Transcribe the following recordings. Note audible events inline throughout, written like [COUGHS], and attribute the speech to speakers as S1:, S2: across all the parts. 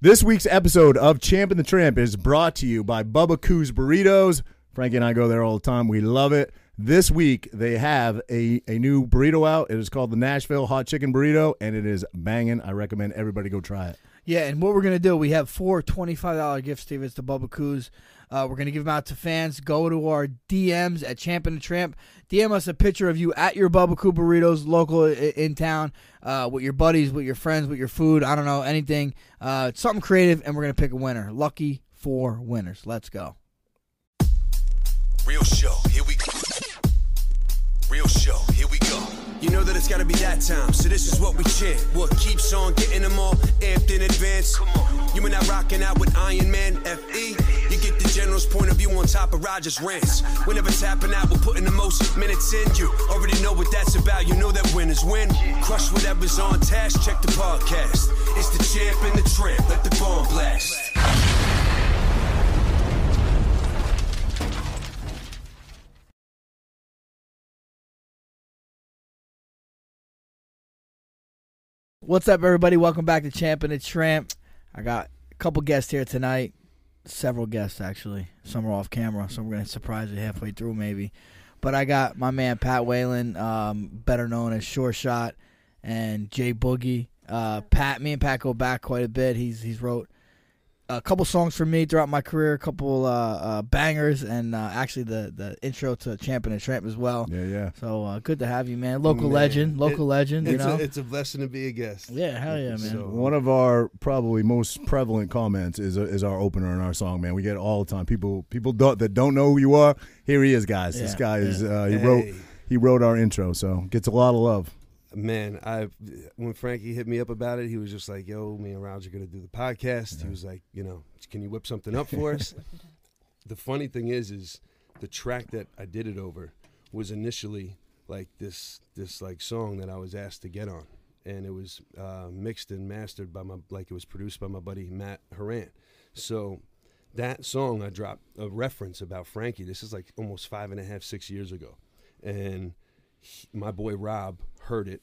S1: This week's episode of Champ and the Tramp is brought to you by Bubba Coos Burritos. Frankie and I go there all the time. We love it. This week they have a, a new burrito out. It is called the Nashville Hot Chicken Burrito, and it is banging. I recommend everybody go try it.
S2: Yeah, and what we're gonna do, we have four $25 gift certificates to Bubba Coos. Uh, we're gonna give them out to fans. Go to our DMs at Champ and the Tramp. DM us a picture of you at your Bubba Coo burritos, local i- in town, uh, with your buddies, with your friends, with your food. I don't know anything. Uh, something creative, and we're gonna pick a winner. Lucky four winners. Let's go.
S3: Real show, here we go. Real show, here we go. You know that it's gotta be that time, so this is what we chant. What keeps on getting them all amped in advance? Come on. You and I rocking out with Iron Man FE. You get the general's point of view on top of Roger's rants. We're never tapping out, we're putting the most minutes in. You already know what that's about, you know that winners win. Crush whatever's on task, check the podcast. It's the champ and the tramp, let the bomb blast.
S2: What's up, everybody? Welcome back to Champ and the Tramp. I got a couple guests here tonight, several guests actually. Some are off camera, so we're gonna surprise you halfway through maybe. But I got my man Pat Whalen, um, better known as Sure Shot, and Jay Boogie. Uh, Pat, me and Pat go back quite a bit. He's he's wrote a couple songs for me throughout my career, a couple uh, uh, bangers, and uh, actually the the intro to Champ and the Tramp as well.
S1: Yeah, yeah.
S2: So uh, good to have you, man. Local
S4: Man.
S2: legend,
S4: It-
S2: local legend. You
S4: It's,
S2: know,
S4: a, it's a blessing to be a guest.
S2: yeah, hell yeah, man.
S4: So-
S1: One of our probably most prevalent comments is is our opener in our song, man. We get it all the time. People people don't, that don't know who you are. Here he is, guys. This
S2: Yeah,
S1: guy is uh, he
S4: Hey.
S1: wrote he wrote our intro, so gets a lot of love.
S4: Man, I when Frankie hit me up about it, he was just like, "Yo, me and Roger are gonna do the podcast." He was like, "You know, can you whip something up for us?" the funny thing is, is the track that I did it over was initially like this this like song that I was asked to get on, and it was uh, mixed and mastered by my like it was produced by my buddy Matt Horan. So that song I dropped a reference about Frankie. This is like almost five and a half six years ago, and he- my boy Rob heard it,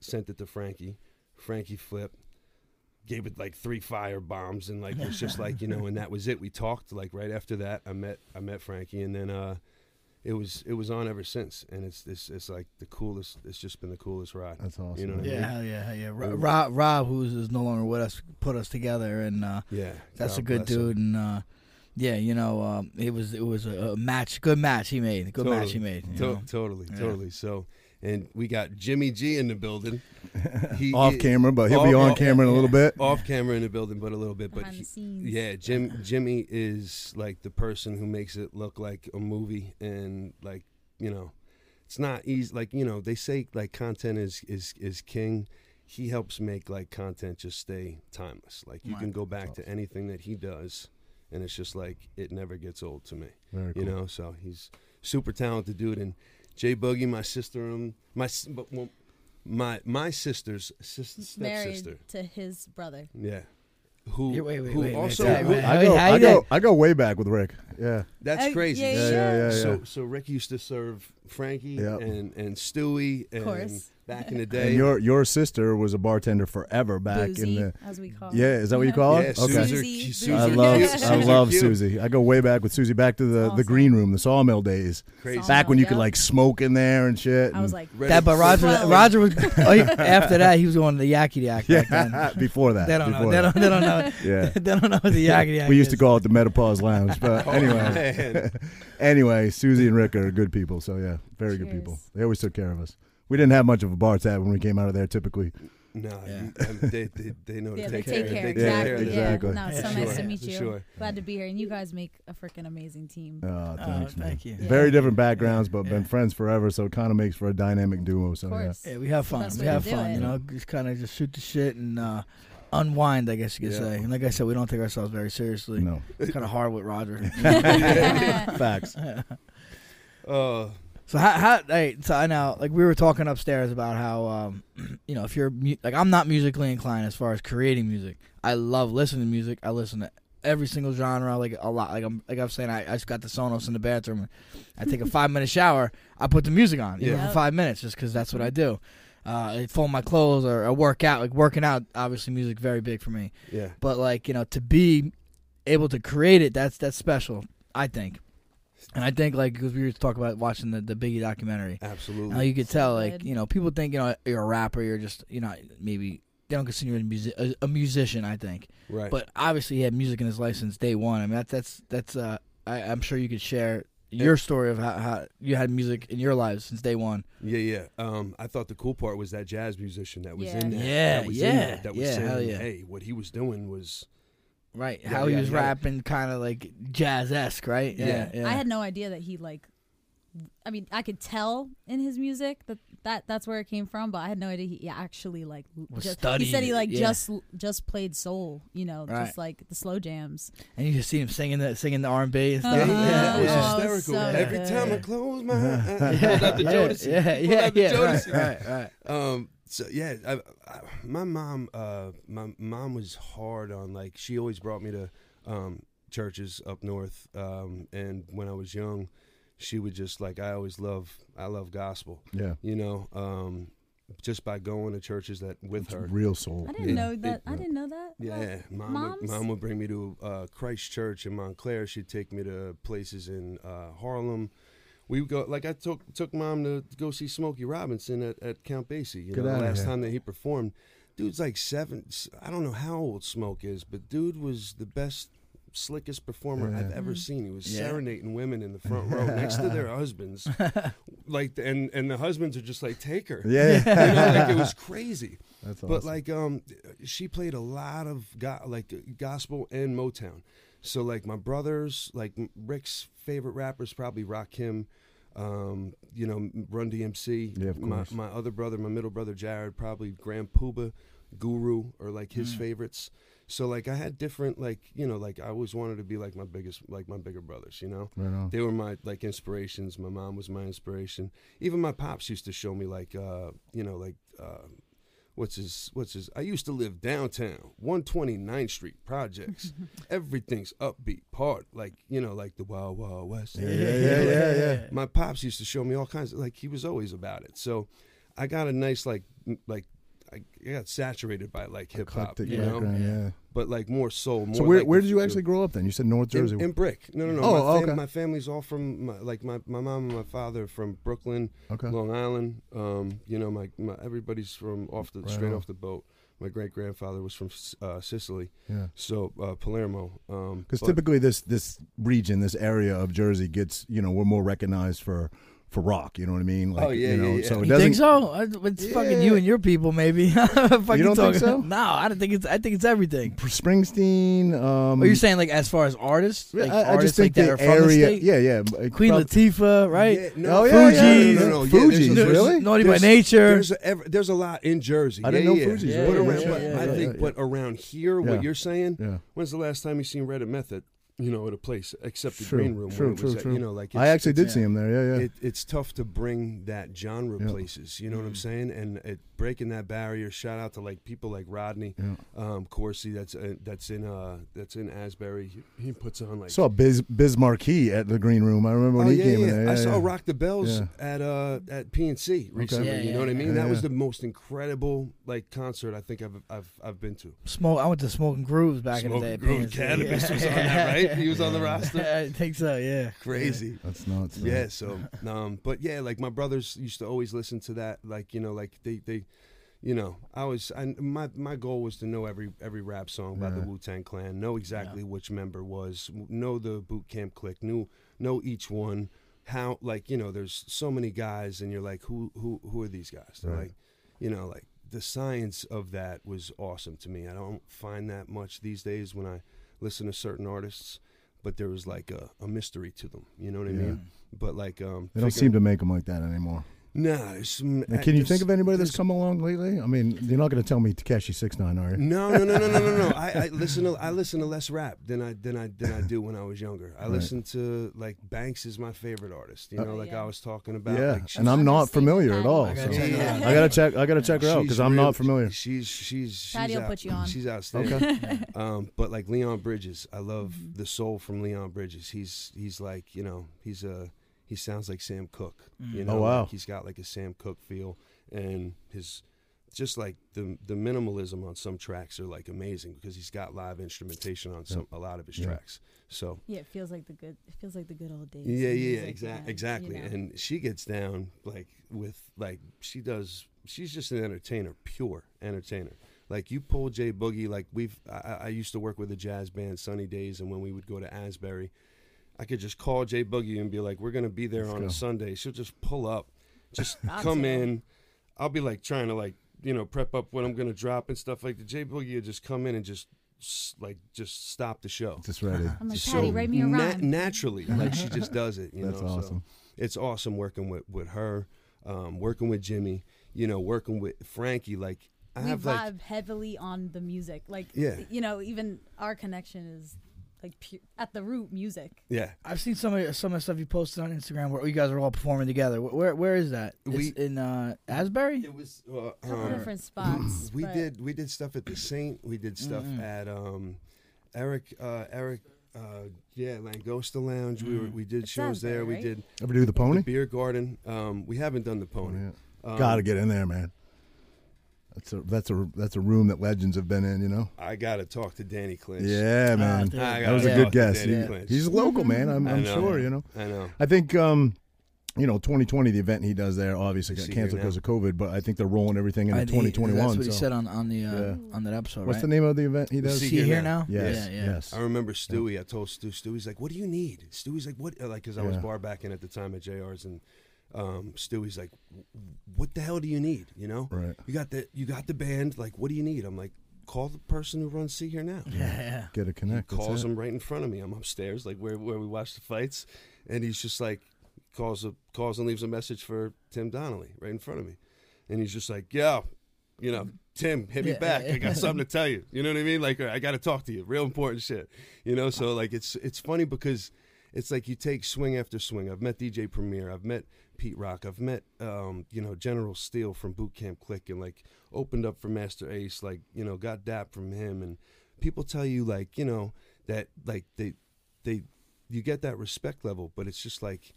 S4: sent it to Frankie. Frankie flipped, gave it like three fire bombs, and like it was just like you know, and that was it. We talked like right after that. I met I met Frankie, and then uh, it was it was on ever since, and it's this it's like the coolest. It's just been the coolest ride.
S1: That's awesome,
S4: You know what I
S2: Yeah,
S4: mean?
S2: hell yeah, hell yeah. Rob, Rob, Rob who's is no longer with us, put us together, and uh,
S4: Yeah,
S2: that's
S4: God
S2: a good
S4: bless him.
S2: dude. And uh, yeah, you know, um, it was it was a, a match, good match he made, good match he made. you
S4: To-
S2: know.
S4: Totally,
S2: Yeah.
S4: totally. So, and we got Jimmy G in the building.
S2: [LAUGHS]
S4: He-
S1: Off
S4: he-
S1: camera, but he'll be
S4: off-
S1: on
S4: off-
S1: camera in a little bit.
S4: Off camera in the building, but a little bit. But
S5: Behind the
S4: he-
S5: scenes.
S4: yeah, Jim Jimmy is like the person who makes it look like a movie, and like you know, it's not easy. Like you know, they say like content is is is king. He helps make like content just stay timeless. Like you can go back to anything that he does, and it's just like it never gets old to me.
S1: Very
S4: You know, so he's super talented dude. And Jay Boogie, my sister, um, my s- but well, my my sister's sister,
S5: married
S4: stepsister,
S5: to his brother.
S4: yeah, who
S2: Yeah, wait, wait,
S4: who
S2: wait, wait,
S4: also
S2: wait, wait,
S1: I go,
S2: Hey, how
S1: I
S2: you
S1: go,
S2: doing?
S1: I go way back with Rick. Yeah,
S4: that's
S5: Oh,
S4: crazy.
S5: yeah,
S1: yeah, yeah, yeah.
S4: So so Rick used to serve Frankie
S1: Yep.
S4: and and Stewie and
S5: course.
S4: back in the day.
S1: and your your sister was a bartender forever back
S5: Boozy,
S1: in the.
S5: as we call.
S1: Yeah,
S5: him.
S1: is that what you call
S4: yeah,
S1: it? Okay.
S4: Susie,
S5: Susie,
S4: Susie
S1: I
S5: Susie
S1: love
S5: Q.
S1: I love
S4: Q.
S1: Susie. I go way back with Susie, back to the, the
S5: Awesome.
S1: green room, the sawmill days.
S4: Crazy.
S1: Back when you could
S5: Yep.
S1: like smoke in there and shit.
S5: I was
S1: and-
S5: like,
S4: Ready
S2: That, but
S4: for-
S2: Roger,
S5: Well-
S2: Roger
S4: [LAUGHS]
S2: was oh, yeah, after that he was going to the Yakety Yak. back
S1: [LAUGHS] yeah, [LAUGHS]
S2: then.
S1: before that.
S2: they don't know.
S1: before
S2: They
S1: that.
S2: don't, they don't
S4: [LAUGHS]
S2: know. [LAUGHS]
S1: Yeah.
S2: they don't know what the Yakety Yak.
S1: we used to
S2: is.
S1: call it the Metapause Lounge, but
S4: Oh,
S1: anyway,
S4: man.
S1: [LAUGHS] anyway, Susie and Rick are good people, so yeah, very good
S5: Cheers.
S1: people. They always took care of us. We didn't have much of a bar tab when we came out of there. Typically,
S4: no,
S2: Yeah.
S4: I mean, they, they they know to
S5: Yeah,
S4: take,
S5: they take care.
S4: They
S1: Yeah,
S5: Exactly.
S4: of
S5: Yeah.
S4: that.
S1: exactly.
S5: No, it's so
S4: Sure,
S5: nice to meet
S4: for
S5: you.
S4: sure.
S5: Glad to be here, and you guys make a freaking amazing team.
S1: uh,
S2: Oh,
S1: thanks, man.
S2: thank you.
S1: Very
S5: Yeah.
S1: different backgrounds, but been
S2: Yeah.
S1: friends forever, so it kind of makes for a dynamic duo. So
S5: Of
S1: yeah.
S5: course.
S2: Yeah, we have fun.
S5: That's the
S2: We
S5: way to
S2: have
S5: do eh?
S2: fun. You
S5: it.
S2: know, just kind of just shoot the shit and uh, unwind. I guess you could
S4: Yeah.
S2: say. And like I said, we don't take ourselves very seriously.
S4: [LAUGHS]
S1: no
S2: It's kind of hard with Roger. [LAUGHS]
S1: facts.
S4: Uh,
S2: So how how hey, so I know like we were talking upstairs about how um [CLEARS THROAT] you know if you're mu- like I'm not musically inclined as far as creating music. I love listening to music. I listen to every single genre like a lot. Like I'm like I'm saying I, I just got the Sonos in the bathroom. I take a five minute shower. I put the music on even
S5: Yeah.
S2: for five minutes just because that's what I do. uh, I fold my clothes or I work out. Like working out, obviously, music very big for me.
S4: Yeah.
S2: But like you know, to be able to create it, that's that's special. I think, and I think like because we were talking about watching the the Biggie documentary,
S4: Absolutely.
S2: how you could tell like
S5: good.
S2: you know people think you know you're a rapper, you're just you know maybe they don't consider you a, music, a, a musician. I think,
S4: right.
S2: but obviously he had music in his life since day one. I mean that's that's that's uh I, I'm sure you could share your story of how, how you had music in your lives since day one.
S4: Yeah, yeah. Um, I thought the cool part was that jazz musician that was in
S5: Yeah.
S4: there.
S2: Yeah,
S4: that was
S2: yeah,
S4: in there, that was
S2: yeah,
S4: saying,
S2: hell yeah.
S4: hey, what he was doing
S2: [LAUGHS]
S4: was
S2: Right,
S4: Yeah,
S2: how he
S4: yeah,
S2: was
S4: yeah.
S2: rapping, kind of like jazz esque, right?
S4: Yeah.
S5: I had no idea that he like. I mean, I could tell in his music that, that that's where it came from, but I had no idea he actually like
S2: Was
S5: just,
S2: studying
S5: He said
S2: it,
S5: he like
S2: yeah.
S5: just just played soul, you know,
S2: Right.
S5: just like the slow jams.
S2: and you just see him singing the singing the R and B and stuff.
S4: Yeah,
S5: Uh-huh.
S4: yeah, it was
S5: Oh,
S4: hysterical.
S5: so
S4: Every
S5: good.
S4: time I
S2: [LAUGHS]
S4: close my eyes, I
S2: Yeah,
S4: pulled out the
S2: yeah,
S4: Jodeci.
S2: Yeah,
S4: Pulled
S2: yeah,
S4: out the
S2: yeah. Right,
S4: Jodeci.
S2: right, right.
S4: Um, so yeah, I, I, my mom, uh, my mom was hard on like she always brought me to um, churches up north, um, and when I was young, she would just like I always love I love gospel,
S1: Yeah.
S4: you know, um, just by going to churches that with her.
S1: Real soul.
S5: I didn't
S4: Yeah.
S5: know that. I
S4: Yeah.
S5: didn't know that. about-
S4: Yeah, mom would,
S5: moms?
S4: mom would bring me to uh, Christ Church in Montclair. She'd take me to places in uh, Harlem. We would go like I took took mom to go see Smokey Robinson at, at Count Basie. You
S1: Get
S4: know, the
S1: outta
S4: last
S1: here.
S4: time that he performed, dude's like seven. I don't know how old Smoke is, but dude was the best, slickest performer I've ever seen. He was
S2: Yeah.
S4: serenading women in the
S1: [LAUGHS]
S4: front row next to their husbands, like and and the husbands are just like take her.
S1: [LAUGHS] [LAUGHS] Yeah.
S4: You know, like it was crazy.
S1: That's
S4: But
S1: awesome.
S4: like, um, she played a lot of go- like gospel and Motown. So like, my brothers, like Rick's favorite rappers, probably Rakim. Um, you know, Run DMC.
S1: Yeah, of
S4: my,
S1: course.
S4: my other brother, my middle brother Jared, probably Grand Puba, Guru, or like his favorites. So like, I had different like, you know, like I always wanted to be like my biggest, like my bigger brothers. You know,
S1: Right on.
S4: they were my like inspirations. My mom was my inspiration. Even my pops used to show me like uh, you know, like uh, what's his what's his I used to live downtown, 129th Street projects. Everything's upbeat, part like, you know, like the Wild Wild West.
S1: Yeah, yeah, yeah, yeah.
S4: My pops used to show me all kinds of like he was always about it. So I got a nice like m- like I I got saturated by like hip hop,
S1: Eclectic
S4: you know,
S1: background, yeah.
S4: but like more soul. More
S1: So where
S4: like
S1: where
S4: the-
S1: did you
S4: the-
S1: actually grow up then? You said North Jersey.
S4: in, in Brick. No, no, no.
S1: Oh,
S4: my, fam-
S1: okay.
S4: my family's all from my, like my, my mom and my father are from Brooklyn,
S1: Okay.
S4: Long Island. Um, you know, my, my everybody's from off the
S1: Right
S4: straight
S1: on.
S4: off the boat. My great grandfather was from S- uh, Sicily,
S1: yeah.
S4: so uh, Palermo. Um,
S1: Because
S4: but-
S1: typically this this region, this area of Jersey gets you know we're more recognized for for rock. You know what I mean? Like,
S4: Oh, yeah,
S1: you know,
S4: yeah, yeah.
S1: So it
S2: You
S1: doesn't.
S2: think so? "Oh, I- It's fucking you and your people, maybe. [LAUGHS] Fuck
S1: You don't think
S2: talking-
S1: so?
S2: No, I don't think it's. I think it's everything.
S1: Springsteen. Um,
S2: Are Oh, you saying like as far as artists? Like,
S1: I, I just
S2: artists
S1: think
S2: like
S1: the
S2: that are from the
S1: area.
S2: state?
S1: yeah, yeah. uh,
S2: Queen
S1: prob-
S2: Latifah, right?
S4: Yeah,
S1: Oh, yeah, yeah, yeah,
S2: Fugees.
S1: yeah.
S4: No, no, yeah, there's
S1: Fugees,
S4: a- there's a-
S1: really?
S2: Naughty by
S4: There's-
S2: Nature.
S4: There's a, ever, there's a lot in Jersey.
S1: I didn't
S4: yeah,
S1: know
S4: yeah.
S1: Fugees
S2: Yeah,
S4: but
S2: yeah,
S4: around,
S2: yeah,
S4: but
S2: yeah,
S4: I
S2: yeah,
S4: think,
S1: yeah.
S4: but around here,
S1: Yeah.
S4: what you're saying.
S1: Yeah.
S4: When's the last time you seen Red at Method? You know, at a place except the
S1: True,
S4: Green Room.
S1: true,
S4: when it was
S1: true,
S4: at-
S1: true.
S4: You know, like
S1: I
S4: it's-
S1: actually did
S2: it's-
S1: see him there. Yeah, yeah.
S4: it, it's tough to bring that genre
S1: Yeah. Mm-hmm.
S4: places. You know what I'm saying? And it, breaking that barrier. Shout out to like people like Rodney
S1: Yeah.
S4: um, Corsi. That's uh, that's in uh, that's in Asbury. He, he puts on like.
S1: saw Biz Biz Marquee at the Green Room. I remember when
S4: Oh,
S1: he
S4: yeah,
S1: came
S4: yeah.
S1: in there. Yeah,
S4: I saw
S1: yeah.
S4: Rock the Bells
S1: Yeah.
S4: at uh at PNC recently.
S2: Yeah,
S4: you know what I
S2: yeah,
S4: mean?
S1: yeah.
S4: that was
S1: Yeah.
S4: the most incredible like concert I think I've I've, I've been to.
S2: Smoke. I went to Smoking Grooves back in the day.
S4: Smoking Groove
S2: Pans-
S4: Cannabis
S2: yeah.
S4: was on
S2: [LAUGHS]
S4: that, right? He was on the roster.
S2: I think so. Yeah.
S4: Crazy.
S1: That's nuts. man.
S4: Yeah, so um, but yeah, like my brothers used to always listen to that. Like you know, like they they, you know, I was I my my goal was to know every every rap song by the
S1: Yeah.
S4: Wu Tang Clan, know exactly which member was, know the boot camp clique, knew know each one. How like you know, there's so many guys, and you're like, who who who are these guys? They're
S1: Right.
S4: like, you know, like the science of that was awesome to me. I don't find that much these days when I listen to certain artists. But there was like a, a mystery to them, you know what I
S1: Yeah.
S4: mean? But like, um,
S1: They don't
S4: figure-
S1: seem to make them like that anymore.
S4: Nah, there's some.
S1: And can you think of anybody that's come along lately? I mean, you're not going to tell me Takeshi Six Nine, are you?
S4: No, no, no, no, no, no,
S1: [LAUGHS]
S4: no. I, I listen to I listen to less rap than I than I than I do when I was younger. I listen to like Banks is my favorite artist. You know, like
S5: Yeah.
S4: I was talking about.
S1: Oh, Yeah,
S4: like, "Oh, she's-
S1: and I'm not
S5: Understatement
S1: familiar at
S5: Patty.
S1: all.
S5: I
S1: so-
S2: gotta
S1: I
S2: check her out.
S1: gotta check. I gotta check her out
S4: she's
S1: because I'm
S4: real-
S1: not familiar.
S4: She's she's she's.
S5: Patty will
S4: out-
S5: put you on.
S4: She's outstanding. [LAUGHS]
S5: [LAUGHS]
S4: um, but like Leon Bridges, I love
S5: Mm-hmm.
S4: the soul from Leon Bridges. He's he's like you know he's a he sounds like Sam Cooke. You know,
S5: Mm.
S1: Oh, wow.
S4: like he's got like a Sam Cooke feel, and his just like the the minimalism on some tracks are like amazing because he's got live instrumentation on some a lot of his
S1: Yeah.
S4: tracks. So
S5: Yeah, it feels like the good. It feels like the good old days.
S4: yeah,
S5: when
S4: yeah,
S5: music,
S4: exactly,
S5: uh, you
S4: exactly.
S5: know.
S4: And she gets down like with like she does. She's just an entertainer, pure entertainer. Like you pull Jay Boogie. Like we've I- I, I used to work with a jazz band, Sunny Days, and when we would go to Asbury, I could just call Jay Boogie and be like, "We're gonna be there on a Sunday." She'll just pull up,
S5: [LAUGHS]
S4: just come in. I'll be like trying to like you know prep up what I'm gonna drop and stuff like the Jay Boogie will just come in and just s- like just stop the show.
S1: Just ready.
S5: I'm like,
S4: So
S5: Patty, write me a
S4: na-
S5: rhyme. [LAUGHS]
S4: naturally, like she just does it. You
S1: That's
S4: know, so
S1: awesome.
S4: it's awesome working with with her, um, working with Jimmy. You know, working with Frankie. Like I
S5: we
S4: have
S5: vibe
S4: like
S5: heavily on the music. Like,
S4: Yeah.
S5: you know, even our connection is like pu- at the root music.
S4: yeah.
S2: I've seen some of some of the stuff you posted on Instagram where you guys are all performing together. Wh- Where where is that? It's
S4: We-
S2: in uh, Asbury.
S4: It was uh,
S5: A couple
S4: um,
S5: different spots.
S4: we
S5: but
S4: did we did stuff at the Saint. We did stuff
S1: Mm-hmm.
S4: at um, Eric uh, Eric. Uh, yeah, Langosta Lounge. We were we did
S5: It sounds
S4: shows there.
S5: better,
S4: We
S5: right?
S4: did
S1: Ever do the Mm. pony?
S4: the Beer Garden. Um, we haven't done the Pony. Um,
S1: Got to get in there, man. That's a that's a that's a room that legends have been in, you know.
S4: I gotta talk to Danny Clinch.
S1: Yeah, man.
S2: dude.
S4: I
S1: that was a
S4: gotta
S1: good
S4: talk to
S1: guess.
S4: Danny
S1: He-
S4: Clinch.
S1: he's
S4: [LAUGHS]
S1: local, man. I'm,
S4: Ah, I
S1: I'm
S4: know.
S1: sure, you know.
S4: I know.
S1: I think um, you know, 2020, the event he does there obviously
S4: I
S1: got
S4: see
S1: canceled
S4: here now.
S1: because of COVID, but I think they're rolling everything into
S2: I- he-
S1: 2021.
S2: That's what he
S1: so-
S2: said on on the uh,
S1: Yeah.
S2: on that episode.
S1: What's
S2: right?
S1: the name of the event he does?
S2: Is
S4: See
S2: he
S4: Here
S2: here
S4: Now.
S2: now?
S1: Yes,
S2: Yeah, yeah.
S1: yes.
S4: I remember Stewie. I told Stu. Stewie's like, "What do you need?" Stewie's like, "What?" Like, because I was
S1: Yeah.
S4: bar backing at the time at Jr's, and um, Stewie's like, "What the hell do you need?" You know,
S1: Right.
S4: You got the you got the band. Like, what do you need? I'm like, call the person who runs See Here Now.
S2: Yeah.
S1: Get a
S4: He
S1: connect. that's
S4: calls
S1: it.
S4: him right in front of me. I'm upstairs, like where where we watch the fights, and he's just like calls a calls and leaves a message for Tim Donnelly right in front of me, and he's just like, "Yeah, you know, Tim, hit me
S2: Yeah.
S4: back. I got something to tell you. You know what I mean? Like I got to talk to you. Real important shit. You know. So like it's it's funny because it's like you take swing after swing. I've met DJ Premier. I've met Pete Rock. I've met um, you know General Steele from Boot Camp Click, and like opened up for Master Ace. Like you know got dap from him, and people tell you like you know that like they they you get that respect level, but it's just like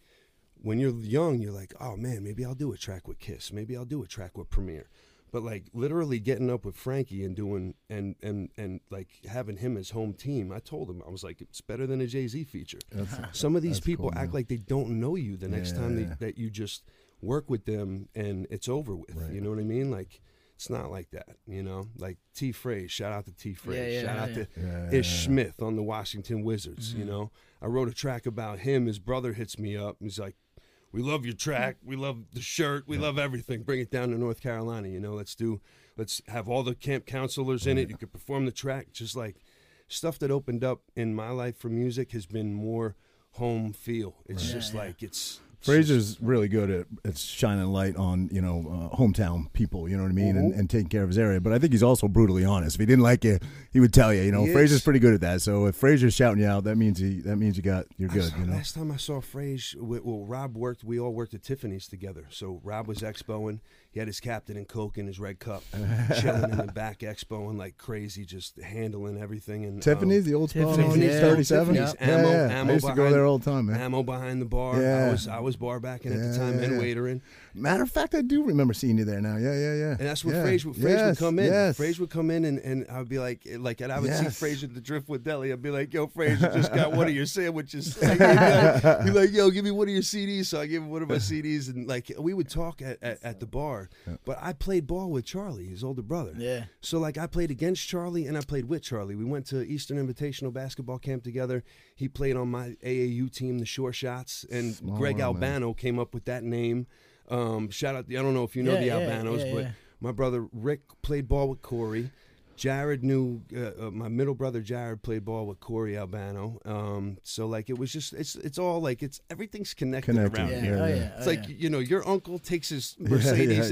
S4: when you're young, you're like, oh man, maybe I'll do a track with Kiss, maybe I'll do a track with Premier. But like literally getting up with Frankie and doing and and and like having him as home team, I told him I was like, it's better than a Jay Z feature.
S2: [LAUGHS]
S4: Some of these
S1: that's
S4: people
S1: cool,
S4: act
S1: man.
S4: like they don't know you the next time
S1: Yeah.
S4: they, that you just work with them and it's over with.
S1: Right.
S4: You know what I mean? Like it's not like that. You know, like T. Phrase, shout out to T. Phrase,
S2: yeah,
S4: shout out
S2: yeah.
S4: to
S1: Yeah, Mm-hmm.
S4: Ish Smith on the Washington Wizards. You know, I wrote a track about him. His brother hits me up. He's like, "We love your track. We love the shirt. We love everything. Bring it down to North Carolina. You know, let's do, let's have all the camp counselors in it. You could perform the track. Just like stuff that opened up in my life for music has been more home feel. It's just like it's
S1: Fraser's really good at, at shining light on you know uh, hometown people, you know what I mean,
S4: Mm-hmm.
S1: and, and taking care of his area. But I think he's also brutally honest. If he didn't like you, he would tell you. You know,
S4: He
S1: Fraser's
S4: is.
S1: pretty good at that. So if Fraser's shouting you out, that means he that means you got you're good.
S4: Last-
S1: You know,
S4: Last time I saw Frage, well, well, Rob worked. We all worked at Tiffany's together. So Rob was expoing. He had his captain and coke in his
S1: [LAUGHS]
S4: red cup, chilling in the back expoing like crazy, just handling everything. And um,
S1: Tiffany's the old spot
S2: Tiffany's,
S1: on
S2: yeah.
S1: thirty seven.
S4: Tiffany's,
S1: yeah,
S4: ammo-
S1: yeah.
S4: ammo
S1: I used to go
S4: behind-
S1: there all the time, man.
S4: ammo behind the bar.
S1: Yeah.
S4: I was I was bar backing at
S1: Yeah,
S4: the time
S1: yeah,
S4: and
S1: yeah.
S4: waitering.
S1: Matter of fact, I do remember seeing you there now. Yeah, yeah, yeah.
S4: And that's where
S1: yeah.
S4: Frazier, Frazier
S1: Yes,
S4: would come in.
S1: Yes.
S4: Frazier would come in, and, and I'd be like, eh, like, and I would see
S1: Yes.
S4: Frazier at the Driftwood Deli. I'd be like, yo, Frazier,
S1: [LAUGHS]
S4: just got one of your sandwiches. Like, he'd, be like, he'd be like, yo, give me one of your CDs. So I gave him one of my CDs, and like, we would talk at, at, at the bar. But I played ball with Charlie, his older brother.
S2: Yeah.
S4: So like, I played against Charlie, and I played with Charlie. We went to Eastern Invitational basketball camp together. He played on my AAU team, the Shore Shots, and
S1: Small
S4: Greg
S1: world, man.
S4: Albano came up with that name. Um, shout out! I don't know if you know
S2: Yeah,
S4: the
S2: yeah,
S4: Albanos,
S2: yeah,
S4: but
S2: yeah.
S4: my brother Rick played ball with Corey. Jared knew uh, uh, my middle brother Jared played ball with Corey Albano. Um, so like it was just it's it's all like it's everything's connected,
S1: Connected,
S4: around
S2: Yeah.
S4: here.
S1: Yeah,
S2: Oh,
S1: yeah.
S2: yeah.
S4: It's
S2: oh,
S4: like
S2: yeah.
S4: you know your uncle takes his Mercedes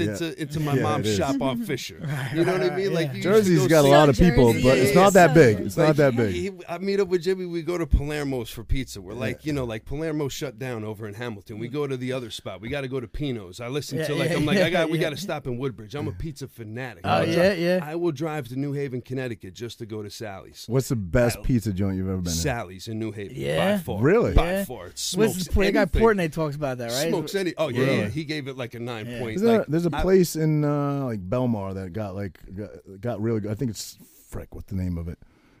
S1: [LAUGHS] yeah, yeah.
S4: into into my
S1: Yeah, it
S4: mom's
S1: is.
S4: shop on Fisher.
S2: [LAUGHS]
S4: You know what I
S2: Right,
S4: mean?
S2: yeah.
S4: Like you used to
S1: Jersey's
S4: go
S1: got a
S4: see-
S1: lot of
S5: So
S1: people,
S5: Jersey
S1: but
S4: is
S1: it's not that
S5: so
S1: big.
S5: Jersey.
S1: It's not that big.
S4: he- I meet up with Jimmy. We go to Palermo's for pizza. We're like, you know, like Palermo shut down over in Hamilton. We go to the other spot. We got to go to Pino's. I listen
S2: Yeah,
S4: to like,
S2: yeah,
S4: I'm like, I
S2: yeah,
S4: got, we
S2: yeah.
S4: got to stop in Woodbridge. I'm a pizza fanatic.
S2: Oh,
S4: I'll
S2: yeah,
S4: drive-
S2: yeah.
S4: I will drive to New Haven, Connecticut, just to go to Sally's.
S1: What's the best
S4: Uh,
S1: pizza joint you've ever been in?
S4: Sally's in New Haven.
S2: Yeah?
S4: By far.
S1: Really?
S4: By
S2: Yeah.
S4: far. It
S2: What's
S4: smokes
S2: the point? That guy
S4: anything.
S2: Portnoy talks about that, right?
S4: Smokes any. Oh yeah,
S1: Really?
S4: yeah. He gave it like a nine
S2: Yeah.
S4: point.
S1: Isn't there-
S4: like,
S1: there's a
S4: I-
S1: place in uh, like Belmar that got like got, got really good. I think it's frick. What's the name of it?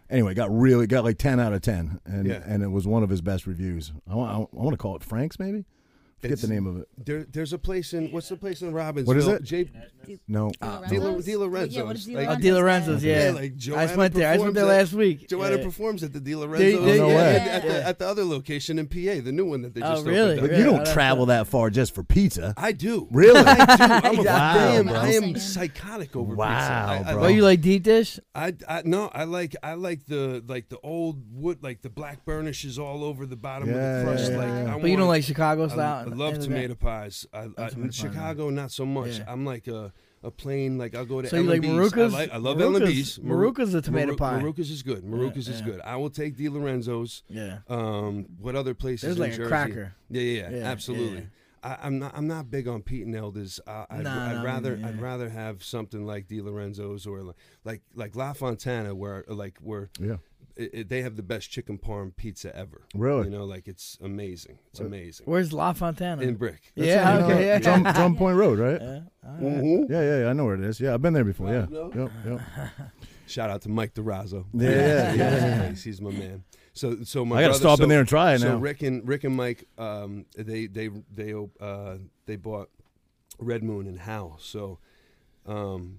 S1: Anyway, got really got like ten out of ten, and
S4: Yeah.
S1: and it was one of his best reviews. I want I, want to call it Frank's maybe. Forget
S4: It's-
S1: the name of it.
S4: there, there's a place in what's the place in Robbinsville?
S1: What is it?
S4: J,
S1: No,
S5: Lorenzo's?
S4: Di Lo- Di Lorenzo's.
S5: Yeah, what is Di
S4: Like-
S2: Oh,
S5: Lorenzo's?
S2: Di Lorenzo's,
S5: Yeah.
S2: yeah.
S4: Yeah, like
S2: I
S4: Joanna
S2: just went there. I just went there
S4: performs
S2: last week.
S4: Joanna
S2: Yeah.
S4: performs at the Di
S2: They-
S4: Lorenzo
S2: they-
S1: Oh, no way.
S4: at, the, at the other location in PA, the new one that they
S2: Oh,
S4: just
S2: really?
S4: opened.
S1: but
S4: Up.
S1: you
S2: yeah,
S1: don't
S2: that's
S1: travel that far just for pizza.
S4: I do.
S1: Really?
S2: [LAUGHS]
S4: I do. I'm a,
S1: Wow,
S4: I am,
S1: bro.
S4: I am psychotic over
S1: Wow,
S4: pizza. I, I,
S1: bro.
S2: Oh, you like deep dish?
S4: I, I no, I like I like the like the old wood, like the black burnishes all over the bottom of
S1: Yeah,
S4: the crust.
S1: yeah,
S4: like,
S1: yeah.
S4: I
S2: But you don't
S4: want-
S2: like Chicago
S4: I-
S2: style?
S4: I, love
S2: Anything
S4: tomato
S2: like
S4: pies. I, I,
S2: tomato pie,
S4: Chicago, not so much.
S2: Yeah.
S4: I'm like a a plain like I'll go to.
S2: So you like
S4: L&B's.
S2: Marucas?
S4: I, like, I love
S2: Marucas-
S4: L&B's. Maru-
S2: Marucas a tomato
S4: Maru-
S2: pie.
S4: Marucas is good. Marucas is
S2: yeah.
S4: good. I will take Di Lorenzo's.
S2: that? Yeah.
S4: Um, what other places?
S2: There's
S4: in
S2: like a
S4: Jersey?
S2: cracker.
S4: Yeah, yeah, yeah,
S2: Yeah,
S4: absolutely.
S2: yeah.
S4: I, I'm not. I'm not big on Pete and Elders. I, I'd,
S2: Nah,
S4: I'd
S2: nah,
S4: rather.
S2: yeah.
S4: I'd rather have something like Di Lorenzo's or like like, like La Fontana, where like where
S1: yeah,
S4: it, it- they have the best chicken parm pizza ever.
S1: Really?
S4: You know, like it's amazing. It's amazing.
S2: Where's La Fontana?
S4: In brick.
S2: yeah,
S1: You know,
S2: okay, yeah.
S1: it's on Drum Point Road, right?
S2: Yeah, all right.
S4: Mhm.
S1: Yeah, yeah, yeah, I know where it is. Yeah, I've been there before. Yeah,
S4: Right,
S1: yep, yep.
S4: Shout out to Mike DeRazzo.
S1: Yeah, yeah, yeah.
S4: [LAUGHS] He's, he's my man. So, so my
S1: I gotta
S4: brother-
S1: stop
S4: so-
S1: in there and try it
S4: so
S1: now.
S4: Rick and Rick and Mike, um, they they they uh, they bought Red Moon and Howl. So, um,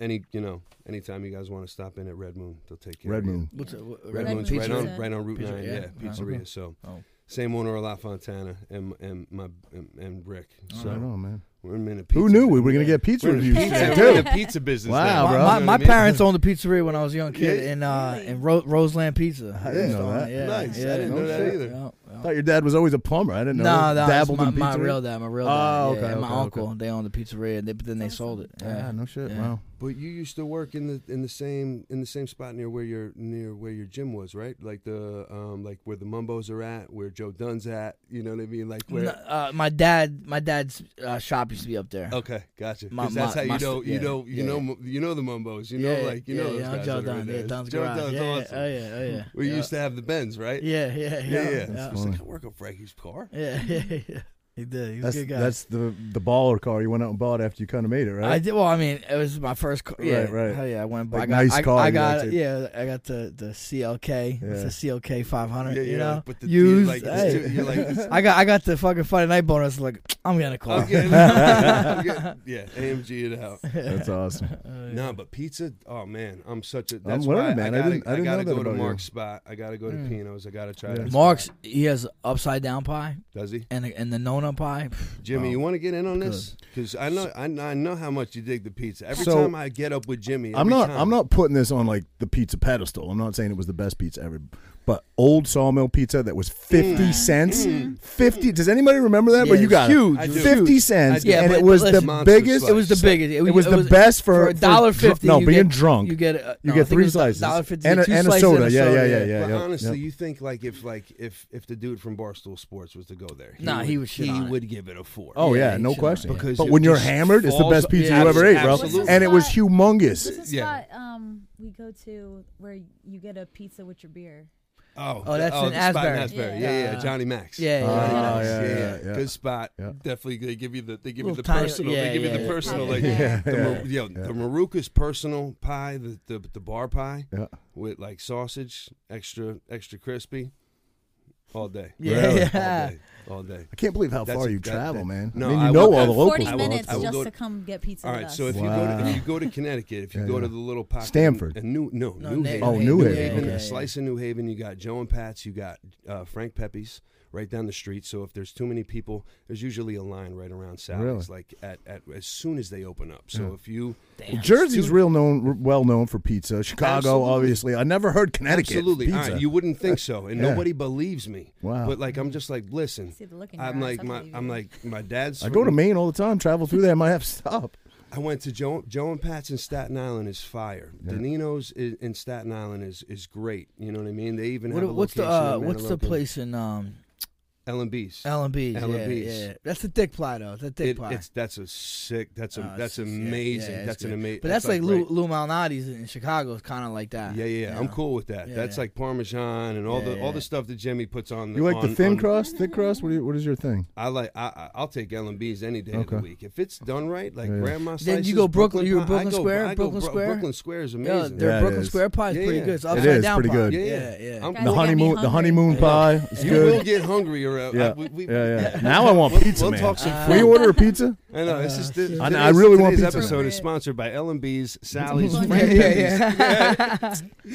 S4: any you know, anytime you guys want to stop in at Red Moon, they'll take care.
S1: Red
S4: of you.
S1: Moon.
S2: What's it, what,
S4: Red,
S5: Red
S4: Moon's
S5: Moon
S4: right
S5: Pizza.
S4: on right on Route
S2: Pizza,
S4: Nine.
S2: yeah.
S4: Yeah,
S2: Oh,
S4: pizzeria. So,
S2: Oh.
S4: same owner of La Fontana and and my and, and Rick. So
S1: Right on, man.
S4: we're in a pizza.
S1: Oh, Who knew we were gonna get pizza
S4: We're in the
S1: reviews
S4: pizza,
S1: today,
S4: we're in
S1: too?
S4: the pizza business.
S1: Wow,
S4: now.
S1: bro.
S4: You know
S2: My,
S4: what
S2: my
S4: I mean?
S2: parents owned a pizzeria when I was a young kid
S4: Yeah.
S2: in uh, in Ro- Roseland Pizza. I
S1: didn't know that.
S2: Yeah.
S4: Nice. I
S2: Yeah.
S4: didn't
S1: know
S2: No
S1: that
S2: shit.
S4: either.
S2: Yeah, yeah.
S1: I thought your dad was always a plumber. I didn't know.
S2: No, that
S1: dabbled
S2: was
S1: in
S2: my, my
S1: pizzeria?
S2: real dad, my real dad.
S1: Oh,
S2: yeah,
S1: okay,
S2: and my
S1: okay,
S2: uncle,
S1: okay.
S2: they owned the pizzeria, and they, but then they sold it.
S1: Yeah,
S2: Yeah.
S1: no shit.
S2: Yeah.
S1: Wow.
S4: But you used to work in the in the same in the same spot near where your near where your gym was, right? Like the um like where the Mumbos are at, where Joe Dunn's at. You know what I mean? Like where?
S2: No, uh, my dad, my dad's uh, shop used to be up there.
S4: Okay, gotcha.
S2: My-
S4: Because that's
S2: my-
S4: how
S2: my
S4: you know
S2: st-
S4: you
S2: yeah,
S4: know you
S2: yeah,
S4: know mu- you know the Mumbos. You know like you
S2: yeah,
S4: know those
S2: yeah,
S4: guys.
S2: Joe
S4: that are
S2: Dunn,
S4: in
S2: yeah,
S4: there.
S2: Dunn's
S4: Joe
S2: garage.
S4: Dunn's
S2: yeah,
S4: awesome.
S2: Oh yeah, oh yeah.
S4: We
S2: yeah.
S4: used to have the Benz, right?
S2: Yeah, yeah,
S4: yeah. yeah.
S2: yeah.
S4: It's like
S1: funny.
S4: I work on Frankie's car.
S2: Yeah, yeah, yeah. [LAUGHS] He did. He was
S1: That's
S2: a good guy.
S1: that's the the baller car you went out and bought after you kind of made it, right?
S2: I did. Well, I mean, it was my first car. Yeah,
S1: Right, right.
S2: Hell yeah, I went. by.
S1: Like,
S2: I got,
S1: nice
S2: I,
S1: car
S2: I
S1: you
S2: got.
S1: like to-
S2: yeah, I got the the CLK.
S1: Yeah.
S2: It's a CLK 500.
S4: Yeah, yeah,
S2: you know,
S4: but the-
S2: used.
S4: like, it's
S2: hey. [LAUGHS]
S4: too- you're like,
S1: [LAUGHS]
S4: it's-
S2: I got. I got the fucking Friday night bonus. Like, I'm gonna call.
S4: Okay,
S2: [LAUGHS]
S4: I'm getting- yeah, AMG it out.
S1: that's awesome.
S4: No, but pizza. Oh man, I'm such a. That's
S1: learning,
S4: why
S1: man. I
S4: I gotta,
S1: didn't- I didn't
S4: gotta
S1: know that
S4: go to
S1: about you.
S4: Mark's spot. I gotta go to
S2: Mm.
S4: Pino's. I gotta try.
S1: Yeah.
S2: [LAUGHS]
S4: that
S2: Mark's.
S4: spot.
S2: He has upside down pie
S4: does he?
S2: and and the Nona pie.
S4: Jimmy,
S1: Wow.
S4: you want to get in on this? Because I know, I, kn- I know how much you dig the pizza. Every
S1: So-
S4: time I get up with Jimmy,
S1: I'm
S4: every
S1: not
S4: time-
S1: I'm not putting this on like the pizza pedestal. I'm not saying it was the best pizza ever, but old sawmill pizza that was 50
S4: Mm.
S1: cents. 50 Does anybody remember that?
S2: Yeah,
S1: but you
S2: it's
S1: got it.
S2: huge.
S4: I do.
S1: 50 cents
S4: I do. Yeah,
S1: and
S2: but-
S1: it was
S2: but
S1: the
S2: listen-
S4: Monster
S1: biggest
S4: slice.
S2: It was the
S4: So-
S2: biggest. It,
S1: it was the best for
S2: for a dollar
S1: for dr-
S2: fifty.
S1: No,
S2: you
S1: being
S2: get-
S1: drunk.
S2: You
S1: You,
S2: get uh, no,
S1: get
S2: I think it
S1: three
S2: was a
S1: slices
S2: Dollar fifty
S1: and,
S2: you get two
S1: and a
S2: slices
S1: soda.
S2: and
S1: yeah, yeah, yeah, yeah,
S4: But
S1: yeah,
S4: honestly,
S1: yeah.
S4: you think like if like if if the dude from Barstool Sports was to go there,
S2: Nah, he would shit
S4: he
S2: on it.
S4: would give it a four.
S1: Oh
S2: Yeah,
S1: yeah,
S2: you
S1: no
S2: should
S1: question.
S2: not, yeah.
S4: Because
S1: but
S4: it
S1: when you're
S4: just
S1: hammered, it's the
S4: falls-
S1: best pizza
S4: yeah,
S1: you ever ate, bro.
S4: absolutely.
S1: And it was humongous.
S5: What's the
S4: Yeah.
S5: spot um, we go to where you get a pizza with your beer?
S4: Oh,
S2: Oh, that's
S4: oh,
S2: in
S4: the spot
S2: Asbury.
S4: Asbury. Yeah, yeah,
S2: Yeah.
S4: Johnny Max.
S2: Yeah, yeah,
S5: yeah.
S4: Johnny
S5: Ah,
S4: Max.
S1: Oh, yeah, yeah, yeah.
S4: Good spot.
S1: Yeah.
S4: Definitely, they give you the they give you
S2: Little
S4: the
S2: tiny-
S4: personal.
S2: yeah,
S4: they give
S2: yeah,
S4: you the
S2: yeah.
S4: personal.
S5: Yeah.
S4: Like
S5: Yeah.
S4: the mar- yo,
S1: Yeah.
S4: the Maruca's personal pie, the, the the bar pie
S1: Yeah.
S4: with like sausage, extra extra crispy, all day.
S2: Yeah,
S1: Really?
S2: yeah.
S4: all day, all day.
S1: I can't believe how
S4: That's
S1: far
S4: a-
S1: you
S4: that-
S1: travel,
S4: that-
S1: man.
S4: No,
S1: I mean, you
S4: I
S1: know
S4: would-
S1: all the
S4: Forty
S1: locals.
S5: Forty
S4: will-
S5: minutes
S4: I will
S5: just
S4: go
S5: to
S4: to-
S5: come get pizza
S4: All
S5: with
S4: right,
S5: us.
S4: so if you go to,
S1: Wow.
S4: if you go to Connecticut, if you
S1: Yeah,
S4: go
S1: yeah.
S4: to the little pocket,
S1: Stanford.
S4: and New no,
S2: No,
S4: New
S2: Na-
S4: Haven.
S1: Oh, New Haven,
S4: Haven,
S1: okay.
S4: a slice in New Haven. You got Joe and Pat's. You got uh, Frank Pepe's right down the street. So if there's too many people, there's usually a line right around Sally's, like at, at as soon as they open up. So if you
S1: Well, Jersey's real known, r- well known for pizza. Chicago,
S4: Absolutely.
S1: obviously. I never heard Connecticut
S4: absolutely,
S1: pizza.
S4: all right, you wouldn't think so, and
S1: Yeah.
S4: nobody believes me.
S1: Wow.
S4: But like I'm just like listen,
S5: See the look in your
S4: I'm
S5: eyes,
S4: like
S5: I
S4: my
S5: believe
S4: I'm
S5: you.
S4: like my dad's.
S1: I go to
S4: from-
S1: Maine all the time. Travel through there, I might have to [LAUGHS] stop.
S4: I went to Joe, Joe and Pat's in Staten Island is fire. Danino's in, in Staten Island is, is great. You know what I mean? They even
S2: What-
S4: have a
S2: what's the
S4: location in
S2: uh, what's the
S4: Metalurca.
S2: place in um
S4: L&B's.
S2: LMBs.
S4: L&Bs.
S2: Yeah, yeah. That's the thick ply though. It's a thick
S4: It-
S2: ply.
S4: it's that's a sick. That's a
S2: Oh,
S4: that's
S2: it's just- yeah,
S4: amazing.
S2: yeah, it's
S4: that's an
S2: good.
S4: amazing.
S2: But that's, like Lou,
S4: right-
S2: Lou Malnati's in Chicago. It's kind of like that.
S4: Yeah, yeah, yeah. I'm
S2: know?
S4: cool with that.
S2: Yeah,
S4: that's
S2: yeah.
S4: like Parmesan and all
S2: Yeah,
S4: the all
S2: yeah.
S4: the stuff that Jimmy puts on. The,
S1: You like
S4: on-
S1: the thin
S4: on-
S1: crust, thick crust? What, do you, what is your thing?
S4: I like. I- I I'll take L and B's any day of the
S1: Okay.
S4: week if it's done right. Like
S1: Yeah.
S4: grandma.
S2: Then
S4: Slices,
S2: you go Brooklyn- you go
S4: Pie-
S2: Brooklyn
S4: I go,
S2: Square,
S4: I go
S2: Brooklyn
S4: Bro-
S2: Square?
S4: Brooklyn Square is
S2: Yeah,
S4: amazing.
S2: their
S1: Yeah, it
S2: Brooklyn
S1: is.
S2: Square pie is
S4: Yeah,
S2: pretty
S4: yeah.
S2: good. It's
S4: It
S2: upside
S1: is
S2: down
S1: pretty
S2: pie.
S1: good.
S4: Yeah,
S2: Yeah,
S4: yeah.
S2: yeah.
S4: I'm-
S5: Guys,
S1: the
S5: you got me
S1: honeymoon, the
S5: hungry.
S1: honeymoon [LAUGHS] pie. It's
S4: you
S1: good.
S4: will get hungry or uh,
S1: Yeah.
S4: I- we, we,
S1: yeah, [LAUGHS] yeah. Now I want
S4: We'll,
S1: pizza,
S4: we'll
S1: man.
S4: talk some
S1: Can we
S4: food.
S1: order a pizza?
S4: I know this is this,
S1: I know, I really want
S4: today's
S1: pizza.
S4: episode is sponsored by L and B's,
S1: [LAUGHS]
S4: Sally's,
S5: Yeah,
S2: [LAUGHS]
S4: Frank
S2: yeah,
S4: Pepe's.
S2: [LAUGHS] yeah.
S4: Uh,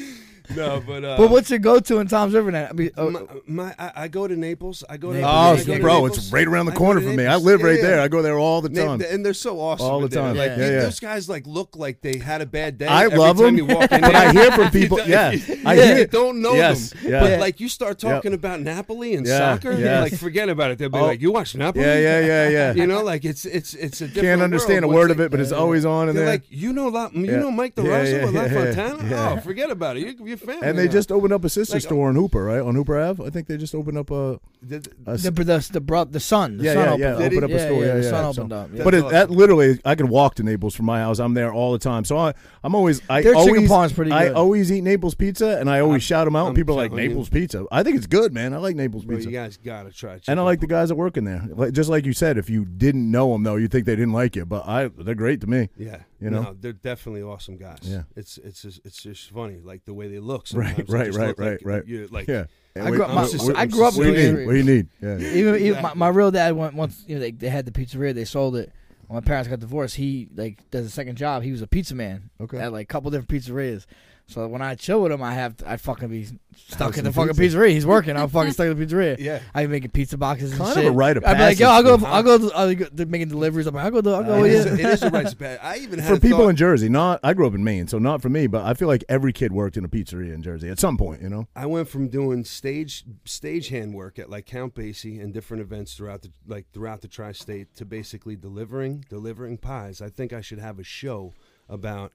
S4: No, but uh,
S2: But what's your go-to in Tom's River? Now? I mean, oh,
S4: my, my I, I go to Naples. I go to
S2: Naples.
S1: [LAUGHS] Oh,
S4: I
S2: it's-
S4: go to
S1: bro,
S4: Naples.
S1: it's right around the
S4: I go
S1: corner
S4: to
S1: from me. I
S4: Naples.
S1: live
S4: Yeah,
S1: right
S4: yeah.
S1: there. I go there all the
S4: Na-
S1: time.
S4: and they're so awesome
S1: All the
S4: there.
S1: time.
S4: Like
S1: Yeah, yeah.
S4: those guys, like look like they had a bad day.
S1: I
S4: every
S1: love
S4: time
S1: them,
S4: [LAUGHS] you walk
S1: [LAUGHS]
S4: in
S1: but
S4: there.
S1: I hear from people.
S4: don't-
S1: Yeah, I
S4: Yeah,
S1: hear
S4: you don't know
S1: yes,
S4: them.
S1: yeah.
S4: But like you start talking about Napoli and
S1: Yeah,
S4: soccer,
S1: yes.
S4: like forget about it. They'll be
S1: Oh.
S4: like, "You watch Napoli?"
S1: Yeah, yeah, yeah, yeah.
S4: [LAUGHS] You know, like it's it's it's a different
S1: Can't understand a
S4: world.
S1: word
S4: Once
S1: of it, but it's always on
S4: They,
S1: in
S4: they're
S1: there.
S4: like, "You know, La, you
S1: Yeah.
S4: know, Mike DeRosa
S1: Yeah, yeah,
S4: with La
S1: yeah, yeah,
S4: Fontana.
S1: yeah.
S4: Oh, forget about it. You, your family."
S1: and they
S4: now."
S1: just opened up a sister
S4: Like,
S1: store in Hooper, right? On Hooper Ave, I think they just opened up a.
S4: Th- th-
S1: a
S2: the the the, bro, the sun. The
S1: yeah,
S2: sun
S1: yeah,
S2: opened
S1: yeah.
S2: up.
S1: Open up a store. Yeah,
S2: The
S1: yeah,
S2: sun
S1: so-
S2: opened up. Yeah.
S1: But it,
S4: That's
S1: that literally, I could walk to Naples from my house. I'm there all the time. So I, I'm always. I
S2: Their chicken
S1: always,
S2: parm's pretty
S1: I
S2: good.
S1: always eat Naples pizza, and I always shout them out.
S4: I'm
S1: and people are like
S4: telling you.
S1: Naples pizza. I think it's good, man. I like Naples
S4: Bro,
S1: pizza.
S4: you guys gotta try.
S1: And I
S4: chicken
S1: like the guys that work in there. Like, just like you said, if you didn't know them though, you think they didn't like you, but I they're great to me.
S4: Yeah,
S1: You know?
S4: no, they're definitely awesome guys.
S1: Yeah.
S4: it's it's just, it's just funny, like the way they look.
S1: Right,
S4: Sometimes They
S1: right,
S4: just
S1: right,
S4: look
S1: right,
S4: like,
S1: right.
S4: You're like,
S1: yeah.
S2: I grew up-
S1: I'm
S2: my-
S1: just-
S2: I grew up
S1: what do
S2: in
S1: you
S2: the
S1: need? What do you need? Yeah. yeah.
S2: even, even my,
S4: Exactly.
S2: my real dad went once you know they, they had the pizzeria they sold it when my parents got divorced he like does a second job he was a pizza man
S1: Okay.
S2: at like a couple different pizzerias so when I chill with him I have to, I fucking be stuck in the
S1: How's
S2: fucking
S1: the pizza?
S2: pizzeria he's working I'm fucking stuck in
S1: [LAUGHS]
S2: the pizzeria
S4: Yeah.
S2: I be making pizza boxes and
S1: Kind of
S2: shit
S1: a rite of
S2: I'd be like yo I'll
S1: passage,
S2: go
S1: man.
S2: I'll go, to, I'll go to making deliveries I'm like I'll go to, I'll go
S1: Uh,
S4: it is,
S2: with
S4: it
S2: you
S4: is a rice bag. I even had
S1: For
S4: a
S1: people
S4: thought,
S1: in Jersey, not I grew up in Maine, so not for me, but I feel like every kid worked in a pizzeria in Jersey at some point, you know.
S4: I went from doing stage stage hand work at like Count Basie and different events throughout the like throughout the tri-state to basically delivering delivering pies. I think I should have a show about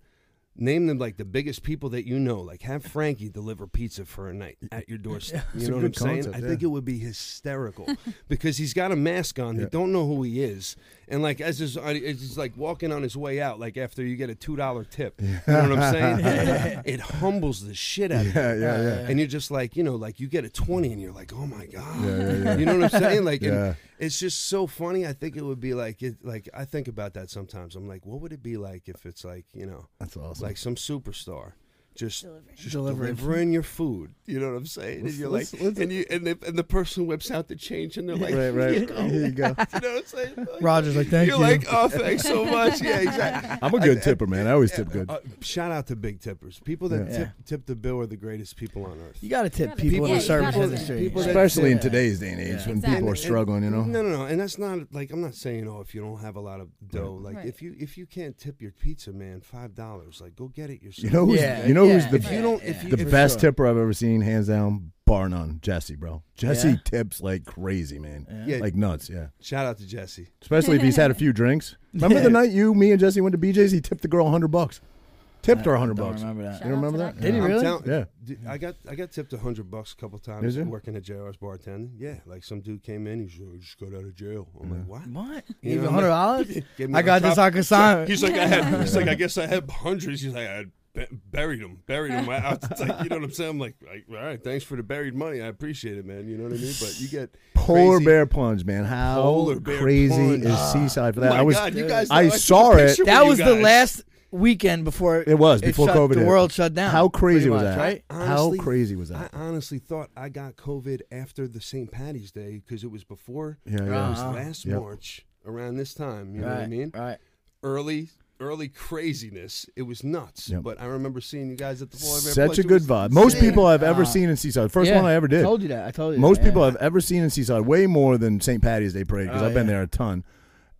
S4: name them like the biggest people that you know. Like have Frankie deliver pizza for a night at your doorstep.
S1: It's
S4: You
S1: a
S4: know what I'm
S1: good
S4: saying?
S1: concept,
S4: I
S1: yeah.
S4: think it would
S1: [LAUGHS]
S4: be hysterical because he's got a mask on. They don't know who he is, and like as his, it's just like walking on his way out. Like after you get a two dollar tip, you know what I'm saying?
S1: [LAUGHS]
S4: It humbles the shit out of you
S1: Yeah, yeah, yeah.
S4: and you're just like you know like you get a 20 and you're like oh my god
S1: yeah, yeah.
S4: you know what i'm saying like
S1: Yeah.
S4: and it's just so funny i think it would be like it like i think about that sometimes i'm like what would it be like if it's like you know
S1: That's awesome.
S4: [LAUGHS] like some superstar just delivering, just
S2: Delivering.
S4: delivering. your food you know what i'm saying and you're like
S1: let's- let's-
S4: and you and the, and the person whips out the change and they're like
S1: right,
S4: [LAUGHS]
S1: right. Here you go.
S4: you know what i'm saying Like,
S2: Roger's like thank
S4: you're
S2: you
S4: like oh thanks so much yeah exactly
S1: [LAUGHS] I'm a good tipper, man. I always tip good.
S4: uh, shout out to big tippers people that
S2: Yeah.
S4: tip, tip the bill are the greatest people on earth
S2: you gotta tip
S5: Yeah,
S2: people in
S5: yeah,
S2: the
S5: you
S2: service
S5: gotta tip
S2: industry
S4: people that-
S1: Especially in
S2: Yeah.
S1: today's day and age when
S5: Exactly.
S1: people are
S4: And-
S1: struggling, you know.
S4: No, no, no, and that's not like I'm not saying oh if you don't have a lot of dough, like
S5: Right.
S4: if you if you can't tip your pizza man five dollars, like go get it yourself.
S1: You know who's
S2: Yeah,
S1: you know who's
S2: yeah,
S1: the
S4: if you don't if
S2: yeah.
S4: you
S1: the
S4: if-
S1: best
S2: sure.
S1: tipper I've ever seen, hands down, bar none. Jesse, bro. Jesse
S2: Yeah?
S1: tips like crazy, man.
S4: Yeah.
S1: Like nuts, yeah.
S4: shout out to Jesse.
S1: Especially if he's had a few drinks. Remember
S2: Yeah.
S1: the night you, me, and Jesse went to BJ's? He tipped the girl hundred bucks. Tipped her
S2: I
S1: hundred
S2: don't
S1: bucks.
S2: remember that
S1: You remember that?
S2: Did he
S1: Yeah.
S2: really?
S1: Yeah.
S4: d- I got I got tipped a hundred bucks a couple
S1: Did
S4: times
S1: you?
S4: working at JR's bartending. Yeah, like some dude came in, he's like, I just got out of jail. I'm like, what?
S2: what
S4: You
S2: even
S4: know,
S1: [LAUGHS]
S2: hundred dollars
S4: [LAUGHS] Gave me
S2: I
S4: the
S2: got
S4: top-
S2: this on consignment
S4: He's like, I had. He's like, I guess I had hundreds. He's like, I had bu- buried them, buried them. [LAUGHS] I, I was like, you know what I'm saying? I'm like, like, all right, thanks for the buried money. I appreciate it, man. You know what I mean? But you get
S1: Polar
S4: crazy-
S1: bear plunge, man. How
S4: Polar bear
S1: crazy
S4: plunge.
S1: is Seaside for
S4: Oh
S1: that?
S4: my
S1: I was
S4: God, you guys!
S1: I
S4: took a
S1: saw it.
S4: picture with
S2: That
S4: you
S2: was the
S4: guys.
S2: last weekend before
S1: it was before
S2: shut-
S1: COVID
S2: The
S1: hit.
S2: world shut down.
S1: How crazy
S2: pretty
S1: was
S2: much,
S1: that?
S2: Right?
S4: Honestly,
S1: How crazy was
S4: I
S1: that?
S4: honestly thought I got COVID after the St. Patty's Day because it was before.
S1: Yeah,
S4: It
S1: yeah.
S4: was
S2: Uh-huh.
S4: last
S1: Yep.
S4: March around this time. You know what I
S2: Right,
S4: mean?
S2: Right.
S4: Early. Early craziness. It was nuts.
S1: Yep.
S4: But I remember seeing you guys at the Polar Bear
S1: Such
S4: Plunge.
S1: a
S4: It
S1: good
S4: was
S1: vibe. Most
S4: insane.
S1: people I've ever
S2: Uh,
S1: seen in Seaside. First
S2: Yeah.
S1: one I ever did.
S2: I told you that. I told you.
S1: Most
S2: that,
S1: people
S2: yeah.
S1: I've ever seen in Seaside, way more than St. Patty's Day parade because
S2: Oh,
S1: I've been
S2: yeah.
S1: there a ton.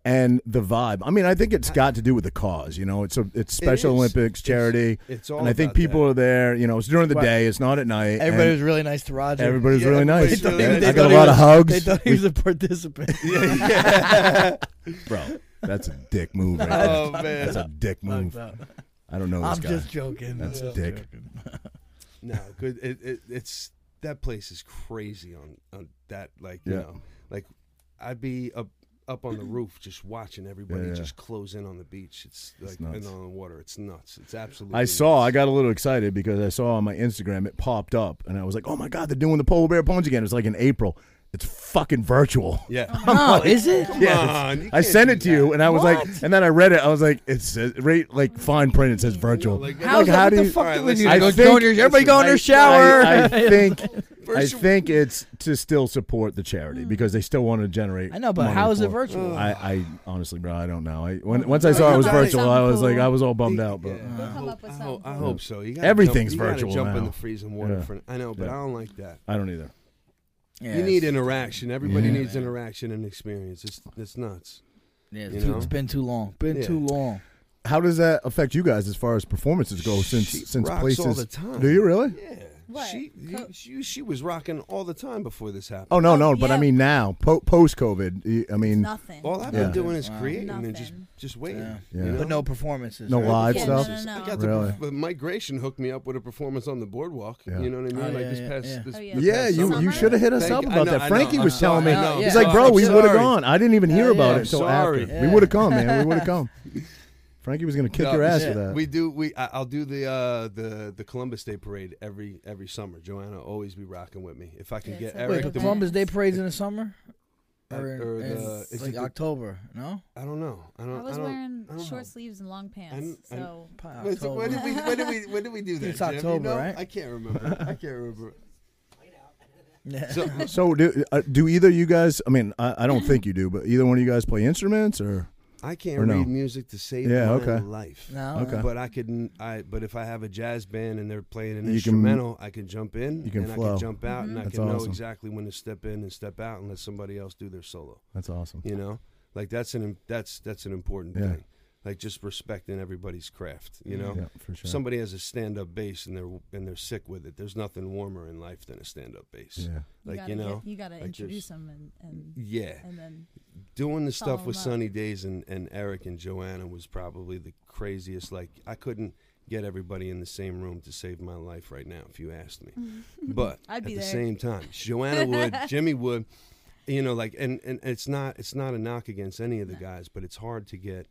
S1: And the vibe. I mean, I think it's got to do with the cause. You know, it's a, it's Special
S4: is.
S1: Olympics
S4: It's-
S1: charity,
S4: it's all
S1: and I think
S4: about
S1: people
S4: that.
S1: are there. You know, it's during the
S2: Right.
S1: day. It's not at night.
S2: Everybody
S1: and
S2: was really nice to Roger.
S1: everybody was
S4: Yeah,
S1: really
S4: everybody's
S1: nice.
S4: really
S1: I-
S4: nice.
S1: I got
S2: thought
S1: a
S2: he
S1: lot
S2: was-
S1: of hugs.
S2: They
S4: [LAUGHS]
S2: thought
S1: [LAUGHS]
S2: he was a participant.
S1: bro, that's a dick move. Right there. [LAUGHS]
S4: [LAUGHS] Oh man.
S1: That's
S2: [LAUGHS]
S1: a dick move. I don't know this
S2: I'm
S1: guy.
S2: just joking.
S1: That's
S2: Yeah.
S1: a dick.
S4: No, good. It, it, it's that place is crazy on on that like you
S1: Yeah.
S4: know like I'd be up up
S1: [CLEARS THROAT]
S4: on the roof just watching everybody
S1: Yeah, yeah.
S4: just close in on the beach. It's like
S1: nuts.
S4: and on the water. It's nuts. It's absolutely.
S1: I saw. I
S4: nuts.
S1: got a little excited because I saw on my Instagram it popped up, and I was like, "Oh my god, they're doing the polar bear plunge again!" It's like in April. It's fucking virtual.
S2: [LAUGHS]
S4: Yeah.
S2: Oh, is it?
S1: Yes.
S4: on, you
S1: I
S4: can't
S1: sent
S4: do
S1: it to you,
S4: that.
S1: and I was like, and then I read it. I was like, it says right, like fine print. It says virtual.
S4: like,
S1: Like,
S2: How's that?
S1: how
S2: what
S1: do
S2: the
S1: you-
S2: fuck
S4: All
S2: do
S4: right,
S2: we
S4: listen,
S2: do?
S1: I
S2: Go-
S1: think-
S2: go in your, everybody go in their
S4: listen,
S2: shower.
S1: [LAUGHS] I,
S2: [LAUGHS]
S1: I think, I
S4: Virtual-
S1: think it's to still support the charity because they still want to generate.
S2: I know, but
S1: money
S2: how is it
S1: for
S2: virtual?
S1: I, I honestly, bro, I don't know. I when, once I saw it was
S4: Something
S1: virtual, I was like,
S5: cool.
S1: I was all bummed out, but.
S4: Yeah. I
S5: come
S4: hope-
S5: up with
S4: I hope- I
S5: something.
S4: hope so. You gotta
S1: Everything's
S4: jump, you gotta
S1: virtual
S4: Jump in
S1: now.
S4: the freezing water.
S1: Yeah.
S4: For, I know, but
S1: Yeah.
S4: I don't like that.
S1: I don't either.
S2: Yeah,
S4: you need interaction. Everybody
S1: Yeah.
S4: needs interaction and experience. It's it's nuts.
S2: Yeah,
S4: you
S2: it's, too-
S4: know?
S2: it's been too long. Been
S4: Yeah.
S2: too long.
S1: How does that affect you guys as far as performances go? Since
S4: She
S1: since
S4: rocks
S1: places
S4: all the time.
S1: do you really?
S4: Yeah.
S5: What?
S4: She,
S5: Co-
S4: you- she she was rocking all the time before this happened.
S1: Oh no, no,
S5: Oh,
S1: but I
S5: yeah.
S1: mean now po- post COVID, I mean
S5: Nothing.
S4: All I've
S1: Yeah.
S4: been doing is
S2: Wow.
S4: creating and just
S5: Oh, Nothing.
S4: just waiting.
S2: Yeah.
S4: you
S1: Yeah.
S4: know?
S2: But no performances.
S1: No
S2: right?
S1: live
S5: Yeah,
S1: stuff. Oh,
S5: no, no,
S4: I got
S1: Really?
S4: the perf- but migration hooked me up with a performance on the boardwalk.
S1: Yeah.
S4: You know what I mean?
S2: Oh,
S4: like
S2: yeah,
S4: this
S2: yeah,
S4: past
S2: yeah.
S4: this,
S5: Oh, yeah.
S4: the
S1: Yeah,
S4: past
S1: you,
S4: summer.
S1: you
S5: Summer?
S1: should have hit us
S4: Thank
S1: up
S4: you. I
S1: about
S4: know,
S1: that.
S4: I
S1: Frankie
S4: know,
S1: was
S4: I'm
S1: telling me.
S4: sorry. I know.
S1: He's
S2: Yeah.
S1: like, bro,
S4: I'm
S1: we would have
S4: sorry.
S1: gone. I didn't even hear
S2: Yeah,
S1: about
S2: I'm
S1: it until
S4: sorry.
S1: after. We
S2: Yeah.
S1: would have come, man. We would have
S4: [LAUGHS]
S1: come. Frankie was gonna kick
S4: No,
S1: your ass
S4: yeah.
S1: for that.
S4: We do. We I, I'll do the uh, the the Columbus Day parade every every summer. Joanna always be rocking with me if I can
S5: Yeah,
S4: get
S5: so-
S4: Eric.
S2: Wait,
S5: Eric
S2: but
S4: to-
S5: the-
S2: Columbus Day parades in the summer? Or, in,
S4: Or the-
S2: in,
S4: is it
S2: like
S4: the-
S2: October? No?
S4: I don't know. I don't.
S5: I was
S4: don't,
S5: wearing
S4: I don't
S5: short
S4: know.
S5: sleeves and long pants,
S4: I'm- I'm-
S5: so
S2: Probably
S4: Wait, so When did we when did we when did
S1: [LAUGHS]
S4: we do that?
S2: It's
S4: Jim? You
S2: October,
S4: know?
S2: right?
S4: I can't remember. I can't remember.
S2: [LAUGHS] Yeah.
S4: [LAUGHS] So
S1: so do uh, do either you guys? I mean, I, I don't think you do, but either one of you guys play instruments or
S4: I can't
S1: Or no?
S4: read music to save
S1: Yeah,
S4: my
S1: okay.
S4: life.
S2: No,
S1: Okay.
S4: But I can, I but if I have a jazz band and they're playing an
S1: You can-
S4: instrumental, I can jump in
S1: you can
S4: and I
S1: flow. Mm-hmm.
S4: can jump out and I
S1: That's
S4: can know
S1: awesome.
S4: exactly when to step in and step out and let somebody else do their solo.
S1: that's awesome.
S4: You know, like that's an im- that's that's an important
S1: Yeah.
S4: thing. Like just respecting everybody's craft. You know,
S1: Yeah, for sure.
S4: somebody has a stand up bass and they're and they're sick with it. There's nothing warmer in life than a stand up bass.
S1: yeah,
S5: you
S4: Like
S5: gotta
S4: you know,
S5: get, you gotta
S4: like
S5: introduce
S4: there's-
S5: them and and,
S4: yeah.
S5: and then
S4: doing the
S5: Follow
S4: stuff with
S5: them up.
S4: Sunny Days and, and Eric and Joanna was probably the craziest. Like I couldn't get everybody in the same room to save my life right now if you asked me. But
S5: Mm-hmm. [LAUGHS] I'd be
S4: at the
S5: there.
S4: same time, Joanna would,
S5: [LAUGHS]
S4: Jimmy would, you know, like and, and it's not it's not a knock against any of the guys, but it's hard to get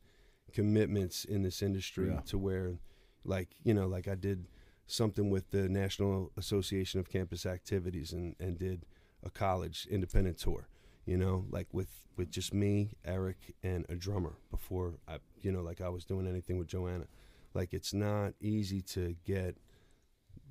S4: commitments in this industry
S1: Yeah.
S4: to where like, you know, like I did something with the National Association of Campus Activities and, and did a college independent tour you know like with with just me eric and a drummer before i you know like i was doing anything with joanna like it's not easy to get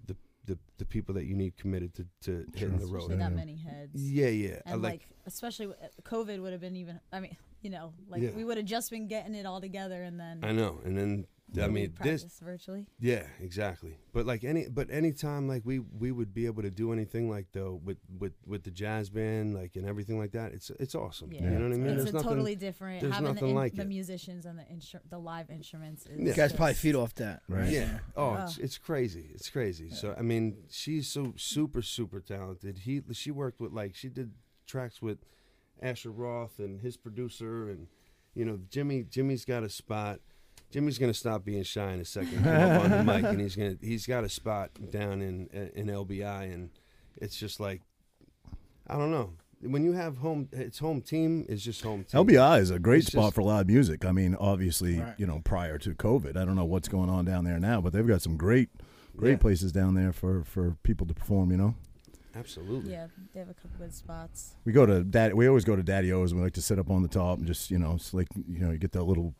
S4: the the, the people that you need committed to, to hitting the
S5: especially
S4: road
S5: that many heads.
S4: yeah yeah I
S5: And like, especially w- uh, COVID would have been even. I mean, you know, like
S4: Yeah.
S5: we would have just been getting it all together, and then
S4: i know and then i
S5: we
S4: mean
S5: practice
S4: this
S5: virtually.
S4: yeah exactly but like any but anytime like we we would be able to do anything like though with with with the jazz band like and everything like that it's it's awesome
S5: Yeah,
S4: you know what i mean
S5: it's
S4: There's
S5: a
S4: nothing-
S5: totally different.
S4: there's
S5: having
S4: nothing
S5: the, in-
S4: like
S5: the
S4: it.
S5: musicians and the instru- the live instruments. Is
S4: You
S2: you guys probably
S5: just-
S2: feed off that.
S1: right.
S4: Yeah. Oh,
S5: Wow.
S4: it's, it's crazy. It's crazy. So I mean, she's so super super talented. He she worked with like she did tracks with Asher Roth and his producer and you know Jimmy Jimmy's got a spot. Jimmy's gonna stop being shy in a second. Come up on the mic and he's gonna he's got a spot down in in LBI and it's just like I don't know. When you have home, it's home team. It's just home team.
S1: LBI is a great
S4: It's
S1: spot
S4: just-
S1: for live music. I mean, obviously,
S2: Right.
S1: you know, prior to COVID, I don't know what's going on down there now, but they've got some great, great
S4: Yeah.
S1: places down there for for people to perform. You know,
S4: Absolutely.
S5: Yeah, they have a couple good spots.
S1: we go to dad. We always go to Daddy O's. and We like to sit up on the top and just you know, it's like you know, you get that little.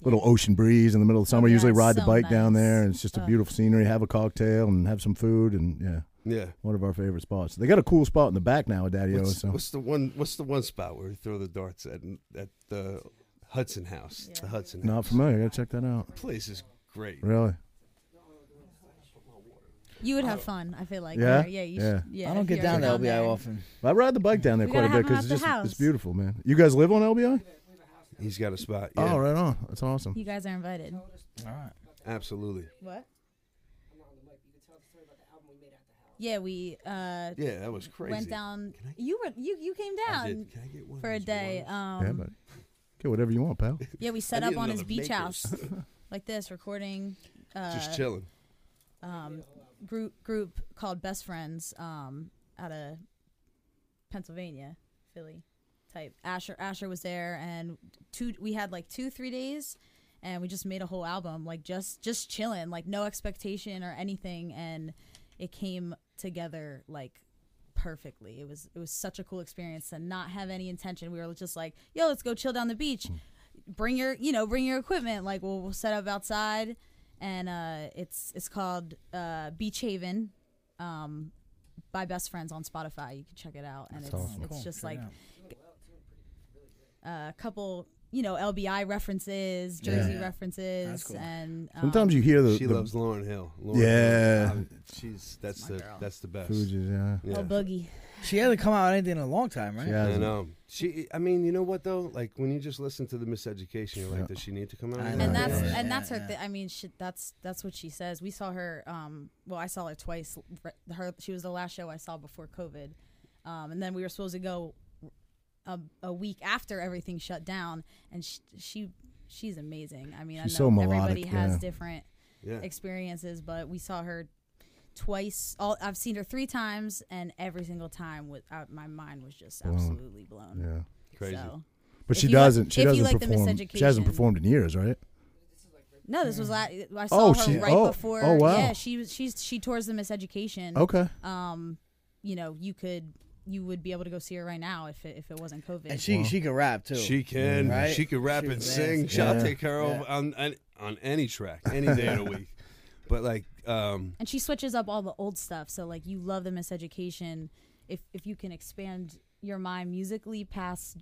S1: Little ocean breeze in the middle of summer.
S5: yeah,
S1: Usually
S5: it's
S1: ride the
S5: Oh, so
S1: bike down
S5: nice.
S1: there, and it's just a
S5: Ugh.
S1: beautiful scenery. Have a cocktail and have some food, and yeah,
S4: Yeah.
S1: one of our favorite spots. They got a cool spot in the back now at Daddy O's.
S4: What's,
S1: So
S4: what's the one? What's the one spot where we throw the darts at? At the Hudson House. The Hudson.
S1: not
S4: House.
S1: familiar. Gotta check that out.
S4: Place is great.
S1: Really?
S5: You
S4: Oh.
S5: would have fun. I feel like.
S1: Yeah?
S5: there. Yeah. You
S1: Yeah.
S5: Should, yeah.
S2: I don't
S5: if
S2: get
S5: you're
S2: down to
S5: down
S2: LBI
S5: there.
S2: often.
S1: I ride the bike down there
S5: We
S1: quite
S5: gotta
S1: a bit
S5: have 'em
S1: because
S5: at
S1: it's
S5: the
S1: just it's
S5: house.
S1: beautiful, man. You guys live on LBI?
S4: He's got a spot. Yeah,
S1: Oh, right on. That's awesome.
S5: You guys are invited.
S2: All right.
S4: Absolutely.
S5: What? Yeah, we uh,
S4: Yeah, that was crazy.
S5: went down.
S4: Can I-
S5: You were you you came
S4: I
S5: down
S4: did- can I get one of
S5: for a
S4: these
S5: day.
S4: ones?
S1: yeah,
S5: Um,
S1: buddy. Get whatever you want, pal.
S5: yeah, we set
S4: I
S5: up
S4: need
S5: on his
S4: another [LAUGHS]
S5: beach
S4: maker.
S5: house like this, recording. Uh,
S4: Just chilling.
S5: um, group group called Best Friends um, out of Pennsylvania, Philly type. Asher Asher was there, and two we had like two three days, and we just made a whole album like just just chilling, like no expectation or anything, and it came together like perfectly. It was it was such a cool experience to not have any intention. We were just like, yo, let's go chill down the beach.
S2: Mm.
S5: Bring your you know bring your equipment. Like we'll, we'll set up outside, and uh, it's it's called uh, Beach Haven. Um, by best friends on Spotify. You can check it out, and
S2: That's
S5: it's
S2: awesome.
S5: it's
S2: Cool.
S5: just
S2: Check it
S5: like a couple, you know, LBI references,
S2: Yeah.
S5: Jersey
S2: Yeah.
S5: references,
S2: cool.
S5: and um,
S1: Sometimes you hear the,
S4: she
S1: the
S4: loves Lauren Hill. Lauryn Hill,
S1: Yeah.
S4: um, she's that's
S5: my
S4: the
S5: girl.
S4: that's the best.
S1: Fugees, yeah.
S4: Yeah.
S5: Oh, boogie.
S2: She hasn't come out with anything in a long time, right?
S1: She has
S4: I
S1: it.
S4: know. She. I mean, you know what though? Like when you just listen to the miseducation, you're like, does she need to come out?
S2: I
S4: with
S2: know.
S5: and
S4: that?
S5: that's
S2: Yeah.
S5: and that's her.
S2: Yeah.
S5: Th- I mean, she, that's that's what she says. We saw her. Um, well, I saw her twice. Re- Her she was the last show I saw before COVID, um, and then we were supposed to go a, a week after everything shut down. And she, she she's amazing. I mean,
S1: She's
S5: I know
S1: so
S5: everybody
S1: melodic,
S5: has
S1: yeah.
S5: different
S4: yeah.
S5: experiences, but we saw her twice. All I've seen her three times, and every single time, with uh, my mind was just
S1: Blown.
S5: absolutely blown.
S1: Yeah.
S4: Crazy.
S5: So.
S1: But
S5: If
S1: she
S5: you like-
S1: doesn't. she
S5: if you
S1: doesn't
S5: like the
S1: perform. She hasn't
S5: miseducation-
S1: performed in years, right?
S5: No, this was last. I saw
S1: Oh,
S5: her
S1: she-
S5: right
S1: oh,
S5: before.
S1: oh, wow. Oh.
S5: Yeah, she was. She's she tours the miseducation.
S1: Okay.
S5: Um, you know, you could you would be able to go see her right now if it, if it wasn't COVID.
S2: And she she can rap too.
S4: She can.
S2: Right?
S4: She could rap
S2: She
S4: and
S2: was
S4: sing.
S2: nasty.
S4: I'll
S1: Yeah.
S4: take her
S2: Yeah.
S4: over on, on on any track, any day of the
S1: [LAUGHS]
S4: week. But like, um,
S5: and she switches up all the old stuff. So like you love the miseducation. If if you can expand your mind musically past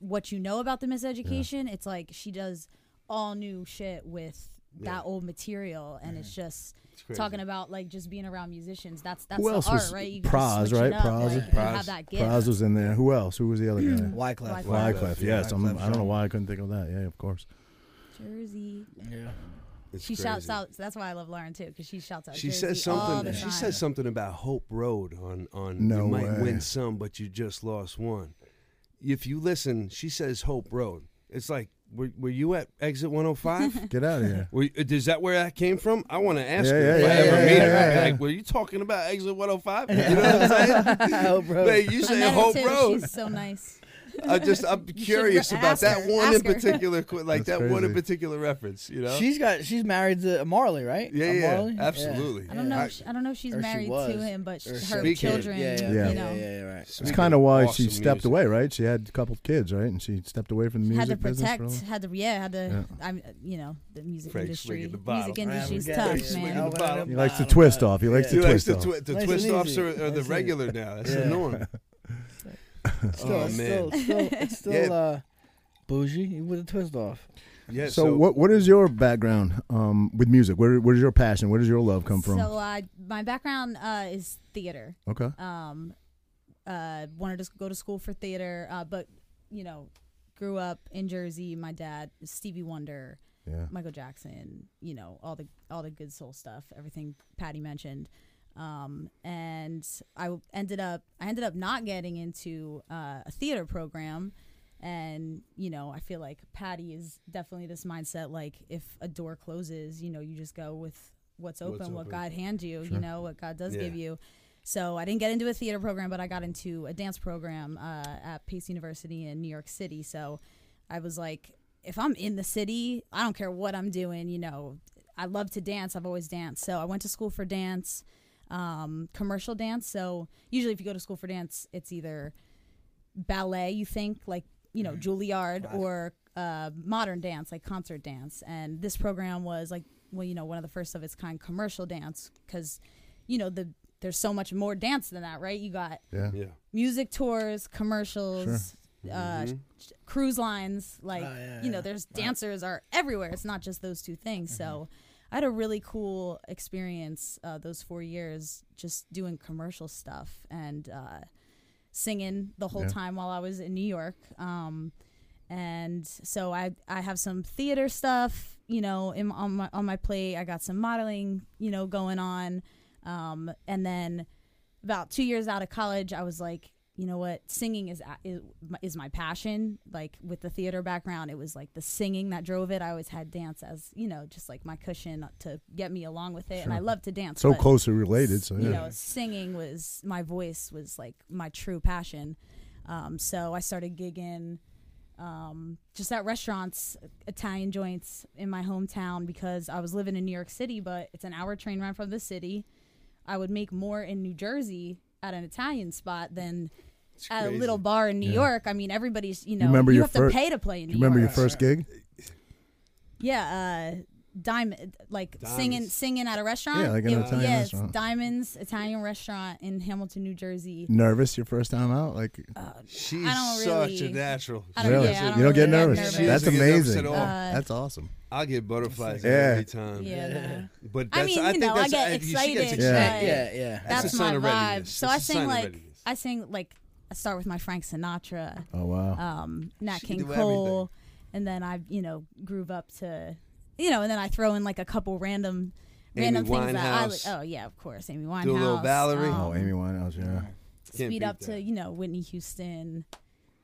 S5: what you know about the miseducation, it's like she does all new shit with
S4: Yeah. Mm-hmm.
S5: that old material, and it's just
S4: crazy.
S5: talking about like just being around musicians. That's that's
S1: Who
S5: the
S1: else
S5: art,
S1: was-
S5: right? You can just
S1: Praz,
S5: switch
S1: right?
S5: It up,
S1: Praz
S5: like,
S1: is-
S5: you
S4: Praz-
S5: have that gift.
S1: Praz was in there. Who else? Who was the
S5: [CLEARS THROAT]
S1: other guy?
S2: Wyclef.
S5: Wyclef.
S1: Wyclef. Yes. I'm, I don't know
S2: Wyclef
S1: why I couldn't think of that. Yeah, of course.
S5: Jersey.
S2: Jean. Yeah.
S5: [LAUGHS]
S4: it's
S5: She shouts
S4: crazy.
S5: out. That's why I love Lauren too, because she shouts out.
S4: She
S5: Jersey
S4: says
S5: All the
S4: something. She
S5: time.
S4: says something about Hope Road on on.
S1: No
S4: you might
S1: way.
S4: win some, but you just lost one. If you listen, she says Hope Road. It's like, were, were you at exit
S5: [LAUGHS]
S4: 105?
S1: Get out of here.
S4: Were you, uh, is that where that came from? I want to ask
S1: Yeah,
S4: her if
S1: yeah,
S4: I
S1: yeah,
S4: ever
S1: yeah,
S4: meet
S1: yeah,
S4: her. I'd be
S1: yeah,
S4: Like, were you talking about Exit 105? You know what
S1: [LAUGHS]
S4: I'm
S2: [LAUGHS]
S4: saying?
S2: Hope Road.
S4: Man, you
S5: I
S4: say
S5: met her,
S4: Hope
S5: too.
S4: Road.
S5: She's so nice.
S4: I just
S5: [LAUGHS]
S4: I'm
S5: should
S4: curious
S5: re-
S4: about
S5: ask
S4: that
S5: her.
S4: one in
S5: Ask her. [LAUGHS]
S4: particular, qu- like
S1: That's
S4: that one in
S1: crazy.
S4: particular reference. You know?
S2: She's got she's married to Marley, right?
S4: yeah,
S2: Uh,
S4: yeah,
S2: Marley?
S4: absolutely.
S5: I don't know. If she, I don't know if she's
S2: or she
S5: married
S2: was,
S5: to him, but sh
S2: or
S5: her
S2: something.
S5: children.
S2: Yeah, yeah,
S5: you
S2: yeah,
S5: know,
S2: yeah, yeah, right.
S1: That's kind of why
S4: Awesome
S1: she stepped
S4: music.
S1: away, right? She had a couple kids, right? And she stepped away from the
S5: had to
S1: music business. for a
S5: protect.
S1: little-
S5: Had to yeah. Had to.
S1: Yeah.
S5: I'm you know the music
S4: Frank's
S5: industry.
S4: swinging the
S5: music
S4: bottle.
S5: industry's
S2: Yeah,
S5: tough,
S2: we got it.
S5: man.
S4: swinging the bottle.
S1: He likes to twist off. He likes
S4: He
S1: to
S4: likes
S1: twist
S4: the,
S1: off.
S4: twi- the
S2: Nice and
S4: twist offs
S2: easy.
S4: are, are
S2: Nice
S4: the
S2: and
S4: regular now. That's
S2: Yeah.
S1: [LAUGHS]
S4: the norm.
S2: Still,
S4: Oh,
S2: it's
S4: man.
S2: still, still, it's still
S4: Yeah.
S2: uh, bougie with a twist off.
S4: Yeah.
S1: so, what what is your background um, with music? Where where does your passion? Where does your love come from?
S5: So uh, my background uh, is theater.
S1: okay.
S5: um, uh, wanted to s- go to school for theater, uh, but you know, grew up in Jersey. My dad, Stevie Wonder,
S1: Yeah.
S5: Michael Jackson, you know, all the all the good soul stuff, everything Patty mentioned. Um, and I w- ended up I ended up not getting into uh, a theater program. And you know, I feel like Patty is definitely this mindset. Like, if a door closes, you know, you just go with what's open,
S4: What's
S5: what
S4: open.
S5: God hand you.
S1: Sure.
S5: You know, what God does
S4: Yeah.
S5: give you. So I didn't get into a theater program, but I got into a dance program uh, at Pace University in New York City. So I was like, if I'm in the city, I don't care what I'm doing. You know, I love to dance. I've always danced. So I went to school for dance, um, commercial dance. So usually, if you go to school for dance, it's either ballet, you think like you know Juilliard, or uh, modern dance, like concert dance. And this program was like, well, you know, one of the first of its kind commercial dance because you know the there's so much more dance than that, right? You got
S1: Yeah.
S4: Yeah.
S5: music tours, commercials, uh,
S4: Mhm.
S5: sh- cruise lines. Like,
S2: Mm-hmm. Oh, yeah,
S5: you know,
S2: yeah.
S5: there's dancers are everywhere. It's not just those two things. So
S2: Mm-hmm.
S5: I had a really cool experience uh, those four years just doing commercial stuff and uh, singing the whole
S1: Yeah.
S5: time while I was in New York. Um, and so I, I have some theater stuff, you know, in, on my on my plate. I got some modeling, you know, going on, um, and then about two years out of college, I was like, you know what singing is a- is my- is my passion like with the theater background it was like the singing that drove it i always had dance as you know just like my cushion to get me along with it and i
S1: Sure.
S5: love to dance
S1: So
S5: but,
S1: closely related. So
S5: you
S1: yeah.
S5: know singing was my voice was like my true passion um, so i started gigging um, just at restaurants italian joints in my hometown because i was living in new york city but it's an hour train ride from the city i would make more in new jersey at an italian spot than at a
S4: crazy.
S5: little bar in new
S1: Yeah.
S5: york i mean everybody's you know you,
S1: remember your
S5: have
S1: fir-
S5: to pay to play in
S1: Do
S5: new
S1: you remember your
S5: york
S1: first gig?
S5: yeah uh, diamond like singing
S4: Diamonds.
S5: singing at a restaurant
S1: Yeah, like an
S5: It-
S1: Italian
S5: yeah,
S1: restaurant.
S5: it's diamonds italian restaurant in hamilton new jersey
S1: Nervous your first time out? Like
S4: She's
S5: I don't
S4: such a
S5: really-
S4: natural.
S5: I don't-
S4: She
S1: really?
S5: Oh, yeah, I
S1: you don't
S5: really
S1: get
S5: get
S1: nervous.
S5: nervous.
S1: That's
S4: She doesn't get nervous
S1: amazing.
S4: at all.
S5: Uh,
S1: That's awesome.
S4: I'll get butterflies
S1: Yeah.
S4: every time.
S5: yeah, no.
S4: But
S5: I
S4: that's,
S5: mean, you
S4: think
S5: know, I
S4: that's,
S5: get
S4: you- she gets
S5: excited,
S4: excited.
S5: but-
S2: yeah, yeah.
S4: That's
S5: that's
S4: a
S5: my
S4: sign of
S5: vibe.
S4: readiness.
S5: So
S4: That's
S5: I
S4: a sign
S5: sing
S4: of
S5: like
S4: readiness.
S5: I sing like I start with my Frank Sinatra,
S1: Oh wow.
S5: um, Nat
S4: She can
S5: King
S4: do
S5: Cole, and then I you know groove up to, you know, and then I throw in like a couple random,
S4: Amy
S5: random things that I
S4: Winehouse.
S5: like. Oh yeah, of course, Amy Winehouse.
S4: Do a little Valerie.
S5: um,
S1: oh, Amy Winehouse. Yeah.
S4: Can't
S5: Speed
S4: beat
S5: up to
S4: that.
S5: you know Whitney Houston,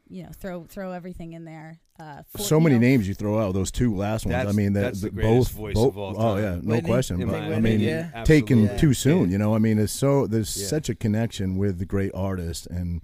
S5: you know throw throw everything in there. Uh, for-
S1: So
S5: you
S1: many
S5: know,
S1: names you throw out. Those two last ones. I
S4: That's-
S1: mean, they're,
S4: that's the
S1: they're both
S4: greatest voice
S1: both.
S4: of all
S1: Oh
S4: time.
S1: yeah, no
S2: Whitney?
S1: question.
S4: In
S2: But
S4: my
S1: I
S2: Whitney,
S1: mean,
S4: opinion,
S2: yeah.
S1: taken
S4: absolutely.
S1: too soon.
S4: Yeah.
S1: You know, I mean, it's so there's
S4: Yeah.
S1: such a connection with the great artist, and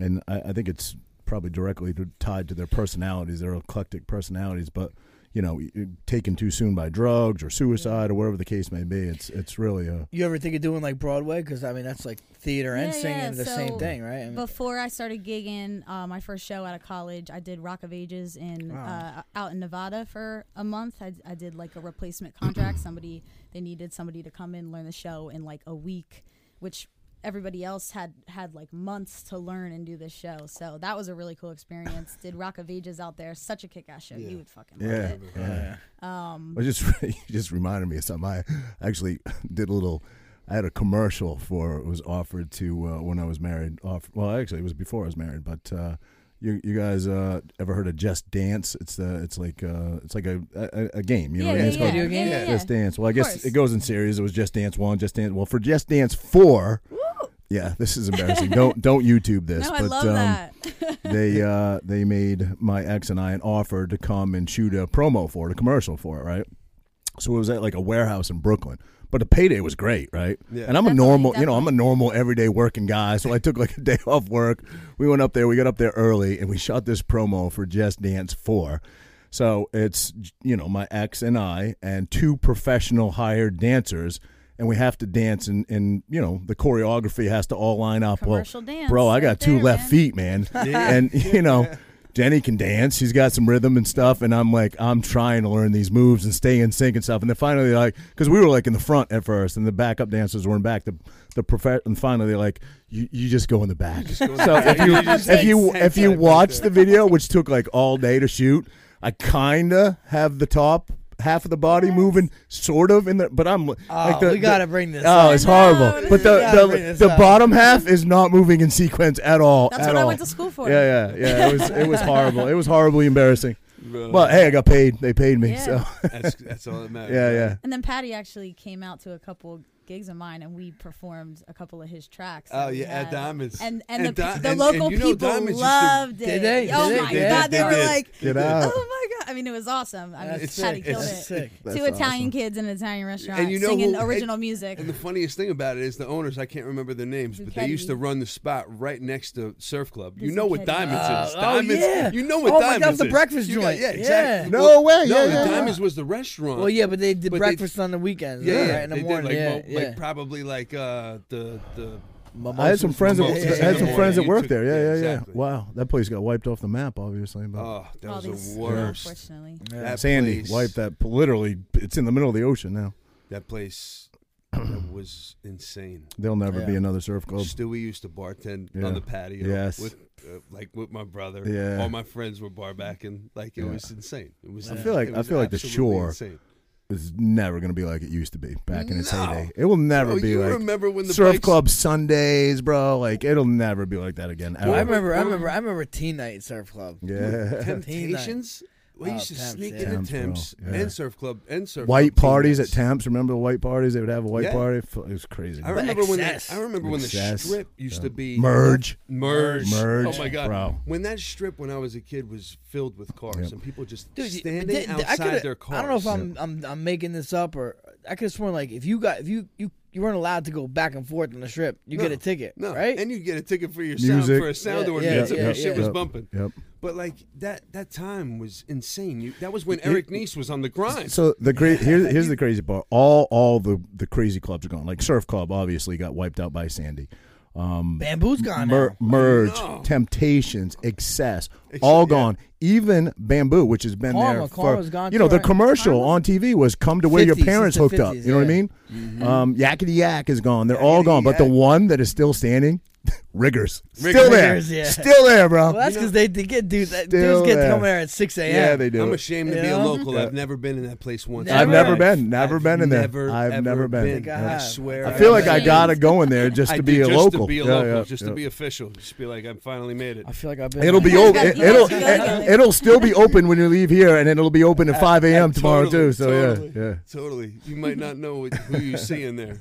S1: and I, I think it's probably directly to- tied to their personalities, their eclectic personalities. But you know, y- taken too soon by drugs or suicide
S4: Mm-hmm.
S1: or whatever the case may be, it's it's really a
S2: You ever think of doing like Broadway? Because I mean, that's like theater and
S5: Yeah,
S2: singing
S5: yeah,
S2: the same
S5: so-
S2: thing, right? I mean,
S5: Before I started gigging, uh, my first show out of college, I did Rock of Ages in
S2: Wow.
S5: uh, out in Nevada for a month. I, I did like a replacement
S4: [CLEARS THROAT]
S5: contract. somebody they needed somebody to come in learn the show in like a week, which everybody else had had like months to learn and do this show. So that was a really cool experience. did Rock of Ages out there? Such a kick-ass show. You would fucking love
S1: yeah.
S5: it. Um,
S1: yeah. It just [LAUGHS] you just reminded me of something. I actually [LAUGHS] did a little. I had a commercial for it was offered to uh, when I was married. Off, well, actually, it was before I was married. But uh, you you guys uh, ever heard of Just Dance? It's the it's like uh, it's like a, a a game. You know
S5: Yeah,
S1: what I
S5: yeah,
S1: mean? It's
S5: yeah.
S1: called
S5: yeah, yeah, yeah.
S1: Just Dance. Well, I guess
S5: course.
S1: it goes in series. It was Just Dance One, Just Dance. Well, for Just Dance Four. Yeah, this is embarrassing. don't don't YouTube this.
S5: No,
S1: but,
S5: I love
S1: um,
S5: that.
S1: they uh, they made my ex and I an offer to come and shoot a promo for it, a commercial for it, right? So it was at like a warehouse in Brooklyn. But the payday was great, right?
S4: Yeah.
S1: And I'm a
S5: Definitely,
S1: normal, you know, I'm a normal everyday working guy. So I took like [LAUGHS] a day off work. We went up there, we got up there early, and we shot this promo for Just Dance 4. So it's, you know, my ex and I and two professional hired dancers. And we have to dance, and, and you know the choreography has to all line up.
S5: Commercial
S1: well,
S5: dance
S1: bro, I
S5: right
S1: got two
S5: there,
S1: left
S5: man.
S1: feet feet, man. And you know, Jenny can dance. She's got some rhythm and stuff. And I'm like, I'm trying to learn these moves and stay in sync and stuff. And then finally, like, because we were like in the front at first, and the backup dancers were in back. The the prof- and finally, they're like, you, you just go in the back. So if you if you if you watch the [LAUGHS] video, which took like all day to shoot, I kinda have the top. Half of the body moving, sort of in the, but I'm like the,
S2: we gotta
S1: the-
S2: bring this
S1: Oh,
S2: up.
S1: it's
S5: I know,
S1: horrible.
S5: this
S1: But
S5: is-
S1: the
S5: We
S2: gotta bring
S1: the,
S2: this
S1: the
S2: up.
S1: bottom half is not moving in sequence at all.
S5: That's
S1: at
S5: what I
S1: all.
S5: went to school for.
S1: Yeah, yeah, yeah. It was it was horrible. It was horribly embarrassing.
S4: Bro.
S1: But hey, I got paid. They paid me.
S5: Yeah.
S1: So
S4: That's, that's all that
S1: [LAUGHS]
S4: matters.
S1: yeah,
S4: right?
S1: yeah.
S5: And then Patty actually came out to a couple gigs of mine, and we performed a couple of his tracks.
S4: Oh
S5: that we
S4: yeah, at
S5: had.
S4: Diamonds.
S5: And and, the,
S4: Di-
S5: the
S4: and-
S5: local
S4: and you know
S5: people
S4: Diamonds used to-
S5: loved it.
S2: Did they?
S5: Oh
S2: Did they?
S5: my
S2: They did.
S5: god, they,
S4: They
S5: were
S4: did.
S5: like,
S1: Get out.
S5: oh my god. I mean, it was awesome. I mean,
S2: That's
S5: Patty
S2: sick.
S5: killed
S2: That's
S5: it.
S2: sick.
S1: That's
S5: Two Italian kids in an Italian restaurant
S4: you know
S5: singing
S4: who-
S5: original music.
S4: And the funniest thing about it is the owners, I can't remember their names, but they used to
S5: Zucchetti.
S4: run the spot right next to Surf Club. You
S5: The
S4: know what
S5: Zucchetti.
S4: Diamonds
S2: Uh,
S4: is.
S2: oh,
S4: Diamonds.
S2: yeah.
S4: You know what
S2: Oh my God,
S4: Diamonds
S2: the
S4: is.
S2: breakfast
S4: You got-
S2: joint.
S4: Yeah,
S2: Yeah.
S4: exactly.
S1: No
S4: Well,
S1: way.
S4: No,
S1: Yeah,
S4: the
S1: yeah,
S4: Diamonds was the restaurant.
S2: Well, yeah, but they did
S4: But they-
S2: breakfast on the weekends.
S4: Yeah,
S2: right?
S4: yeah.
S2: right in the
S4: they
S2: morning.
S4: did
S2: yeah,
S4: like, mo-
S2: yeah.
S4: like probably like uh, the the.
S1: I had some friends. That,
S4: mimosas
S1: I had
S4: in
S1: some
S4: the
S1: friends that
S4: morning.
S1: worked
S4: You
S1: there.
S4: took-
S1: Yeah, yeah,
S4: yeah,
S1: yeah.
S4: exactly.
S1: Wow, that place got wiped off the map, obviously.
S2: Mm.
S1: But
S4: Oh, that
S5: All
S4: was
S5: these,
S4: the worst.
S5: unfortunately.
S4: That
S1: Sandy
S4: place-
S1: wiped that. Literally, it's in the middle of the ocean now.
S4: That place that was insane.
S1: There'll never be
S2: Yeah.
S1: another surf club.
S4: Stewie used to bartend
S1: Yeah.
S4: on the patio.
S1: Yes.
S4: With, uh, like with my brother.
S1: Yeah.
S4: All my friends were bar backing. Like it was insane. It was.
S1: I feel like-
S4: it
S1: I
S4: was
S1: feel like the
S4: absolutely
S1: shore
S4: Insane.
S1: It's never going to be like it used to be back in its
S4: No.
S1: heyday. It will never
S4: Bro,
S1: be
S4: Oh, you
S1: like
S4: remember when the
S1: surf
S4: bikes-
S1: club Sundays, bro. Like it'll never be like that again.
S2: I
S1: ever.
S2: remember, I remember, I remember teen night at surf club.
S1: Yeah.
S2: Teen night.
S4: Temptations. We
S2: Oh,
S4: used to
S2: Temps,
S4: sneak
S2: yeah.
S4: into
S1: Temps, bro.
S4: Temps
S1: Yeah.
S4: and surf club and
S1: [LAUGHS]
S4: surf
S1: White
S4: club team
S1: parties at
S4: nights.
S1: Temps. Remember the white parties? They would have a white
S4: Yeah.
S1: party. F- It was crazy.
S4: I remember when the,
S2: Excess.
S4: I remember when the
S1: Excess.
S4: strip used to be
S1: Merge.
S4: merge
S1: Merge,
S4: Oh my god!
S1: bro.
S4: When that strip when I was a kid was filled with cars
S1: Yep.
S4: and people just
S2: Dude,
S4: standing
S2: th- th- I
S4: outside
S2: coulda-
S4: their cars.
S2: I don't know if I'm I'm, I'm making this up or I could have sworn like if you got if you you you weren't allowed to go back and forth on the strip, you get
S4: No,
S2: a ticket,
S4: no,
S2: right?
S4: and you get a ticket for your
S1: Music.
S4: sound for a sound
S2: Yeah,
S4: ordinance.
S2: yeah,
S4: if your
S2: yeah,
S4: shit was
S1: Yep.
S4: bumping.
S1: Yep.
S4: But like that that time was insane. You, that was when Eric Neese was on the grind.
S1: So the great here's here's the crazy part. All all the the crazy clubs are gone. Like Surf Club obviously got wiped out by Sandy. Um,
S2: Bamboo's gone
S1: Mer-
S2: now.
S1: merge,
S4: No.
S1: Temptations, Excess, all
S4: yeah.
S1: gone. Even Bamboo, which has been
S2: Karma,
S1: there
S2: Karma's
S1: for
S2: gone
S1: you know
S2: too,
S1: the
S2: right?
S1: commercial
S2: Karma's-
S1: on TV was "Come to where
S2: 50s,
S1: your
S2: since
S1: parents
S2: the
S1: hooked up."
S2: 50s,
S1: You know what I
S2: yeah.
S1: mean? Um, Yakety Yak is gone. They're all gone. But the
S4: Mm-hmm. Yakety Yak.
S1: one that is still standing, [LAUGHS] Riggers, still
S4: Riggers,
S1: there,
S2: yeah.
S1: still there, bro.
S2: Well, that's because they, they get dudes. that-
S1: Still
S2: Dudes get
S1: there.
S2: to come there at six a.m.
S1: yeah, they do.
S4: I'm
S1: it.
S4: ashamed to be
S2: Yeah.
S4: a local.
S1: Yeah.
S4: I've never been in that place once.
S1: I've
S2: Never.
S1: never been, never
S4: I've
S1: been in there.
S4: never,
S1: I've
S4: ever
S1: never been.
S4: been.
S1: Yeah.
S2: God.
S4: I swear.
S1: I feel like I
S5: Amazing.
S1: gotta go in there just
S4: [LAUGHS] I
S1: to
S4: did
S1: be a
S4: just
S1: local.
S4: to be a
S1: Yeah,
S4: local,
S1: yeah,
S4: just
S1: yeah.
S4: to be official, just be like, I finally made it.
S2: I feel like I've been.
S1: It'll be open.
S5: gotta
S1: It,
S5: be
S2: [LAUGHS]
S5: open.
S1: will
S5: You gotta be
S1: it, will still be open when you leave here, and then it'll be open at five a.m. tomorrow
S4: Totally,
S1: too. So
S4: totally,
S1: yeah, yeah,
S4: totally. You might not know what, who you see in
S1: [LAUGHS]
S4: there.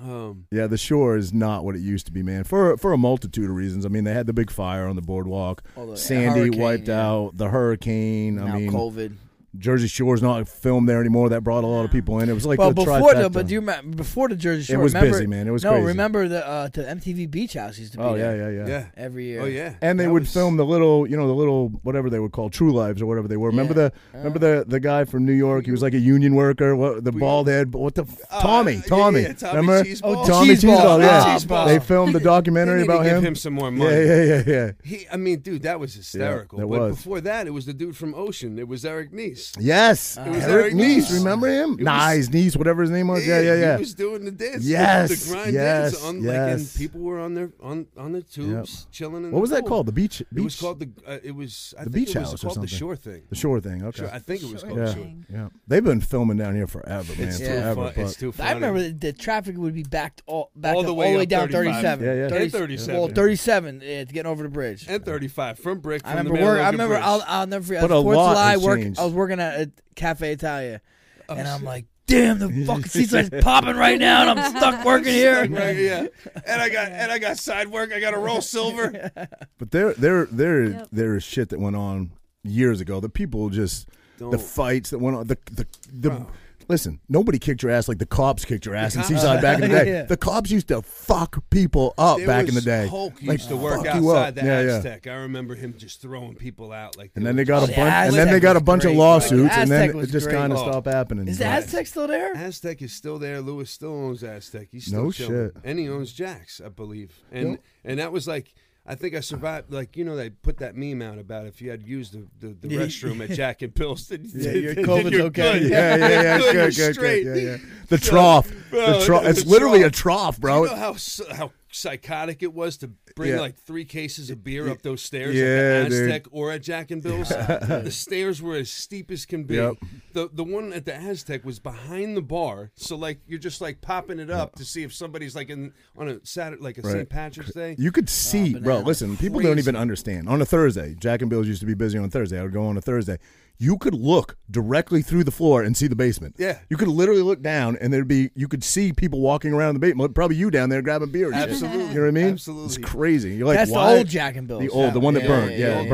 S4: Um,
S1: yeah. The shore is not what it used to be, man. For for a multitude of reasons. I mean, they had the big fire on the boardwalk.
S2: All the-
S1: Sandy
S2: hurricane,
S1: wiped
S2: yeah.
S1: out the hurricane.
S2: now
S1: I mean,
S2: COVID.
S1: Jersey Shore's not filmed there anymore. That brought a lot of people in. It was like
S2: Well,
S1: the
S2: before the
S1: trifecta.
S2: but do you remember before the Jersey Shore?
S1: It was
S2: remember,
S1: busy, man. It was
S2: no.
S1: crazy.
S2: Remember the uh, the MTV Beach House used to be
S1: Oh yeah,
S2: there
S1: yeah, yeah.
S4: yeah.
S2: every year.
S4: Oh yeah.
S1: And they
S4: That
S1: would
S4: was-
S1: film the little, you know, the little whatever they would call True Lives or whatever they were. Remember
S2: Yeah.
S1: the remember the the guy from New York? He was like a union worker. What the bald head? What the f-
S4: Uh,
S1: Tommy?
S4: yeah,
S1: Tommy.
S4: yeah, Tommy
S1: remember?
S4: Cheeseball. Oh,
S1: Tommy
S2: Cheeseball.
S1: Cheeseball. Yeah.
S2: Oh, Cheeseball.
S1: They filmed
S2: [LAUGHS]
S1: the
S4: They
S1: documentary
S4: need
S1: about
S4: to give
S1: him.
S4: him some more money.
S1: yeah, yeah, yeah, yeah.
S4: He, I mean, dude, that was hysterical.
S1: that
S4: but
S1: was.
S4: before that, it was the dude from Ocean. It was Eric Neese.
S1: Yes,
S4: was
S1: Eric
S4: Eric
S1: Nice.
S4: Nice.
S1: Remember him?
S4: was-
S1: Nice Nice, whatever his name was. Yeah, yeah, yeah.
S4: He was doing the dance. the-
S1: Yes,
S4: the grind
S1: yes,
S4: dance. On, Like, and
S1: yes.
S4: people were on their on on their tubes, chilling. In
S1: What
S4: the
S1: was that
S4: pool.
S1: called? The beach.
S4: It was
S1: beach-
S4: called the. Uh, it was I
S1: The
S4: think
S1: beach
S4: it was
S1: house or
S4: called the
S1: something.
S4: shore thing.
S1: the shore thing. Okay.
S4: Sure, I think it was
S5: Shore
S4: called
S1: yeah,
S4: shore.
S5: thing.
S1: yeah. They've been filming down here forever, man.
S4: It's too
S1: forever.
S4: fun. It's
S1: but-
S4: too funny.
S2: I remember the, the traffic would be backed all backed
S4: All
S2: up
S4: the
S2: all
S4: way
S2: the way
S4: up
S2: down
S4: 35.
S2: 37.
S1: Yeah, yeah.
S2: 30
S4: And 37.
S2: Well, 37. Yeah, it's getting over the bridge.
S4: and 35 from Brick. From
S2: I remember.
S4: The
S2: Work, I
S4: Maryland
S2: remember.
S4: Bridge.
S2: I'll, I'll never forget.
S1: But a
S2: Fourth of
S1: lot
S2: July
S1: has
S2: work.
S1: changed.
S2: I was working at a Cafe Italia, and I'm
S4: shit.
S2: like, damn, the fucking seaside's popping right now, and I'm stuck working here.
S4: Right, [LAUGHS] yeah. And I got and I got side work. I got
S2: [LAUGHS]
S4: to roll silver.
S1: But there, there, there,
S5: Yep.
S1: there is shit that went on years ago. The people just the
S4: Don't.
S1: fights that went on. The the the. Listen, nobody kicked your ass like the cops kicked your ass in
S4: cops-
S1: Seaside back
S4: [LAUGHS]
S1: in the day.
S2: Yeah.
S1: The cops used to fuck people up
S4: There
S1: back in the
S4: was
S1: day.
S4: Hulk
S1: Like,
S4: used to work
S1: fuck you up.
S4: outside the
S1: Yeah, yeah.
S4: Aztec. I remember him just throwing people out like.
S1: And then they got a
S2: The
S1: bunch. And then they
S2: Aztec
S1: got a
S2: was
S1: bunch of
S2: great.
S1: lawsuits,
S2: The
S1: and then
S2: Aztec
S1: it
S2: was
S1: just
S2: great.
S1: kind of
S4: Oh.
S1: stopped happening.
S2: Is the
S1: But-
S2: Aztec still there?
S4: [LAUGHS] Aztec is still there. Lewis still owns Aztec. He's still
S1: No
S4: chilling.
S1: shit.
S4: And he owns Jack's, I believe. And
S1: Yep.
S4: and that was like I think I survived like you know they put that meme out about if you had used the, the, the
S2: Yeah.
S4: restroom at Jack and Bill's then,
S2: Yeah,
S4: then-
S2: your
S4: then
S2: COVID's
S4: [LAUGHS] you're
S2: okay.
S4: good.
S1: yeah, yeah,
S4: [LAUGHS]
S1: yeah.
S4: You're
S1: Good, good, good,
S4: straight.
S1: yeah,
S4: [LAUGHS]
S1: yeah. The trough.
S4: bro,
S1: the trough.
S4: the
S1: It's literally
S4: trough.
S1: a trough,
S4: Do
S1: bro.
S4: you know how s- how psychotic it was to bring
S1: Yeah.
S4: like three cases of beer up those stairs
S1: Yeah,
S4: at
S1: dude.
S4: the Aztec or at Jack
S1: [LAUGHS]
S4: and Bill's? the stairs were as steep as can be.
S1: Yep.
S4: The the one at the Aztec was behind the bar, so like you're just like popping it up to see if somebody's like in on a Saturday like a
S1: Right.
S4: St. Patrick's Day.
S1: You could see, bro.
S2: bananas.
S1: Listen, people don't
S4: Oh, Crazy.
S1: even understand. On a Thursday, Jack and Bill's used to be busy on Thursday. I would go on a Thursday. You could look directly through the floor and see the basement.
S4: Yeah.
S1: you could literally look down, and there'd be you could see people walking around the basement. Probably you down there grabbing beer. and shit.
S4: Absolutely.
S1: you know what I mean?
S4: Absolutely.
S1: it's crazy. You're like,
S2: That's
S1: why?
S2: the old Jack and Bill's.
S1: The old, the one that
S4: Yeah,
S1: burned.
S4: yeah,
S1: Yeah, it
S4: yeah, yeah. Mm-hmm.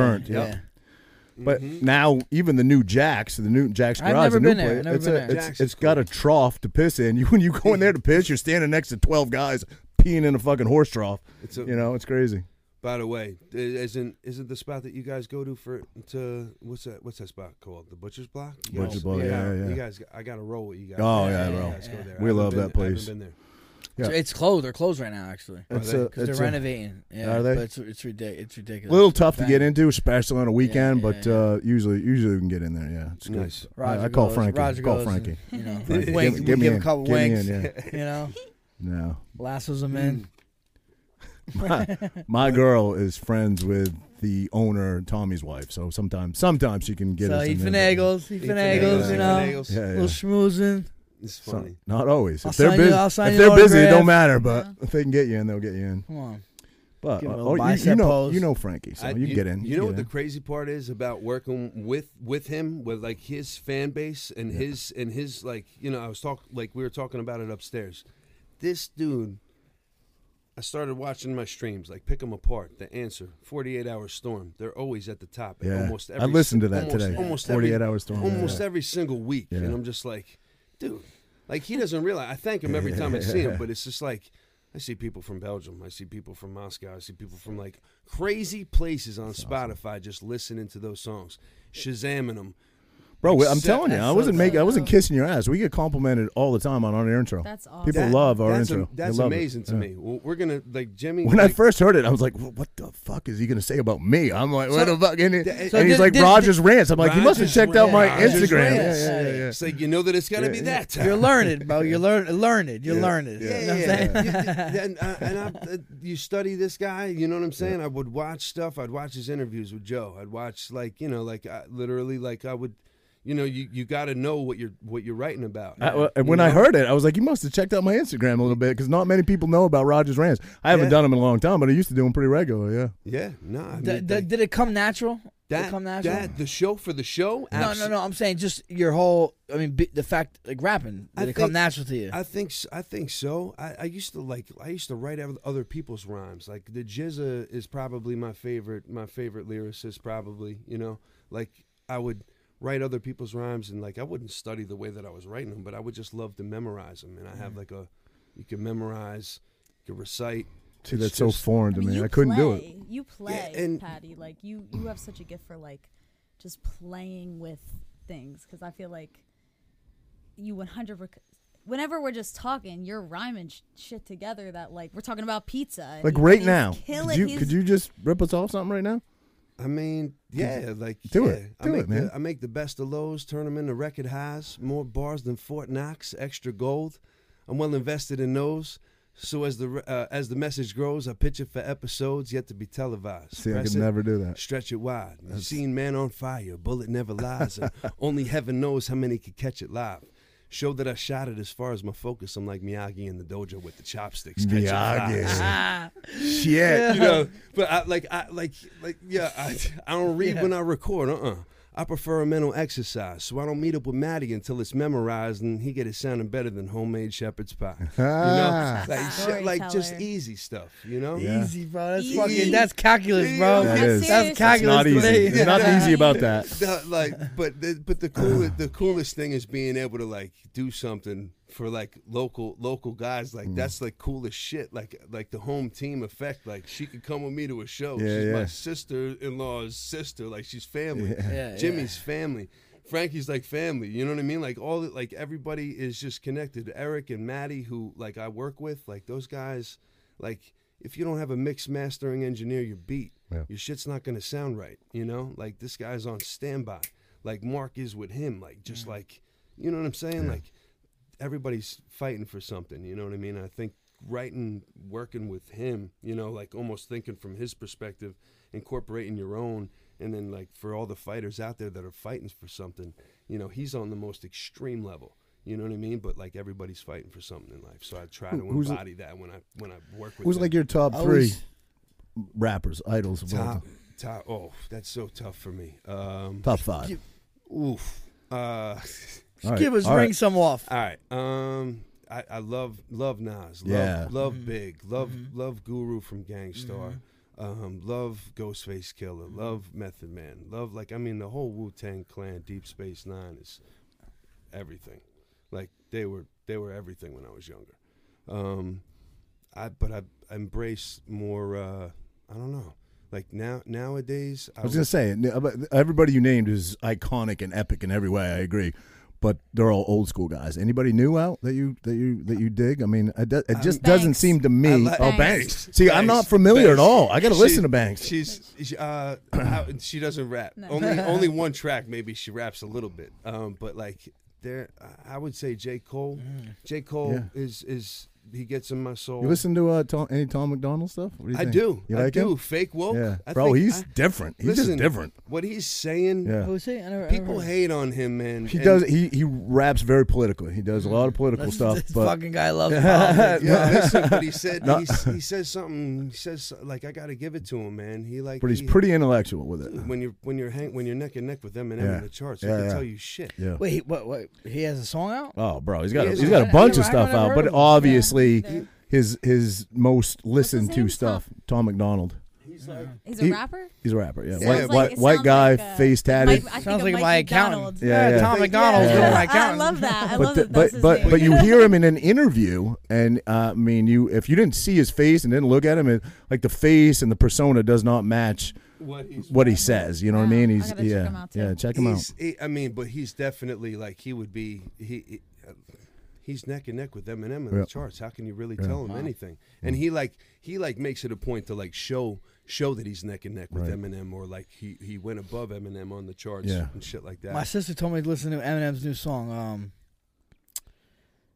S1: burned. Yeah. But now even the new Jacks, the new Jacks
S2: I've
S1: garage,
S2: never
S1: the new
S2: been there.
S1: place,
S2: I've never
S1: it's,
S2: been
S1: a-
S2: there.
S1: it's-
S4: Jack's
S1: it's
S4: is
S1: got
S4: cool.
S1: a trough to piss in. [LAUGHS] You when you go in there to piss, you're standing next to twelve guys peeing in a fucking horse trough.
S4: It's a-
S1: you know, it's crazy.
S4: By the way, i- isn't isn't the spot that you guys go to for to what's that what's that spot called? The Butcher's Block. You
S1: Butcher's Block,
S4: you
S1: yeah,
S4: got-
S1: yeah.
S4: You guys, I got to roll with you guys.
S1: Oh, yeah,
S4: You
S1: bro.
S4: guys go there.
S1: We
S4: I haven't
S1: love
S4: been-
S1: that
S4: I haven't
S1: place.
S4: been there.
S1: Yeah.
S2: So it's closed. They're closed right now, actually,
S4: Are
S1: It's
S4: they?
S1: a,
S2: 'Cause
S1: it's
S2: they're
S1: a
S2: renovating. Yeah,
S1: Are they?
S2: But it's, it's, ridic- it's ridiculous.
S1: little tough to get
S2: Bang.
S1: into, especially on a weekend.
S2: yeah,
S1: but
S2: yeah.
S1: Uh, usually, usually we can get in there. Yeah, it's good.
S4: Nice.
S2: Roger
S1: I, I call
S2: goes-
S1: Frankie.
S2: Roger
S1: call
S2: goes and,
S1: Frankie.
S2: you know,
S1: Frankie, give
S2: winks.
S1: me-
S2: we
S1: give me
S2: give a
S1: in.
S2: couple
S1: Give me in,
S2: winks.
S1: yeah.
S2: You know, [LAUGHS]
S1: No,
S2: lassos them in.
S1: my girl is friends with the owner, Tommy's wife. So sometimes, sometimes she can get
S2: So
S1: us.
S2: he
S1: in there, but-
S2: finagles. He finagles. You know,
S4: Finagles.
S1: Yeah, yeah.
S2: little schmoozing.
S4: It's
S1: So-
S4: funny.
S1: not always.
S2: I'll
S1: if they're
S2: sign you-
S1: busy,
S2: I'll sign
S1: if
S2: you
S1: they're
S2: an
S1: busy, it don't
S2: autograph.
S1: matter. But if they can get you in, they'll get you in.
S2: Come on.
S1: But
S2: Give him a
S1: uh,
S2: little
S1: oh, you, you
S2: bicep
S1: know,
S2: pose.
S1: you know Frankie, so
S4: I-
S1: you, can get in.
S4: You know
S1: can
S4: what
S1: get
S4: the
S1: in.
S4: crazy part is about working with with him, with like his fan base and his and his like you know I was talking like we were talking about it upstairs. This dude, I started watching my streams like pick them apart. The answer, forty eight hour storm. They're always at the top. at
S1: Yeah.
S4: almost
S1: I
S4: every,
S1: listened to that
S4: almost-
S1: today.
S4: Almost
S1: 48
S4: every,
S1: Hour Storm,
S4: Almost
S1: yeah.
S4: every single week,
S1: Yeah.
S4: and I'm just like, dude, like he doesn't realize. I thank him every time I see
S1: [LAUGHS]
S4: him, but it's just like. I see people from Belgium. I see people from Moscow. I see people from like crazy places on Spotify just listening to those songs, shazamming them.
S1: bro. I'm
S4: Except-
S1: telling you, I wasn't
S5: so
S1: making, I wasn't
S5: dope.
S1: kissing your ass. We get complimented all the time on our intro.
S5: That's awesome.
S1: People
S5: That-
S1: love our
S4: that's a-
S1: intro. They
S4: that's
S1: love it.
S4: amazing to
S1: Yeah.
S4: me. Well, we're gonna like Jimmy.
S1: When I
S4: like,
S1: first heard it, I was like, "What the fuck is he gonna say about me?" I'm like, "What the fuck?" And, it-
S4: so
S1: and he's
S2: did-
S1: like,
S2: did-
S1: "Rogers rants." I'm like, "He must have
S4: Rogers
S1: checked out my
S4: rants. Rogers
S1: Instagram."
S4: rants.
S1: Yeah, yeah, yeah, yeah.
S4: It's like you know that it's got to be that time.
S2: You're learned, bro. You're learned. Learned. You're learned. You know
S4: Yeah,
S2: what I'm
S4: yeah,
S2: saying? [LAUGHS]
S4: yeah. You- and uh, and I, uh, you study this guy, you know what I'm saying? I would watch stuff. I'd watch his interviews with Joe. I'd watch like you know, like I, literally, like I would, you know, you, you got to know what you're what you're writing about.
S1: I, Uh, well,
S4: You
S1: and when I
S4: know?
S1: heard it, I was like, "You must have checked out my Instagram a little bit because not many people know about Rogers rants." I haven't
S4: Yeah.
S1: done them in a long time, but I used to do them pretty regular. Yeah,
S4: yeah, no, I mean,
S2: D- d-
S4: like,
S2: did it come natural? Did it
S4: that,
S2: come natural?
S4: that the show for the show.
S2: no, no, no. I'm saying just your whole. I mean, be, the fact like rapping. Did
S4: I
S2: it come
S4: think-
S2: natural to you?
S4: I think s- I think so. I, I used to like I used to write out other people's rhymes. Like the Jizza is probably my favorite my favorite lyricist probably, you know. Like I would write other people's rhymes and like I wouldn't study the way that I was writing them, but I would just love to memorize them and I have like a you can memorize, you can recite.
S1: see,
S4: It's
S1: that's so
S4: just-
S1: foreign
S5: I
S1: to
S5: mean,
S1: me.
S5: you
S1: I couldn't do it.
S5: play- You play,
S4: and-
S5: Patty. Like you, you have such a gift for like just playing with things because I feel like you 100. Rec- whenever we're just talking, you're rhyming sh- shit together that like we're talking about pizza. and
S1: Like
S5: he-
S1: right
S5: he's
S1: now,
S5: killing-
S1: could you
S5: he's-
S1: could you just rip us off something right now?
S4: I mean, yeah, like
S1: Do
S4: yeah.
S1: it.
S4: I
S1: Do
S4: make
S1: it, man.
S4: The, I make the best of lows, turn them into record highs, more bars than Fort Knox, extra gold. I'm well invested in those. So as the re- uh, as the message grows, I pitch it for episodes yet to be televised.
S1: See, I
S4: Press
S1: could
S4: it,
S1: never do that.
S4: Stretch it wide. You've seen man on fire, bullet never
S1: [LAUGHS]
S4: lies. and only heaven knows how many could catch it live. Show that I shot it as far as my focus. I'm like Miyagi in the dojo with the chopsticks. Catch it
S1: Miyagi.
S4: flies
S1: Shit.
S4: you know. But I like I like like yeah. I, I don't read when I record. Uh uh I prefer a mental exercise, so I don't meet up with Maddie until it's memorized and he get it sounding better than homemade shepherd's pie. You know,
S1: [LAUGHS] Ah.
S4: like, shit, like just
S5: Storyteller.
S4: easy stuff. You know.
S1: Yeah.
S2: Easy, bro. That's
S5: Easy.
S2: fucking. That's calculus, bro.
S4: That
S1: is.
S2: That's
S5: That's
S1: It's
S2: calculus.
S1: not easy.
S2: to me.
S1: There's
S2: [LAUGHS]
S1: nothing easy about
S4: [LAUGHS]
S1: that.
S4: The- like, but the, but
S1: [LAUGHS]
S4: the coolest the coolest thing is being able to like do something for like local local guys.
S1: Mm.
S4: Like that's like coolest shit. Like like the home team effect. Like she could come with me to a show.
S1: Yeah,
S4: she's
S1: yeah.
S4: my sister in law's sister. Like she's family.
S2: Yeah,
S4: Jimmy's family. Frankie's like family. You know what I mean? Like all like everybody is just connected. Eric and Maddie, who like I work with, like those guys, like if you don't have a mix mastering engineer, you're beat.
S1: Yeah.
S4: Your shit's not gonna sound right. You know, like this guy's on standby. Like Mark is with him. Like
S2: Mm.
S4: just like you know what I'm saying? Like everybody's fighting for something. You know what I mean? I think writing, working with him, you know, like almost thinking from his perspective, incorporating your own, and then like for all the fighters out there that are fighting for something, you know, he's on the most extreme level. You know what I mean? But like everybody's fighting for something in life, so I try to
S1: who's-
S4: embody that when I when I work with
S1: Who's
S4: them.
S1: like your top
S2: I
S1: three
S2: always-
S1: rappers, idols of all
S4: top,
S1: time?
S4: top. Oh, that's so tough for me. Um,
S1: Top five.
S2: You-
S4: oof. Uh, [LAUGHS]
S1: All right,
S2: Give us
S1: all
S2: ring
S1: right.
S2: some off.
S4: All right. Um, I, I love love Nas. Love,
S1: Yeah.
S4: Love Big. Love love Guru from Gangstar. Um, love Ghostface Killer. Love Method Man. Love like I mean the whole Wu Tang Clan. Deep Space Nine is everything. Like they were they were everything when I was younger. Um, I but I embrace more. Uh, I don't know. Like now nowadays,
S1: I was gonna say n- about- everybody you named is iconic and epic in every way. I agree, but they're all old school guys. Anybody new out that you that you that you dig? I mean, it, do, it just doesn't
S5: Banks.
S1: seem to me.
S4: I like-
S1: oh, Banks.
S5: Banks.
S1: See, I'm not
S4: Um, Banks.
S1: familiar at
S4: Banks.
S1: all. I gotta
S4: She-
S1: listen to Banks.
S4: She's she, uh, [CLEARS THROAT] how, she doesn't rap. Only only one track. Maybe she raps a little bit. Um, but like there, I would say J Cole. J Cole
S1: Yeah.
S4: is is he gets in my soul.
S1: You listen to uh, Tom, any Tom McDonald stuff? What do you
S4: I
S1: think?
S4: do.
S1: You
S4: I
S1: like
S4: do.
S1: him?
S4: Fake woke.
S1: Yeah,
S4: I
S1: bro,
S4: think
S1: he's
S4: I-
S1: different. He's
S4: Listen,
S1: just different.
S4: What he's saying,
S1: Yeah,
S2: Who is he? I never, I never
S4: people
S2: heard of him.
S4: hate on him, man.
S1: he
S4: And-
S1: does. He he raps very politically. He does a lot of political
S2: This-
S1: stuff.
S2: This
S1: But
S2: fucking guy
S1: [LAUGHS]
S2: loves politics.
S4: Yeah, listen, but he said
S1: No.
S4: he, s- he says something. He says so- like I got to give it to him, man. He like
S1: but he's
S4: he-
S1: pretty intellectual with it.
S4: when you're when you're hang, when you're neck and neck with Eminem
S1: Yeah.
S4: in the charts.
S1: Yeah,
S4: I can
S1: yeah.
S4: tell you shit.
S1: Yeah.
S2: Wait, he- what? What? He has a song out?
S1: Oh, bro, he's got a,
S4: He is-
S1: he's got
S2: I-
S1: a bunch
S2: I
S1: of
S2: never- I
S1: stuff
S2: never
S1: out,
S2: heard
S1: but
S2: of him.
S1: obviously
S5: Yeah.
S1: his his most listened to
S5: name?
S1: stuff. Tom McDonald.
S4: He's like
S5: He's
S1: He-
S5: a rapper.
S1: He's a rapper. Yeah,
S5: Sounds
S1: white
S5: like-
S1: white,
S5: it
S1: white
S5: sounds
S1: guy,
S5: like, uh,
S1: face tatted.
S5: Mike- I think
S2: Sounds
S5: of
S2: like
S5: Mike
S2: my
S5: McDonald.
S2: accountant.
S1: Yeah, yeah.
S2: Tom
S4: Yeah.
S1: [LAUGHS]
S2: McDonald's
S1: Yeah.
S2: doing
S1: Yeah. [LAUGHS]
S2: my
S5: I,
S2: accountant.
S5: love that. I
S1: but
S5: love
S1: the,
S5: that. That's
S1: but
S5: his
S1: but
S5: name.
S1: but
S5: [LAUGHS]
S1: you hear him in an interview, and uh, I mean, you if you didn't see his face and didn't look at him, it, like the face and the persona does not match
S4: what he's
S1: what he says. You know what I
S5: Wow,
S1: mean?
S5: I
S1: He's
S5: gotta check
S1: yeah,
S5: him out, too.
S1: yeah. Check him out.
S4: he's- he- I mean, but he's definitely like he would be he. he- uh, He's neck and neck with Eminem in
S1: Yeah.
S4: the charts. How can you really tell him anything? And he like he like makes it a point to like show show that he's neck and neck with
S1: Right.
S4: Eminem, or like he he went above Eminem on the charts
S1: Yeah.
S4: and shit like that.
S2: My sister told me to listen to Eminem's new song. Um,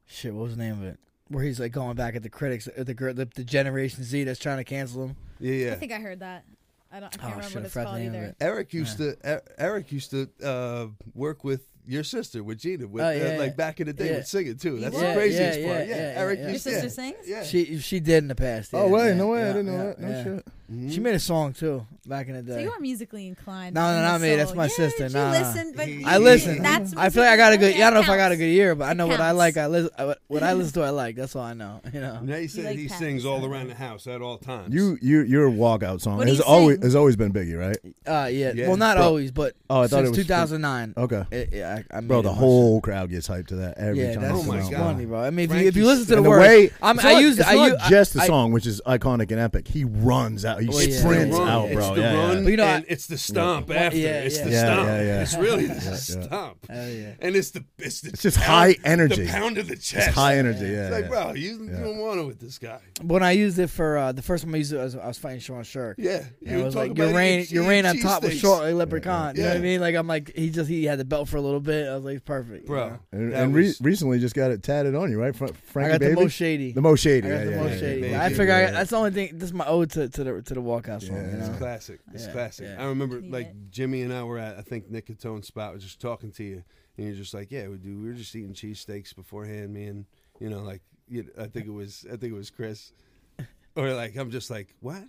S2: shit, what was the name of it? Where he's like going back at the critics, at the gr- the, the Generation Z that's trying to cancel him.
S4: yeah, yeah.
S5: I think I heard that. I don't.
S2: Oh,
S5: I can't remember
S2: shit,
S5: what
S2: I
S5: it's
S2: forgot the
S5: called
S2: name of
S5: either.
S2: it.
S4: Eric used to E- Eric used to uh, work with your sister with Gina with
S2: Oh,
S4: uh,
S2: yeah,
S4: like back in the day
S2: yeah.
S4: with singing too. That's
S5: Yeah,
S4: the craziest
S2: yeah,
S4: part.
S2: yeah,
S4: Yeah,
S2: yeah,
S4: Eric
S2: yeah.
S5: Your
S4: used
S5: sister
S4: yeah.
S5: sings.
S4: Yeah.
S2: She she did in the past.
S1: Oh
S2: yeah,
S1: wait,
S2: yeah,
S1: no way, I
S2: yeah,
S1: didn't know
S2: yeah,
S1: that. No
S2: yeah.
S1: shit.
S4: Mhm.
S2: She made a song too back in the
S5: So
S2: day.
S5: you are musically inclined.
S2: No, no,
S5: in
S2: not
S5: the
S2: me. That's
S5: soul.
S2: my
S5: Yeah,
S2: sister.
S5: She
S2: Nah, nah.
S5: listened, but
S4: He-
S5: you-
S2: I listen.
S5: That's
S2: I feel like I got a good. Yeah, I don't know if I got a
S5: good.
S2: good ear, but I know what I
S5: counts.
S2: like. I listen. I, what I listen to, I like. That's all I know. You know.
S4: Now he said
S5: like
S4: he
S5: Pat.
S4: sings all around the house at all times.
S1: You you your walkout song
S5: What do
S1: has
S5: you
S1: always
S5: sing?
S1: has always been Biggie, right?
S2: Uh, yeah.
S4: Yeah.
S2: Well, not
S1: Bro.
S2: always, but
S1: Oh, I thought
S2: since
S1: it was
S2: 2009.
S1: Okay,
S2: It, yeah, I, I made
S1: bro,
S2: it
S1: the
S2: my-
S1: whole crowd gets hyped to that every
S2: yeah,
S1: time.
S2: that's
S4: Oh my
S2: what's
S4: God.
S2: funny, bro. I mean, if you,
S4: Frankie's-
S2: if you listen to the,
S1: and the
S2: words,
S1: way
S2: I'm,
S1: it's
S2: I
S1: not-
S2: used
S1: it's
S2: I
S1: not
S2: u- I-
S1: just the
S2: I-
S1: song, which is iconic and epic. He runs out. He
S2: Well, yeah.
S1: sprints
S2: It's the run.
S1: out, bro.
S4: It's the
S1: yeah, yeah.
S4: run
S2: But you know, I-
S4: and it's the stomp
S2: Well,
S4: after.
S2: yeah,
S4: it's
S2: yeah.
S4: the
S1: Yeah,
S4: stomp.
S1: yeah, yeah.
S4: It's really the
S1: Yeah, yeah.
S4: stomp.
S2: Hell Oh, yeah.
S4: And it's the it's the
S1: It's just
S4: pound-
S1: high energy.
S4: The pound of the chest.
S1: It's high energy. Yeah,
S4: It's like,
S1: yeah.
S4: bro, you, you
S1: Yeah.
S4: don't want it with this guy.
S2: When I used it for uh, the first time I used it, I was, I was fighting Sean Shirk.
S4: Yeah.
S2: And it
S4: were
S2: was
S4: talking
S2: like
S4: about
S2: your rain,
S4: eating
S2: your rain on
S4: cheese
S2: top was
S4: steaks.
S2: short like leprechaun. You know what I
S4: Yeah.
S2: mean? Like I'm like he just he had the belt for a little bit. I was like perfect, you
S4: Bro.
S2: know?
S1: And,
S4: that
S1: and re-
S4: was-
S1: recently just got it tatted on you, right? Fr- Frankie
S2: I got
S1: Baby?
S2: the most shady.
S1: The most
S2: I
S1: shady.
S2: got
S1: yeah,
S2: the
S1: yeah,
S2: most
S1: yeah,
S2: shady.
S1: yeah.
S2: I
S4: yeah,
S2: figure I
S1: yeah.
S2: got, that's the only thing. This is my ode to, to the to the walkout song.
S1: Yeah.
S2: You
S4: It's
S2: know?
S4: classic. It's
S2: Yeah,
S4: classic.
S2: yeah.
S4: I remember
S5: Need
S4: like
S5: it.
S4: Jimmy and I were at I think Nicotone's spot. was just talking to you, and you're just like, "Yeah, we do. We were just eating cheesesteaks beforehand, me and you know, like you, I think it was I think it was Chris, [LAUGHS] or like I'm just like, what?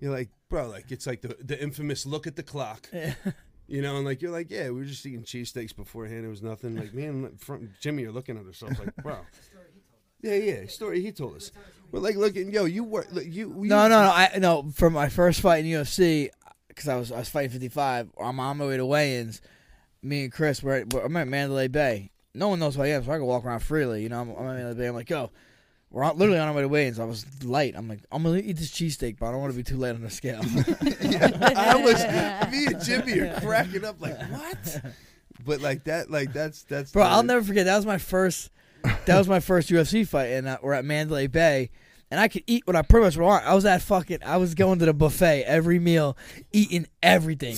S4: You're like, bro, like it's like the the infamous look at
S2: [LAUGHS]
S4: the clock. You know, and like you're like, yeah, we were just eating cheesesteaks beforehand. It was nothing. Like me and from Jimmy are looking at ourselves like, bro. Yeah, yeah. Story he told us. We're like looking, yo, you work, look, you, you
S2: No, no, no. I no for my first fight in UFC because I was I was fighting 55. I'm on my way to weigh-ins. Me and Chris were at, I'm at Mandalay Bay. No one knows who I am, so I can walk around freely. You know, I'm, I'm at Mandalay Bay. I'm like, yo, we're on, literally on our way to weigh-ins. I was light. I'm like, I'm gonna eat this cheesesteak, but I don't want to be too light on the scale.
S4: I
S2: [LAUGHS]
S4: was me and Jimmy are cracking up like what? But like that, like that's that's.
S2: Bro,
S4: the-
S2: I'll never forget. That was my first. That was my first UFC fight, and uh, we're at Mandalay Bay, and I could eat what I pretty much want. I was at fucking. I was going to the buffet every meal, eating everything,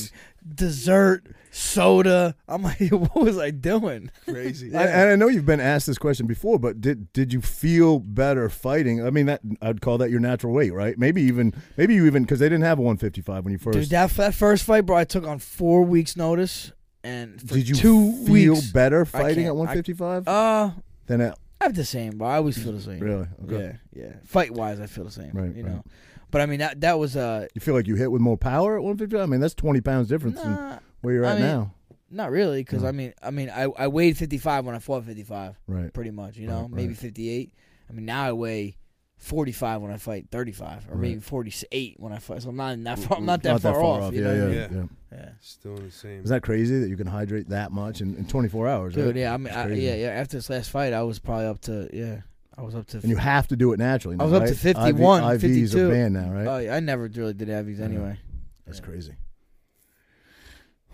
S2: dessert, soda. I'm like, [LAUGHS] what was I doing?
S4: crazy.
S1: I- and I know you've been asked this question before, but did did you feel better fighting? I mean, that I'd call that your natural weight, right? Maybe even maybe you even because they didn't have a 155 when you first.
S2: Dude, that, that first fight, bro, I took on four weeks' notice, and for
S1: did you
S2: two
S1: feel
S2: weeks,
S1: better fighting
S2: can't-
S1: at
S2: I-
S1: 155
S2: uh,
S1: than at
S2: I have the same, bro. I always feel the same.
S1: really? Okay.
S2: Yeah, yeah. Fight wise, I feel the same.
S1: Right,
S2: you
S1: right.
S2: know, but I mean that that was uh,
S1: You feel like you hit with more power at 155? I mean, that's 20 pounds difference than
S2: nah,
S1: where you're
S2: I
S1: at
S2: mean-
S1: now,
S2: Not really, because
S1: Mm.
S2: I mean, I mean, I, I weighed fifty five when I fought fifty five,
S1: right?
S2: pretty much. You
S1: Right,
S2: know, maybe
S1: right.
S2: fifty eight. I mean, now I weigh forty five when I fight thirty five, or
S1: Right. Mm,
S2: maybe forty eight when I fight. So I'm not in that far. I'm not that, far, off. you
S1: Yeah,
S2: know?
S1: yeah,
S2: what I
S1: yeah,
S2: mean?
S4: Yeah.
S2: yeah.
S4: Still in the same.
S1: Is that crazy that you can hydrate that much in, in 24 hours? right?
S2: Dude, yeah, I mean,
S1: It's
S2: I,
S1: crazy.
S2: yeah, yeah. After this last fight, I was probably up to yeah, I was up to.
S1: And you have to do it naturally.
S2: I was
S1: now,
S2: up to
S1: right?
S2: 51,
S1: IV, IVs are
S2: 52.
S1: banned now, [LAUGHS] right?
S2: Oh, yeah, I never really did IVs
S1: Yeah. [LAUGHS]
S2: anyway.
S1: That's
S2: Yeah.
S1: crazy.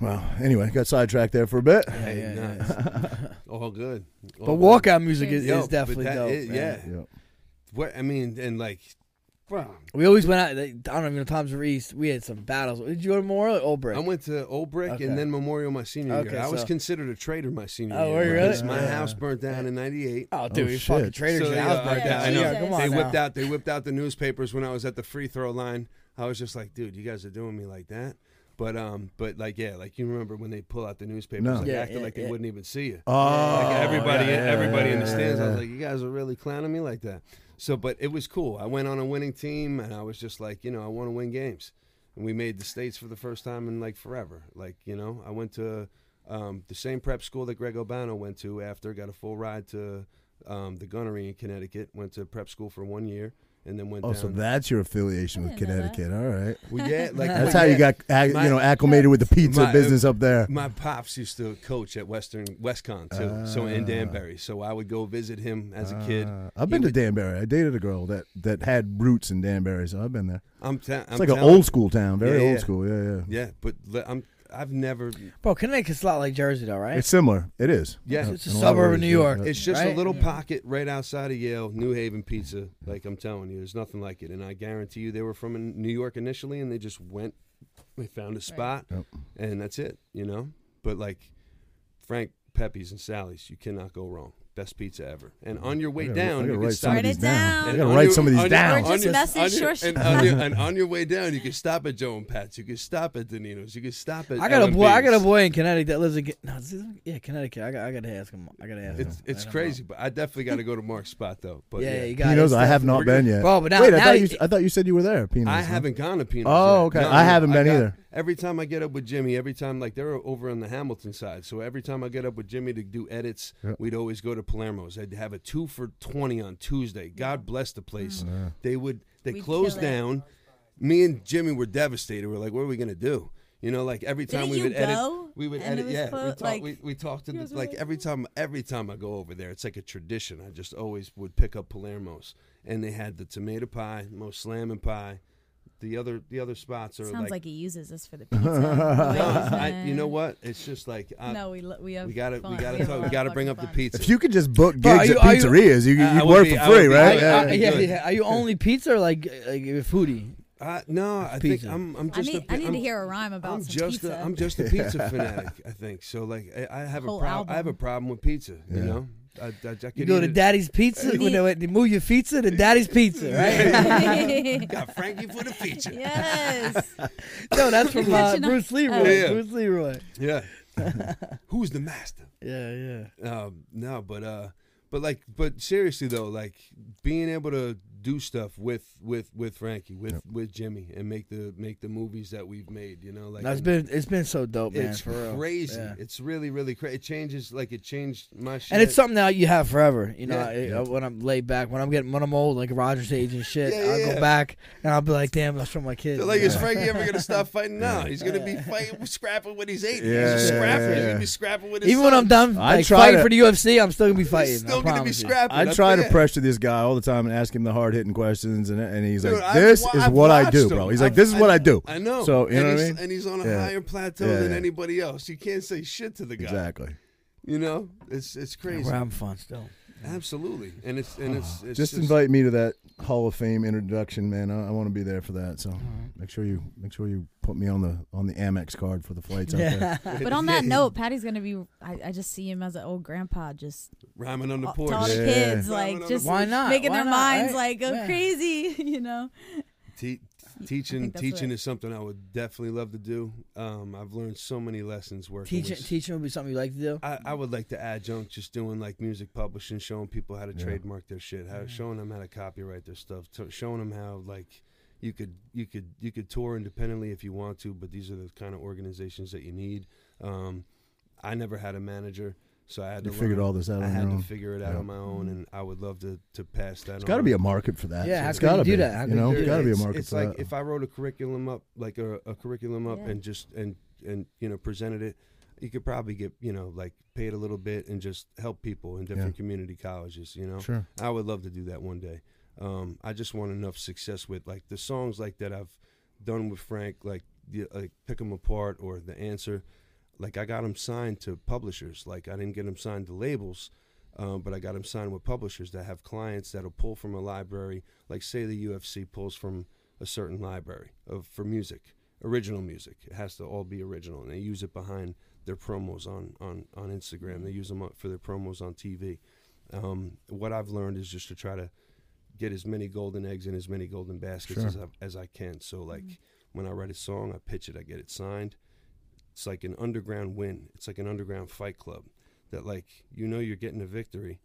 S1: Wow. Anyway, got sidetracked there for a bit.
S2: Yeah,
S4: Hey,
S2: yeah, [LAUGHS] yeah.
S4: nice. All good.
S2: But
S4: All good.
S2: walkout music is,
S4: Yo,
S2: is
S4: but
S2: definitely
S4: that
S2: dope.
S4: is-
S2: man.
S4: yeah. What I mean, and like from?
S2: We always went out. like, I don't even know Tom's East. We had some battles. Did you go to Memorial or Old Brick?
S4: I went to Old Brick
S2: Okay.
S4: and then Memorial my senior
S2: Okay,
S4: year. I was
S2: so-
S4: considered a traitor my senior
S2: Oh,
S4: year.
S2: were you really?
S4: because My
S1: Yeah.
S4: house burnt down in '98.
S2: oh, dude,
S1: Oh,
S2: you fucking
S1: shit.
S2: traitors.
S4: So,
S2: your
S4: yeah,
S2: house burnt
S5: yeah,
S2: down.
S5: I
S2: You
S5: know.
S2: gotta- Come on
S4: they
S2: now.
S4: whipped out they whipped out the newspapers when I was at the free throw line. I was just like, dude, you guys are doing me like that. But um, but like yeah, like you remember when they pull out the newspapers,
S1: No.
S4: like
S2: Yeah,
S4: acted
S2: yeah,
S4: like they
S2: yeah.
S4: wouldn't even see you.
S1: Oh,
S4: Like everybody,
S1: yeah, yeah,
S4: everybody
S1: yeah,
S4: in the stands. I
S1: yeah,
S4: was like, you guys are really clowning me like that. So, but it was cool. I went on a winning team, and I was just like, you know, I want to win games. And we made the states for the first time in like forever. Like, you know, I went to um, the same prep school that Greg Obano went to. After got a full ride to um, the gunnery in Connecticut. Went to prep school for one year, and then went
S1: Oh,
S4: down.
S1: so that's your affiliation
S5: I
S1: with
S5: didn't know that.
S1: Connecticut. All
S2: [LAUGHS]
S1: right. [LAUGHS]
S4: Well, yeah, like
S1: That's
S4: well,
S1: how you
S4: yeah.
S1: got, ac-
S4: My-
S1: you know, acclimated with the pizza
S4: My-
S1: business up there.
S4: My pops used to coach at Western Westcon too, so
S1: Ah.
S4: in Danbury. So I would go visit him as a kid.
S1: Uh, I've been to Danbury. I dated a girl that that had roots in Danbury, so I've been there.
S4: I'm, ta-
S1: It's like an old school town, very
S4: Yeah,
S1: old
S4: yeah.
S1: school. Yeah, yeah.
S4: Yeah, but le- I'm I've never.
S2: Bro, Connecticut's a lot like Jersey, though, right?
S1: It's similar. It is.
S4: Yeah.
S2: It's a
S1: In a lot
S2: suburb of
S1: ways,
S2: New
S1: yeah.
S2: York.
S1: Yeah.
S4: It's just
S2: Right?
S4: a little pocket right outside of Yale, New Haven pizza. Like I'm telling you, there's nothing like it. And I guarantee you, they were from in New York initially, and they just went, they found a spot,
S1: Yep.
S4: and that's it. You know. But like Frank Pepe's and Sally's, you cannot go wrong. Best pizza ever. And on your way
S1: I gotta- I
S4: down,
S1: gotta
S4: you
S1: write
S4: can
S1: some
S4: stop.
S1: of
S5: Write
S1: these
S5: it
S1: down.
S5: down.
S1: I
S4: And
S1: gotta
S4: on
S1: write
S4: your-
S1: some of these
S4: on your-
S1: down.
S5: Or just
S4: your-
S5: message
S4: on your-
S5: Shorsha.
S4: and, on your, and on your way down, you can stop at Joe and Pat's. You can stop at Danino's. You can stop at.
S2: I got a boy. I
S4: L&B's.
S2: got a boy in Connecticut that lives in. Con- No, is this- yeah, Connecticut. I got. I got to ask him. I got to ask
S4: It's
S2: him. I
S4: it's
S2: don't
S4: crazy, but I definitely got to go to Mark's spot though.
S2: know.
S4: But
S2: Yeah,
S4: yeah,
S2: you got.
S1: He knows
S2: it.
S1: I have
S4: [LAUGHS]
S1: not been yet.
S2: Bro, but now-
S1: wait, I
S2: now
S1: thought
S2: you-
S1: you, s- I thought you said you were there. Penis.
S4: I
S1: huh?
S4: haven't gone to Peanuts.
S1: Oh,
S4: yet.
S1: okay. I haven't been
S4: got-
S1: either.
S4: Every time I get up with Jimmy, every time like they're over on the Hamilton side, so every time I get up with Jimmy to do edits, we'd always go to Palermo's. I'd have a two for twenty on Tuesday. God bless the place.
S1: Mm.
S4: They would they
S5: We'd
S4: closed
S5: kill it.
S4: down. Me and Jimmy were devastated. We're like, what are we gonna do? You know, like every time
S5: Didn't
S4: we
S5: you
S4: would
S5: go?
S4: edit, we would
S5: And it
S4: edit.
S5: was
S4: Yeah,
S5: clo-
S4: we talked.
S5: like-
S4: we, we talked to
S5: guys
S4: the,
S5: were
S4: like
S5: like,
S4: every time. Every time I go over there, it's like a tradition. I just always would pick up Palermo's, and they had the tomato pie, most slamming pie. The other the other spots are
S5: Sounds
S4: like,
S5: like, he uses
S4: [LAUGHS]
S5: us for the pizza. No,
S4: I, you know what? It's just like I,
S5: No, we lo- we have.
S4: we gotta
S5: fun.
S4: we gotta
S5: have a
S4: talk,
S5: lot
S4: we
S5: of
S4: gotta
S5: fucking
S4: bring up the
S5: fun.
S4: pizza.
S1: If you could just book
S2: Bro,
S1: gigs
S2: are
S1: at
S2: you- are you-
S1: pizzerias, you,
S4: I- I
S1: you'd
S4: would
S1: work
S4: be-
S1: for
S4: I would
S1: free,
S4: be-
S1: right?
S4: would-
S1: Yeah.
S2: I,
S4: I'd
S2: I,
S4: be
S2: Uh, yeah,
S4: good.
S2: yeah. Are you only pizza or like like a foodie?
S4: Uh, no, I think
S2: Pizza.
S4: I'm I'm
S5: I
S4: just
S5: need
S4: a,
S5: I need
S4: am
S5: to hear a rhyme about
S4: I'm
S5: some
S4: just
S5: pizza.
S4: A,
S5: [LAUGHS]
S4: I'm just a pizza fanatic. I think so. Like I, I have
S5: Whole
S4: a problem. I have a
S5: album.
S4: problem with pizza. You know, I, I, I could
S2: You go
S4: eat
S2: to
S4: it.
S2: Daddy's Pizza. when they, went- they move your pizza to Daddy's Pizza, right?
S4: [LAUGHS]
S5: [LAUGHS]
S4: Got Frankie for the feature. yeah. [LAUGHS]
S5: yes.
S2: [LAUGHS] no, that's from uh,
S5: Catching up.
S2: Bruce Leroy.
S4: Yeah, yeah.
S2: Bruce Leroy.
S4: [LAUGHS] Who's the master?
S2: Yeah, yeah.
S4: Um, no, but uh, but like, but seriously though, like being able to do stuff with with with Frankie, with with Jimmy, and make the make the movies that we've made. You know, like
S2: No, it's
S4: and-
S2: been it's been so dope, man.
S4: It's
S2: for real.
S4: crazy.
S2: Yeah.
S4: It's really, really crazy. It changes like it changed my shit.
S2: And it's something that you have forever, you know.
S4: Yeah.
S2: I- I- when I'm laid back, when I'm getting when I'm old, like Rogers age and shit,
S4: Yeah, yeah,
S2: I'll go
S4: yeah.
S2: back and I'll be like, "Damn, that's from my kids."
S4: They're like,
S2: you
S4: is
S2: know?
S4: Frankie ever gonna stop fighting? No, he's gonna be fighting, scrapping when he's eighty.
S1: Yeah,
S4: he's a
S1: yeah,
S4: scrapper.
S1: yeah,
S4: He's
S1: yeah.
S4: gonna be scrapping with his
S2: Even when
S4: son.
S2: I'm done
S1: I
S2: like,
S1: try
S2: fighting
S1: to-
S2: for the UFC, I'm still gonna be fighting.
S4: he's
S2: I
S4: still gonna be
S2: promise you.
S4: scrapping.
S1: I
S4: That's
S1: try to
S4: it.
S1: pressure this guy all the time and ask him the hard hitting questions, and, and he's
S4: Dude,
S1: like,
S4: I've
S1: "This
S4: wa-
S1: is
S4: I've
S1: what I
S4: watched
S1: do,
S4: him.
S1: bro." He's
S4: I've-
S1: like, "This is
S4: I-
S1: what I do."
S4: I know.
S1: So you
S4: and
S1: know what I
S4: he's-
S1: mean?
S4: And he's on a
S1: Yeah.
S4: higher plateau
S1: Yeah,
S4: than
S1: yeah.
S4: anybody else. You can't say shit to the guy.
S1: Exactly.
S4: You know, it's it's crazy.
S2: We're having fun still.
S4: Absolutely. And it's and it's, it's
S1: Just invite me to that Hall of Fame introduction, man. I, I want to be there for that. So make sure you make sure you put me on the on the Amex card for the flights out [LAUGHS] there.
S5: But on that note, Patty's gonna be. I, I just see him as an old grandpa, just
S4: [LAUGHS] rhyming on the
S5: all-
S4: porch.
S5: to all the
S1: Yeah.
S5: kids,
S4: Rhyming on
S5: like
S4: the
S5: just
S2: Why not?
S5: making
S2: Why
S5: their
S2: not,
S5: minds
S2: right?
S5: like go
S2: Yeah.
S5: crazy. [LAUGHS] You know.
S4: Te-
S5: I
S4: teaching
S5: think that's
S4: teaching
S5: what-
S4: is something I would definitely love to do. Um, I've learned so many lessons working.
S2: Teaching
S4: with,
S2: teaching would be something you like to do.
S4: I, I would like to adjunct just doing like music publishing, showing people how to trademark their shit, how showing them how to copyright their stuff, to, showing them how like you could you could you could tour independently if you want to, but these are the kind of organizations that you need. Um, I never had a manager, so I had
S1: You
S4: to
S1: figured
S4: learn.
S1: all this out
S4: I
S1: on
S4: had
S1: your
S4: to
S1: own.
S4: figure it out
S1: Yeah.
S4: on my own, and I would love to to pass that.
S1: There's got to
S4: on.
S1: be a market for that.
S2: Yeah, how
S1: it's
S2: can you
S1: got to
S2: do
S1: be.
S2: that? How
S1: You
S2: can
S1: know,
S2: you do
S1: got to
S2: that?
S1: be a
S4: It's-
S1: market
S4: It's
S1: for
S4: like
S1: that.
S4: if I wrote a curriculum up, like a, a curriculum up,
S5: Yeah.
S4: and just and and you know presented it, you could probably get you know like paid a little bit and just help people in different
S1: Yeah.
S4: community colleges. You know,
S1: Sure.
S4: I would love to do that one day. Um, I just want enough success with like the songs like that I've done with Frank, like the, like pick 'em apart or the answer. Like I got them signed to publishers. Like I didn't get them signed to labels. Um, but I got him signed with publishers that have clients that'll pull from a library, like say the UFC pulls from a certain library of for music, original music. It has to all be original, and they use it behind their promos on on on Instagram. They use them for their promos on TV. Um, what I've learned is just to try to get as many golden eggs in as many golden baskets
S1: Sure. Mm-hmm.
S4: as, I, as I can. So like when I write a song, I pitch it, I get it signed. It's like an underground win. It's like an underground fight club that like you know you're getting a victory,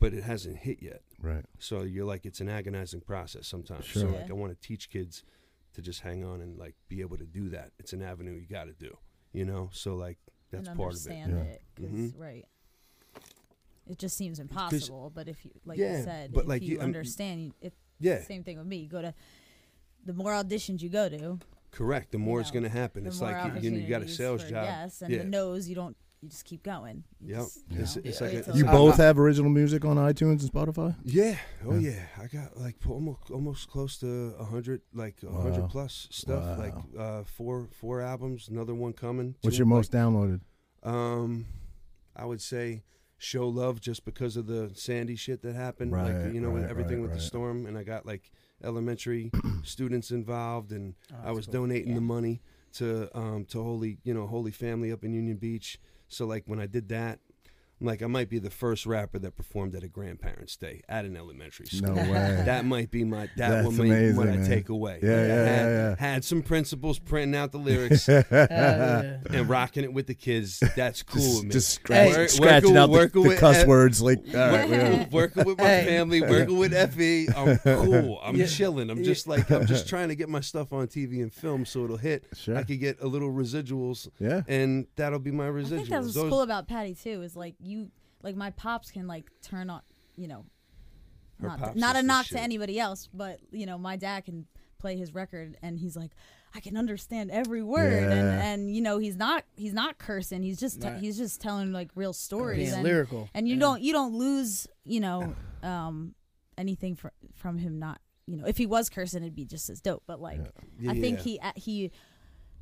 S4: but it hasn't hit yet.
S1: Right.
S4: So you're like it's an agonizing process sometimes.
S1: Sure.
S4: So
S5: Yeah.
S4: like I want to teach kids to just hang on and like be able to do that. It's an avenue you got to do. You know. So like that's
S5: and
S4: part of it.
S5: understand
S1: Yeah.
S5: it. 'cause,
S4: Mhm.
S5: right. It just seems impossible, but if you, like
S4: Yeah,
S5: you said,
S4: but
S5: if
S4: like
S5: you
S4: you- um, I'm-
S5: understand, you- it,
S4: Yeah.
S5: same thing with me. You go to the more auditions you go to,
S4: Correct. The more it's
S5: know,
S4: going to happen.
S5: the
S4: It's
S5: more
S4: like you, you, know, you got a
S5: opportunities
S4: sales
S5: for
S4: job.
S5: Yes, and
S4: yeah.
S5: the no's you don't. You just keep going. You
S4: Yep.
S5: just, you
S4: It's-
S5: know,
S4: it's
S5: wait
S4: like a-
S5: till
S1: You
S5: it's
S4: I-
S1: both
S5: over.
S1: have original music on iTunes and Spotify.
S4: Yeah. Oh yeah. I got like po- almost almost close to a hundred, like a hundred
S1: Wow.
S4: plus stuff.
S1: Wow.
S4: Like uh, four four albums. Another one coming.
S1: What's
S4: two,
S1: your
S4: like,
S1: most downloaded?
S4: Um, I would say show love just because of the Sandy shit that happened.
S1: Right,
S4: like you know,
S1: right,
S4: with everything
S1: right,
S4: with
S1: right.
S4: the storm, and I got like elementary [COUGHS] students involved, and
S2: Ah,
S4: I was donating
S5: Yeah.
S4: the money to um to Holy you know Holy Family up in Union Beach. So like when I did that. I'm Like I might be the first rapper that performed at a grandparents' day at an elementary school [LAUGHS]
S1: No way. [LAUGHS]
S4: that might be my that
S1: That's
S4: one might, what
S1: amazing, man.
S4: I take away.
S1: Yeah,
S4: Like, I
S1: yeah,
S4: had,
S1: yeah, yeah.
S4: had some principals printing out
S1: [LAUGHS]
S4: the lyrics
S2: [LAUGHS]
S4: [LAUGHS]
S2: yeah.
S4: and rocking it with the kids. That's cool
S1: Just,
S4: with me.
S1: just
S2: Hey.
S1: scratch,
S4: Work-
S1: scratching
S4: working
S1: out the,
S4: with-
S1: the
S4: working
S1: cuss
S4: with-
S1: words. Like, all right, we
S4: Working-
S1: gotta-
S4: working with my
S2: Hey.
S4: family, working with
S1: [LAUGHS]
S4: Effie, I'm cool. I'm
S2: Yeah.
S4: chilling. I'm just like I'm just trying to get my stuff on TV and film so it'll hit.
S1: Sure.
S4: I could get a little residuals,
S1: yeah.
S4: and that'll be my
S5: I
S4: residuals.
S5: think that's what's
S4: Those-
S5: cool about Patty too. Is like you, like my pops can like turn on, you know,
S4: Her
S5: not
S4: pops
S5: not
S4: is
S5: a
S4: the
S5: knock
S4: shit.
S5: to anybody else, but you know, my dad can play his record and he's like, I can understand every word,
S1: Yeah.
S5: and and you know, he's not he's not cursing. He's just
S2: Right.
S5: he's just telling like real stories.
S2: Being
S5: and,
S2: lyrical.
S5: and you
S2: Yeah.
S5: don't you don't lose you know um anything from from him not you know if he was cursing it'd be just as dope but like
S4: Yeah,
S5: i think
S4: yeah. [LAUGHS]
S5: he a- he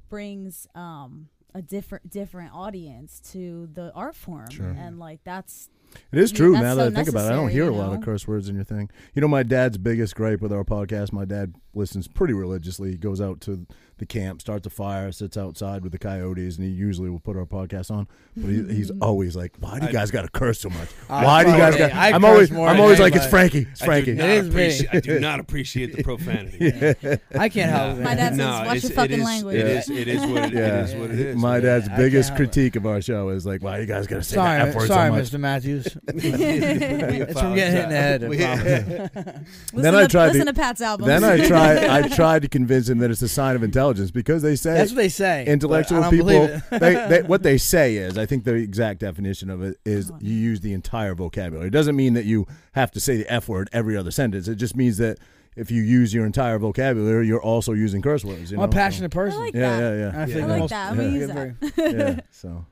S5: brings um a different different audience to the art form
S1: Sure.
S5: and like that's
S1: It is
S5: Yeah,
S1: true.
S5: that's
S1: Now
S5: so
S1: that I think about it, I don't
S5: necessary,
S1: hear
S5: you
S1: a lot of
S5: know?
S1: curse words in your thing. You know, my dad's biggest gripe with our podcast. My dad listens pretty religiously. He goes out to the camp, starts a fire, sits outside with the coyotes, and he usually will put our podcast on. But he,
S5: [LAUGHS] Mm.
S1: he's always like, "Why do you
S4: I-
S1: guys got to curse so much?
S2: I
S1: Why do you guys
S2: probably-
S1: got?"
S2: I
S1: I'm
S2: curse
S1: always,
S2: more
S1: I'm
S2: than
S1: always like, "It's
S2: anybody.
S1: Frankie. It's Frankie."
S2: It
S4: I do,
S2: is
S4: not
S2: me.
S4: appreciate, I do not appreciate the profanity.
S2: [LAUGHS] I can't help it.
S5: My
S2: man.
S5: dad- says, "Watch your
S4: it's-
S5: fucking
S4: it is,
S5: language."
S4: It
S5: Yeah.
S4: is. It is what it,
S1: [LAUGHS] Yeah.
S4: it is. What it is.
S1: my
S4: man.
S1: dad's
S2: I
S1: biggest
S2: can't help it.
S1: critique of our show is like, "Why do you guys got to say that
S2: sorry,
S1: F word so
S2: sorry,
S1: much?"
S2: Mr.
S4: [LAUGHS]
S2: Matthews.
S5: [LAUGHS]
S4: We
S2: It's from getting hit in the head. I
S4: [LAUGHS] apologize. We-
S2: promise.
S5: listen,
S1: Then
S5: to,
S1: I tried to-
S5: listen to pat's album
S1: Then
S5: [LAUGHS]
S1: I tried, I tried to convince him that it's a sign of intelligence because they say
S2: That's what they say. but I
S1: intellectual
S2: don't
S1: people
S2: believe it.
S1: they,
S2: [LAUGHS]
S1: they, what they say is i think the exact definition of it is
S5: Come on.
S1: you use the entire vocabulary it doesn't mean that you have to say the f word every other sentence it just means that if you use your entire vocabulary you're also using curse words you
S2: I'm a
S1: know? So-
S2: passionate
S5: I
S2: person.
S5: like
S1: yeah,
S5: that
S1: yeah yeah
S2: I
S4: I
S2: think
S4: like
S2: most-
S5: that. I'm gonna
S2: yeah.
S5: use
S2: Yeah,
S5: that.
S2: very- [LAUGHS]
S1: yeah so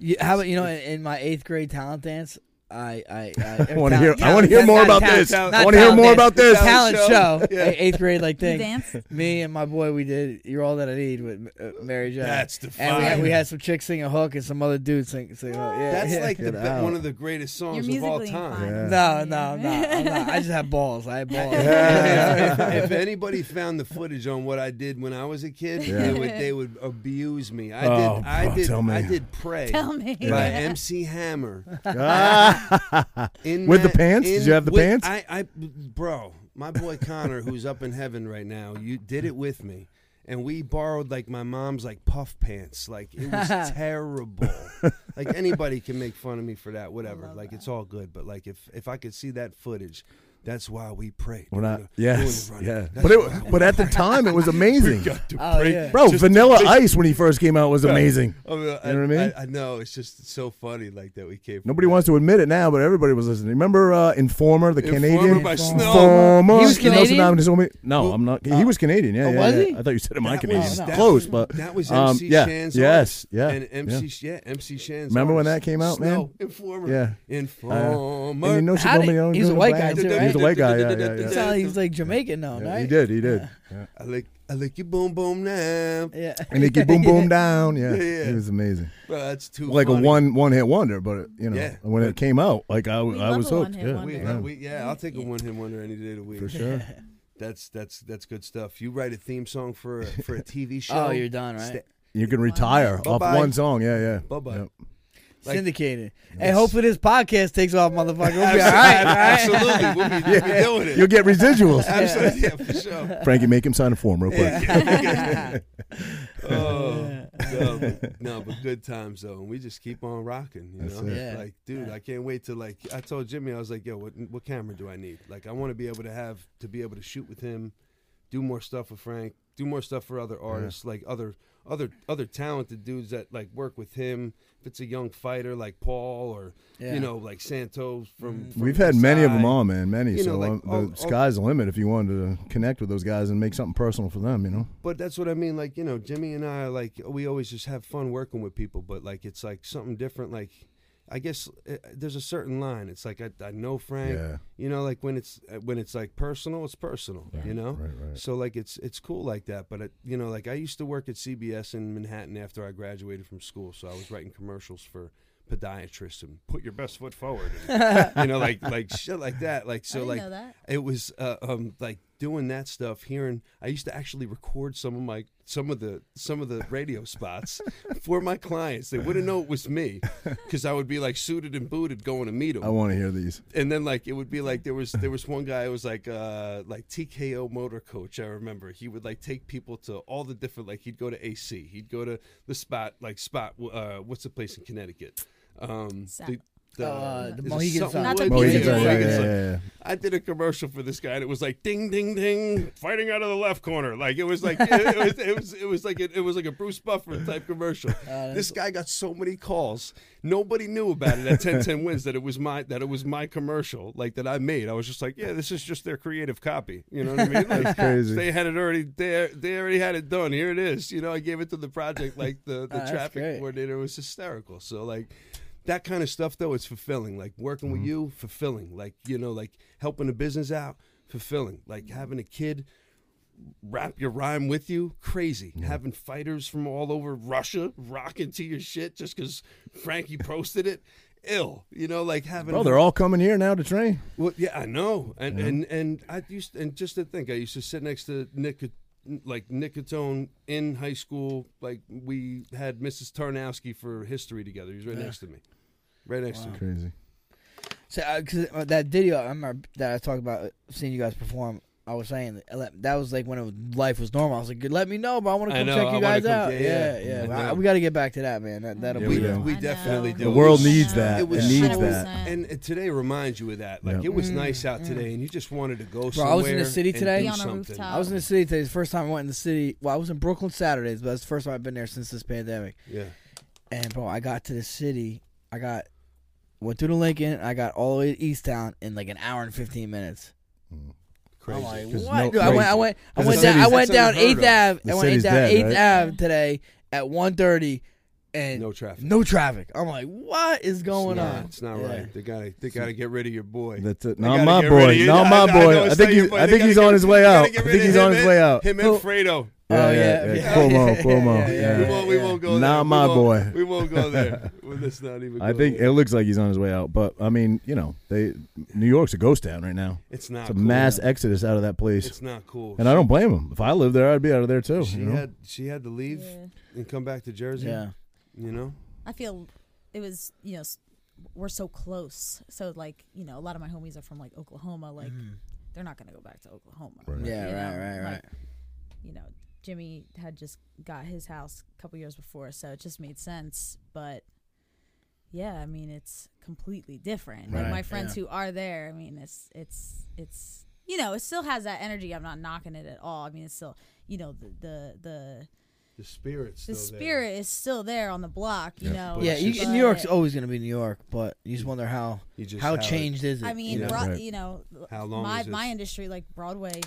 S2: You, how about you know in, in my eighth grade talent dance, I
S1: [LAUGHS]
S2: I I,
S1: I want to hear.
S2: talent-
S1: I
S2: talent-
S1: want to hear
S2: that's
S1: more
S2: not
S1: about
S2: talent-
S1: this.
S2: not
S1: I want to hear
S2: talent
S1: more
S2: dance,
S1: about this.
S2: talent show. Eight- Eighth grade
S5: [LAUGHS]
S2: like
S5: you
S2: thing.
S5: dance
S2: Me and my boy, we did. You're all that I need with uh, Mary J.
S4: That's the
S2: and we [LAUGHS]
S4: fire.
S2: had, we had some chicks sing a hook and some other dudes sing. sing a hook. Yeah,
S4: That's
S2: yeah.
S4: like the
S1: Get
S4: be-
S1: out.
S4: one of the greatest
S5: you're
S4: songs of all
S5: musically
S4: time.
S5: inclined.
S2: [LAUGHS] no, no,
S5: [LAUGHS]
S2: no, I'm not. I just have balls. I have balls.
S4: [LAUGHS]
S2: [LAUGHS]
S4: If- if, anybody found the footage on what I did when I was a kid,
S1: Yeah.
S4: they would they would abuse me. I
S1: Oh,
S4: did I
S1: bro,
S4: did
S1: tell me.
S4: I did pray
S5: tell me
S4: by MC Hammer.
S1: Ah.
S4: In
S1: With the
S4: that-
S1: pants? Did
S4: in-
S1: you have the
S4: with-
S1: pants?
S4: I, I bro, my boy Connor, who's up in heaven right now, you did it with me. And we borrowed like my mom's like puff pants. Like it was
S5: [LAUGHS]
S4: terrible. like anybody can make fun of me for that, whatever.
S5: love
S4: Like
S5: that.
S4: it's all good. But like if if I could see that footage, that's why we prayed.
S1: We're not.
S4: Doing the-
S1: [LAUGHS]
S4: doing
S1: Yes.
S4: the running.
S1: Yeah. [LAUGHS]
S4: That's [LAUGHS]
S1: But it.
S4: why we
S1: But at the time,
S2: [LAUGHS]
S1: it was amazing.
S2: oh yeah.
S1: Bro, Vanilla Ice when he first came out was
S4: Right.
S2: Oh,
S1: amazing.
S4: I mean, I,
S1: know what I mean?
S4: I, I know it's just so funny, like that we came. from
S1: Nobody
S4: that.
S1: wants to admit it now, but everybody was listening. Remember uh, Informer, the
S4: Informer
S1: Canadian?
S4: by
S2: Informer.
S4: Snow.
S1: Informer.
S2: He was
S1: You know,
S2: Canadian?
S1: Saddam Hussein told me- No, I'm not. He was Canadian. Yeah,
S2: oh,
S1: yeah,
S2: was
S1: yeah.
S2: he?
S1: I thought you said am I
S4: That
S1: Canadian?
S4: was- that
S1: Close, but
S4: was- that was
S1: um,
S4: MC
S1: yeah,
S4: Shan's
S1: Yes,
S4: artist.
S1: yeah,
S4: and MC
S1: yeah.
S4: Sh- yeah, MC Shan's.
S1: Remember when
S4: artist.
S1: that came out, man?
S4: Snow, Informer.
S1: Yeah.
S4: Informer.
S1: And you know she
S2: How
S1: told me
S2: did-
S1: I was
S2: he's a
S1: doing
S2: white
S1: black.
S2: guy too,
S4: He's
S2: right?
S1: delay guy. Yeah, yeah,
S2: He
S1: yeah.
S2: sounded like he's like Jamaican now,
S1: Yeah,
S2: right?
S1: He did. He did.
S4: I like I like you boom boom now.
S2: [LAUGHS] Yeah.
S1: And they keep boom boom down. Yeah,
S4: Yeah, yeah.
S1: he was amazing.
S4: Bro, that's too
S1: Like a
S4: funny.
S1: one one hit wonder, but you know
S4: Yeah.
S1: when it came out, like I,
S5: We
S1: I
S5: love
S1: was
S5: a
S1: hooked.
S5: one-hit
S1: Yeah.
S5: wonder.
S4: We,
S1: yeah.
S4: we, yeah, I'll take a one hit wonder any day of the week.
S1: for
S4: [LAUGHS]
S1: sure.
S4: That's that's that's good stuff. You write a theme song for a, for
S1: [LAUGHS]
S4: a TV show.
S2: Oh, you're done, right?
S4: Sta-
S1: You can retire off
S4: Bye-bye.
S1: one song. Yeah, yeah.
S4: Bye-bye.
S1: Yep. [LAUGHS]
S4: Like-
S2: Syndicated. Hey, hopefully this podcast takes off, motherfucker. We'll be all right.
S4: Absolutely, we'll be, we'll be doing it.
S1: You'll get
S4: [LAUGHS]
S1: residuals.
S4: Absolutely, yeah, for sure.
S1: Frankie, make him sign a form real quick.
S4: [LAUGHS] Oh, no,
S2: [LAUGHS]
S4: but, no, but good times though, and we just keep on rocking. You
S1: That's
S4: know,
S1: it.
S2: Yeah.
S4: like dude, I can't wait to like. I told Jimmy, I was like, yo, what what camera do I need? Like, I want to be able to have to be able to shoot with him, do more stuff with Frank, do more stuff for other artists, like other other other talented dudes that like work with him. If it's a young fighter like Paul or
S2: Yeah.
S4: you know like Santos from, from
S1: Mm. We've had many of them
S4: Versailles.
S1: on, man. Many.
S4: You know,
S1: so
S4: like,
S1: um, the
S4: all- all-
S1: sky's the limit if you wanted to connect with those guys and make something personal for them. You know.
S4: But that's what I mean. Like, you know, Jimmy and I are like, we always just have fun working with people, but like, it's like something different. Like, I guess uh, there's a certain line. It's like, I, I know Frank,
S1: Yeah.
S4: you know, like when it's, uh, when it's like personal, it's personal, you know?
S1: right, right.
S4: So like, it's, it's cool like that. But it, you know, like I used to work at CBS in Manhattan after I graduated from school. So I was writing commercials for podiatrists and put your best foot forward. And,
S5: [LAUGHS]
S4: you know, like, like shit like that. Like, so
S5: didn't
S4: like,
S5: know that.
S4: it was uh, um like doing that stuff hearing i used to actually record some of my some of the some of the radio
S2: [LAUGHS]
S4: spots for my clients they wouldn't know it was me because i would be like suited and booted going to meet
S1: I
S4: them
S1: want to hear these.
S4: and then like it would be like there was there was one guy who was like uh like tko motor coach i remember he would like take people to all the different like he'd go to ac he'd go to the spot like spot uh what's the place in connecticut um
S5: Sa-
S4: the, the,
S2: Uh, the
S4: is it
S2: Mohegan
S4: something
S5: Sun. Not
S4: Wood?
S5: the Mohegan
S1: Mohegan Sun,
S5: Sun, yeah,
S1: yeah,
S4: Mohegan
S1: yeah,
S4: Sun.
S1: yeah.
S4: I did a commercial for this guy, and it was like ding, ding, ding, fighting out of the left corner. Like it was like it, it was it was it was like a, it was like a Bruce Buffer
S1: [LAUGHS]
S4: type commercial.
S1: Uh,
S4: this guy got so many calls, nobody knew about it at ten ten wins that it was my that it was my commercial like that I made. I was just like, yeah, this is just their creative copy. You know what I
S1: [LAUGHS]
S4: mean? Like,
S1: That's crazy.
S4: They had it already. They they already had it done. Here it is. You know, I gave it to the project like the the
S2: that's
S4: traffic
S2: great.
S4: coordinator was hysterical. So like that kind of stuff though it's fulfilling like working
S2: Mm-hmm.
S4: with you fulfilling like you know like helping the business out fulfilling like having a kid rap your rhyme with you crazy having fighters from all over russia rocking to your shit just because frankie posted it ill you know like having
S1: Bro, they're all coming here now to train.
S4: well, yeah, I know, and and and I used and just to think, I used to sit next to Nick, like Nicotone in high school. Like we had Mrs. Tarnowski for history together. He was right next to me, right next to me.
S1: Crazy.
S2: [LAUGHS] So, uh 'cause uh, that video I remember that I talked about uh, seeing you guys perform. I was saying that- let- that was like when it was, life was normal. I was like, "Let me know, but I want to
S4: I
S2: come
S4: know,
S2: check
S4: I
S2: you
S4: wanna
S2: guys
S4: come-
S2: out."
S4: yeah,
S2: Yeah,
S4: yeah.
S2: yeah.
S4: I
S2: I-
S4: know.
S2: we got to get back to that, man. That that'll
S1: Yeah,
S2: be
S1: we do.
S4: we
S5: I know.
S4: definitely do.
S1: The world
S4: It was-
S1: needs that.
S4: It
S1: It,
S4: was-
S1: needs
S5: 100%.
S1: that.
S4: And uh, today reminds you of that. Like
S1: Yep.
S4: it was nice out today, and you just wanted to go somewhere.
S2: I was in the city
S4: and
S2: today.
S4: do
S5: Be on a
S4: something.
S5: rooftop.
S2: I was in the city today. It's the first time I went in the city. Well, I was in Brooklyn Saturdays, but it's the first time I've been there since this pandemic.
S4: Yeah,
S2: And bro, I got to the city. I got went through the Lincoln. I got all the way to East Town in like an hour and fifteen minutes.
S4: crazy.
S2: I'm like,
S1: 'Cause
S2: what?
S1: no-
S2: Dude, I went, I
S1: crazy.
S2: went, I
S1: 'Cause
S2: went
S1: the
S2: down, I
S4: city's-
S2: went
S4: that's
S2: down
S4: unheard
S2: Eighth
S4: of.
S2: Ave.
S1: The
S2: I went
S1: city's
S2: down
S1: dead,
S2: Eighth
S1: right?
S2: Ave today at 1.30 and
S4: No traffic.
S2: No traffic. I'm like, what is going
S4: Nah,
S2: on?
S4: It's not
S2: Yeah.
S4: right. They gotta, they gotta get rid of your boy.
S1: That's it.
S4: They
S1: Not
S4: gotta
S1: my
S4: get rid of
S1: boy.
S4: you.
S1: Not
S4: I-
S1: my
S4: I know
S1: boy. I
S4: it's
S1: think
S4: not your
S1: he's,
S4: boy.
S1: I
S4: They
S1: think
S4: gotta
S1: he's
S4: get-
S1: on his way
S4: they
S1: out.
S4: gotta
S1: I
S4: get
S1: think
S4: rid of
S1: he's on
S4: him
S1: his
S4: and-
S1: way out.
S4: Him and Fredo.
S1: Yeah,
S2: yeah,
S1: yeah,
S2: Oh, [LAUGHS] yeah.
S1: yeah. Cuomo, Cuomo.
S2: Yeah.
S4: We
S1: Yeah.
S4: won't, we won't go there.
S1: Not
S4: We
S1: my
S4: won't-
S1: boy.
S4: We won't
S2: [LAUGHS]
S4: go there. Well, Let's not even.
S1: I
S4: go
S1: think
S4: there.
S1: it looks like he's on his way out, but I mean, you know, they New York's a ghost town right now.
S4: it's not.
S1: It's a
S4: cool.
S1: mass exodus out of that place,
S4: It's not cool.
S1: and I don't blame him. If I lived there, I'd be out of there too.
S4: She
S1: you know?
S4: had she had to leave
S5: Yeah.
S4: and come back to Jersey.
S2: Yeah.
S5: Mm.
S4: You know.
S5: I feel it was, you know, s- we're so close. So like, you know, a lot of my homies are from like Oklahoma. Like,
S1: Mm-hmm.
S5: they're not gonna go back to Oklahoma.
S1: Right.
S2: Yeah,
S5: You know,
S2: right, right, right.
S5: like, you know, Jimmy had just got his house a couple years before, so it just made sense. But yeah, I mean, it's completely different.
S2: Right,
S5: Like my friends
S2: yeah.
S5: who are there, I mean, it's it's it's you know, it still has that energy. I'm not knocking it at all. I mean, it's still you know the the the,
S4: The spirits.
S5: the spirit is still there on the block. You know,
S2: yeah, you,
S5: but-
S2: New York's always gonna be New York, but you
S1: Mm.
S2: just wonder how
S4: You just
S2: how
S4: how it-
S2: changed is it?
S5: I mean,
S4: Yeah.
S5: Bro-
S1: Right.
S5: you know,
S4: How long
S5: my
S4: is this?
S5: my industry like Broadway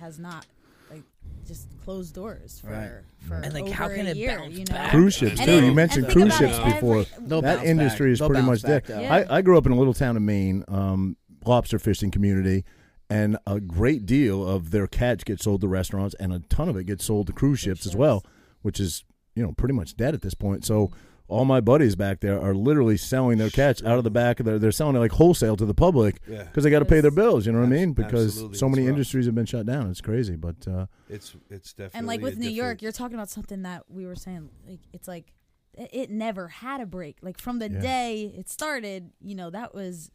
S5: has not like just closed doors for
S2: Right.
S5: for
S2: And, like,
S5: over
S2: how can
S5: a
S2: it
S5: year.
S2: bounce
S5: You know,
S2: back?
S1: Cruise ships
S5: And
S1: too.
S5: it-
S1: You
S5: and
S1: mentioned
S5: think
S1: cruise
S5: about it,
S1: ships
S5: every-
S1: before.
S2: They'll
S1: that
S2: bounce
S1: industry
S2: back.
S1: is
S2: They'll
S1: pretty much
S2: bounce
S1: dead.
S2: back, though.
S5: Yeah.
S1: I, I grew up in a little town in Maine, um, lobster fishing community, and a great deal of their catch gets sold to restaurants, and a ton of it gets sold to cruise ships as well, which is you know pretty much dead at this point. So all my buddies back there are literally selling their catch out of the back of their. They're selling it like wholesale to the public
S4: Yeah.
S1: because they got to pay their
S5: Yes.
S1: bills. You know what I
S4: Abs-
S1: mean? Because
S4: absolutely.
S1: so
S4: It's
S1: many
S4: rough.
S1: industries have been shut down. It's crazy, but uh,
S4: It's it's definitely
S5: and like
S4: a
S5: with New York,
S4: different-
S5: you're talking about something that we were saying. Like it's like it- it never had a break. Like from the
S1: Yeah.
S5: day it started, you know, that was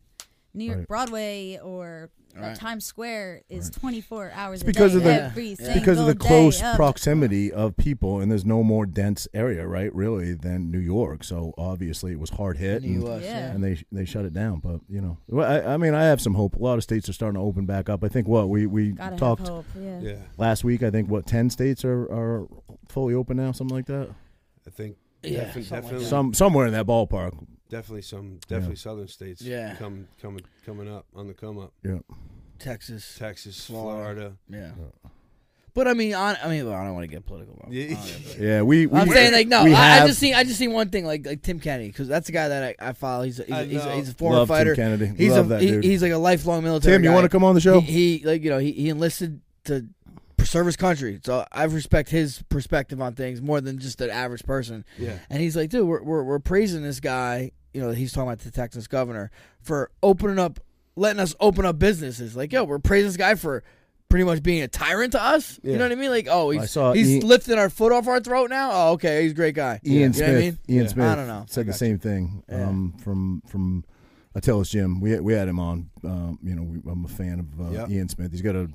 S5: New York
S1: Right.
S5: Broadway or uh,
S2: Right.
S5: Times Square is 24 hours.
S1: It's because
S5: a
S1: of
S5: day,
S1: the-
S5: every
S2: It's
S5: single
S1: because of the
S5: day
S1: close
S5: of-
S1: proximity of people, and there's no more dense area, right? Really, than New York. So obviously, it was hard hit.
S2: New
S1: and-
S2: US,
S5: Yeah.
S2: yeah.
S1: and they they shut it down. But you know, well, I, I mean, I have some hope. A lot of states are starting to open back up. I think what we we
S5: Gotta
S1: talked
S5: have hope. Yeah.
S4: Yeah,
S1: last week. I think what ten states are are fully open now, something like that.
S4: I think
S2: Yeah, something
S4: defi-
S2: like
S4: definitely
S2: that.
S1: Some somewhere in that ballpark.
S4: definitely some definitely southern states.
S2: Yeah.
S4: come coming coming up on the come up.
S1: Yeah,
S2: Texas.
S4: Texas,
S2: Florida.
S4: Florida.
S2: Yeah. But I mean, on, I mean, well, I don't want to get political. About
S4: Yeah.
S2: politics.
S1: yeah. We, we
S2: I'm saying like no,
S1: we
S2: I, I
S1: have-
S2: just see I just see one thing like like Tim Kennedy because that's a guy that I, I follow. He's a, he's, a,
S4: I
S2: he's, a,
S4: know.
S2: he's a former
S1: Love Tim
S2: fighter.
S1: Kennedy.
S2: He's
S1: Love
S2: a
S1: that
S2: he-
S1: dude.
S2: he's like a lifelong military.
S1: Tim, you
S2: guy.
S1: want to come on the show?
S2: He, he like you know he, he enlisted to serve his country, so I respect his perspective on things more than just the average person.
S4: Yeah.
S2: And he's like, dude, we're we're, we're praising this guy. You know, he's talking about the Texas governor for opening up, letting us open up businesses. Like, yo, we're praising this guy for pretty much being a tyrant to us. You
S4: Yeah.
S2: know what I mean? Like, oh, he's
S1: saw
S2: he's
S1: Uh, Ian-
S2: lifting our foot off our throat now. Oh, okay, he's a great guy.
S1: Ian
S2: you
S1: Smith.
S2: Know what I mean?
S1: Ian
S4: Yeah.
S1: Smith.
S2: I don't know.
S1: Said the
S4: gotcha.
S1: same thing.
S2: Yeah.
S1: Um, from from Attila's gym. We we had him on. Um, you know, we, I'm a fan of uh,
S4: Yep.
S1: Ian Smith. He's got a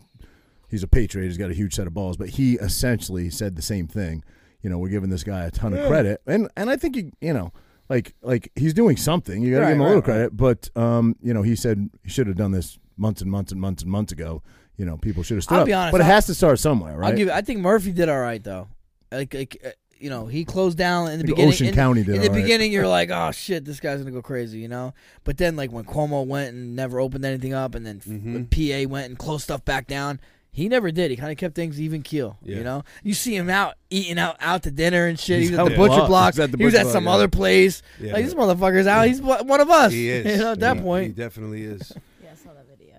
S1: he's a patriot. He's got a huge set of balls. But he essentially said the same thing. You know, we're giving this guy a ton of credit, and and I think you you know. Like, like he's doing something. You got to
S2: Right,
S1: give him a
S2: right,
S1: little
S2: right.
S1: credit, but um, you know, he said he should have done this months and months and months and months ago. You know, people should have stood
S2: I'll
S1: up.
S2: be honest,
S1: but it
S2: I'll-
S1: has to start somewhere, right?
S2: I'll give. I think Murphy did all right though. Like, like uh, you know, he closed down in the
S1: I think
S2: beginning.
S1: Ocean
S2: in,
S1: County did
S2: in the
S1: all right. [LAUGHS]
S2: beginning, you're like, oh shit, this guy's gonna go crazy, you know. But then, like when Cuomo went and never opened anything up, and then f-
S1: Mm-hmm.
S2: when PA went and closed stuff back down. He never did. He kind of kept things even keel,
S4: Yeah.
S2: you know. You see him out eating out out to dinner and shit.
S1: He's
S2: He's, at
S1: out
S2: the butcher
S1: block.
S2: block.
S1: He's at the
S2: he was
S1: butcher
S2: at some
S1: block, yeah.
S2: other place.
S4: Yeah.
S2: like this motherfucker's out. He's one one of us.
S4: He is.
S2: [LAUGHS] You know, at that
S4: He- he
S2: point.
S4: definitely is.
S5: Yeah, I saw that video.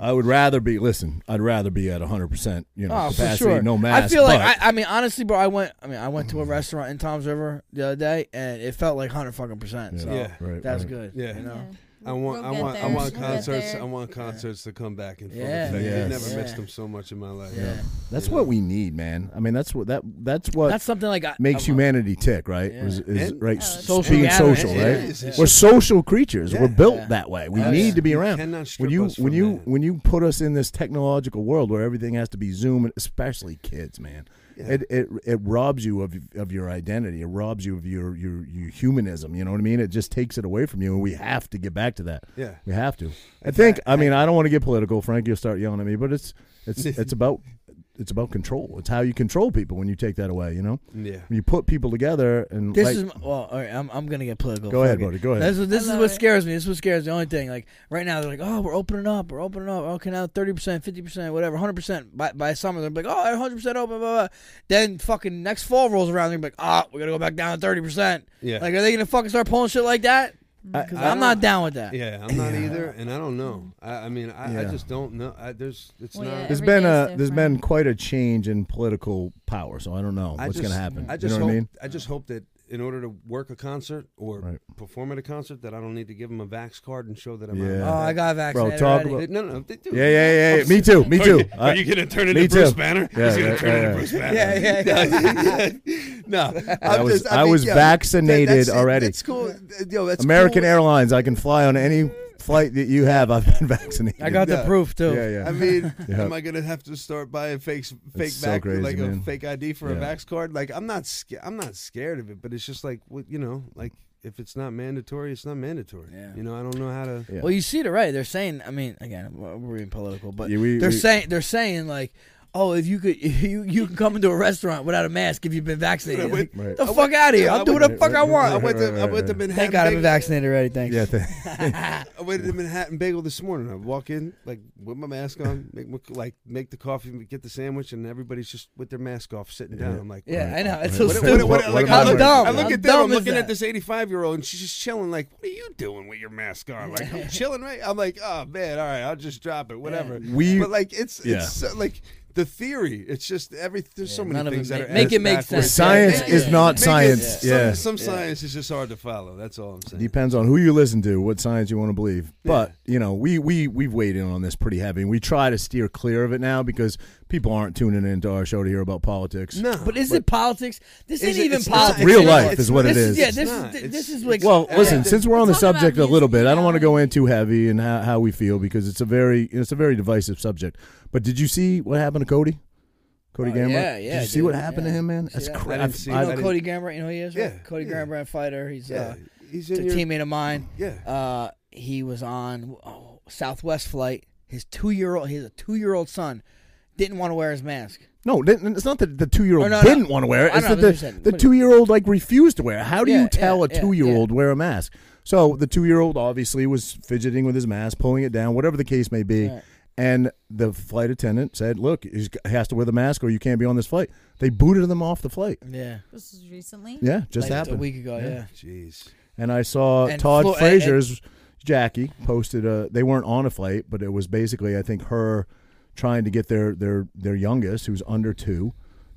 S1: I would rather be listen. I'd rather be at 100 percent, you know,
S2: Oh,
S1: capacity,
S2: for sure.
S1: no mask.
S2: I feel like
S1: but-
S2: I, I mean, honestly, bro. I went. I mean, I went to a restaurant in Tom's River the other day, and it felt like hundred fucking percent. So
S4: Yeah.
S1: Right,
S2: that's
S1: right.
S2: good.
S4: Yeah.
S2: you know.
S5: Yeah.
S4: I want,
S5: We'll
S4: I
S5: get
S4: want, I
S5: there.
S4: want
S5: We'll get
S4: concerts.
S5: there.
S4: I want concerts to come back in full
S2: Yeah.
S4: effect.
S1: Yes.
S4: I never
S2: Yeah.
S4: missed them so much in my life.
S2: Yeah.
S1: That's
S4: Yeah.
S1: what we need, man. I mean, that's what that that's what
S2: That's something like I,
S1: makes
S2: I'm-
S1: humanity tick, right?
S2: Yeah.
S1: Is, is-
S4: And-
S1: right,
S5: Oh, it's
S1: social,
S5: Social
S1: being
S2: gathering.
S1: social,
S2: Yeah.
S1: right?
S2: Yeah.
S1: We're social creatures.
S4: Yeah.
S1: We're built
S2: Yeah. Oh,
S1: that way. We
S2: Yeah.
S1: need to be
S4: You
S1: around.
S4: cannot strip
S1: when you
S4: us
S1: when
S4: from
S1: you
S4: that.
S1: when you put us in this technological world where everything has to be Zoom, and especially kids, man,
S4: Yeah.
S1: it, it it robs you of of your identity. It robs you of your your your humanism. You know what I mean? It just takes it away from you, and we have to get back to that.
S4: Yeah.
S1: we have to. I think. I mean, I don't want to get political, Frank. You'll start yelling at me, but it's
S4: [LAUGHS]
S1: it's it's about it's about control. It's how you control people when you take that away. You know,
S4: Yeah.
S1: when you put people together and
S2: This
S1: like,
S2: is well, all right. I'm, I'm gonna get political.
S1: Go ahead,
S2: Fuck it.
S1: buddy, go ahead.
S2: This is this
S5: I
S2: is
S5: love
S2: what
S5: it.
S2: scares me. This is what scares the only thing. Like right now, they're like, oh, we're opening up, we're opening up. Okay, now thirty percent, fifty percent, whatever, hundred percent. By by summer, they're like, oh, hundred percent open. Blah, blah. Then fucking next fall rolls around, they're like, ah, we gotta go back down to thirty percent.
S4: Yeah.
S2: Like, are they gonna fucking start pulling shit like that?
S1: I-
S2: Because I'm not down with that.
S4: Yeah, I'm not either, and I don't know. I, I mean, I, I
S1: Yeah.
S4: just don't know. I, there's, it's
S5: Well,
S4: not.
S5: yeah.
S1: There's
S5: Every
S1: been
S5: day
S1: a
S5: is
S1: there's
S5: different.
S1: been quite a change in political power, so I don't know
S4: I
S1: what's
S4: just-
S1: going to happen.
S4: I just
S1: you know
S4: hope.
S1: what I mean?
S4: I just hope that in order to work a concert or
S1: Right.
S4: perform at a concert, that I don't need to give them a vax card and show that I'm.
S1: Yeah.
S2: Oh, I got vaccinated.
S1: talk
S2: already.
S1: about-
S4: Out. No, no, they do.
S1: Yeah, yeah, yeah. yeah. Me too. [LAUGHS] Me too. Uh,
S6: Are you going to turn
S1: me
S6: into Bruce
S1: too.
S6: Banner?
S1: Yeah,
S6: He's going
S1: yeah,
S6: to turn
S1: yeah, yeah.
S6: into Bruce Banner.
S2: Yeah, yeah, yeah.
S4: [LAUGHS] no,
S1: I
S4: I'm
S1: was-
S4: just-
S1: I
S4: mean,
S1: was
S4: yo,
S1: vaccinated
S4: that- that's it.
S1: already.
S4: That's cool. Yo, that's
S1: American
S4: cool.
S1: Airlines. I can fly on any flight that you have. I've been [LAUGHS] vaccinated.
S2: I got the
S4: Yeah.
S2: proof too.
S1: Yeah, yeah.
S4: I mean,
S1: [LAUGHS] Yeah.
S4: am I gonna have to start buying fake, fake
S1: so
S4: back,
S1: crazy,
S4: like
S1: man.
S4: a fake ID for a
S1: Yeah.
S4: Vax card? Like, I'm not, sca- I'm not scared of it, but it's just like, what you know, like if it's not mandatory, it's not mandatory.
S2: Yeah.
S4: You know, I don't know how to.
S1: Yeah.
S2: Well, you see it right. They're saying. I mean, again, we're we're being political, but
S1: Yeah, we-
S2: they're
S1: we-
S2: saying they're saying like, oh, if you could, [LAUGHS] you you can come into a restaurant without a mask if you've been vaccinated.
S4: Wait,
S2: Like,
S1: Right.
S2: The fuck out of here! I'll do what the fuck I
S4: I [LAUGHS]
S2: want.
S4: went to I
S1: Right, right,
S4: went to
S1: right.
S4: Manhattan.
S2: Thank God I've been
S4: Bagel-
S2: vaccinated already. Thanks.
S1: Yeah, th- [LAUGHS]
S4: I went to Manhattan Bagel this morning. I walk in like with my mask on, make my, like make the coffee, get the sandwich, and everybody's just with their mask off, sitting down. I'm like,
S2: Yeah,
S4: "What-
S2: I know. It's so
S1: What-
S4: what-
S2: stupid.
S4: what- what-
S1: What
S4: like,
S1: am I
S4: I look-
S1: dumb?
S4: I look
S2: How
S4: at them.
S2: dumb
S4: I'm
S2: is
S4: looking
S2: that?
S4: at this 85 year old, and she's just chilling. Like, what are you doing with your mask on? Like,
S2: [LAUGHS]
S4: I'm chilling, right? I'm like, oh man, all right, I'll just drop it, whatever.
S1: We-
S4: but like, it's
S1: Yeah.
S4: it's so, like the theory. It's just every there's so
S2: none
S4: many
S2: of it
S4: things
S2: ma-
S4: that are
S2: make
S4: asked
S2: it make
S4: backwards.
S2: sense.
S1: Science
S2: Yeah,
S1: is
S2: yeah,
S1: not
S4: Make it-
S1: science.
S4: some-
S1: Yeah.
S4: some, science is just hard to follow. That's all I'm saying.
S1: Depends on who you listen to, what science you want to believe. But you know, we we we've weighed in on this pretty heavy, and we try to steer clear of it now because people aren't tuning into our show to hear about politics.
S4: No,
S2: But is it politics? This
S4: Is
S2: ain't
S4: it-
S2: even
S4: it's not.
S2: politics.
S1: Real
S2: anymore.
S1: life is what
S2: this
S1: it
S2: is.
S1: is.
S2: Yeah,
S4: It's
S2: this
S4: not.
S2: is this
S4: It's-
S2: is like uh,
S1: Well,
S4: Yeah.
S1: listen. Since we're on the
S5: Talk about
S1: subject a
S5: music,
S1: little bit, I don't
S5: yeah.
S1: want to go in too heavy and how, how we feel because it's a very it's a very divisive subject. But did you see what happened to Cody? Cody
S2: Oh,
S1: Gamble.
S2: yeah, yeah,
S1: Did you see
S2: dude,
S1: what happened
S2: yeah.
S1: to him, man?
S2: See
S1: That's
S2: that?
S4: I
S1: crazy.
S4: didn't see
S2: You
S4: it.
S2: know
S4: I didn't-
S2: Cody Gambrandt, you know who he is? right?
S4: Yeah,
S2: Cody
S4: yeah.
S2: Gambrandt fighter. He's
S4: yeah,
S2: uh,
S4: he's
S2: a
S4: in your,
S2: teammate of mine.
S4: yeah.
S2: Uh, he was on oh, Southwest flight. His two year old, his two year old son, didn't want to wear his mask.
S1: No, th- it's not that the two year
S2: Oh,
S1: old
S2: no, no.
S1: didn't want to wear it.
S2: I
S1: It's
S2: know,
S1: that
S2: but I'm saying-
S1: the, the
S2: but-
S1: two year old like refused to wear it. How do
S2: Yeah,
S1: you tell
S2: yeah, yeah,
S1: a two year old wear a mask? So the two year old obviously was fidgeting with his mask, pulling it down, whatever the case may be.
S2: Right.
S1: And the flight attendant said, "Look, he's g- he has to wear the mask, or you can't be on this flight." They booted them off the flight.
S2: Yeah,
S5: This was recently.
S1: Yeah, just
S2: like
S1: happened
S2: a week ago. Yeah,
S4: Jeez.
S1: and I saw
S2: And
S1: Todd
S2: Flo-
S1: Frazier's Jackie posted a. They weren't on a flight, but it was basically I think her trying to get their their their youngest, who's under two,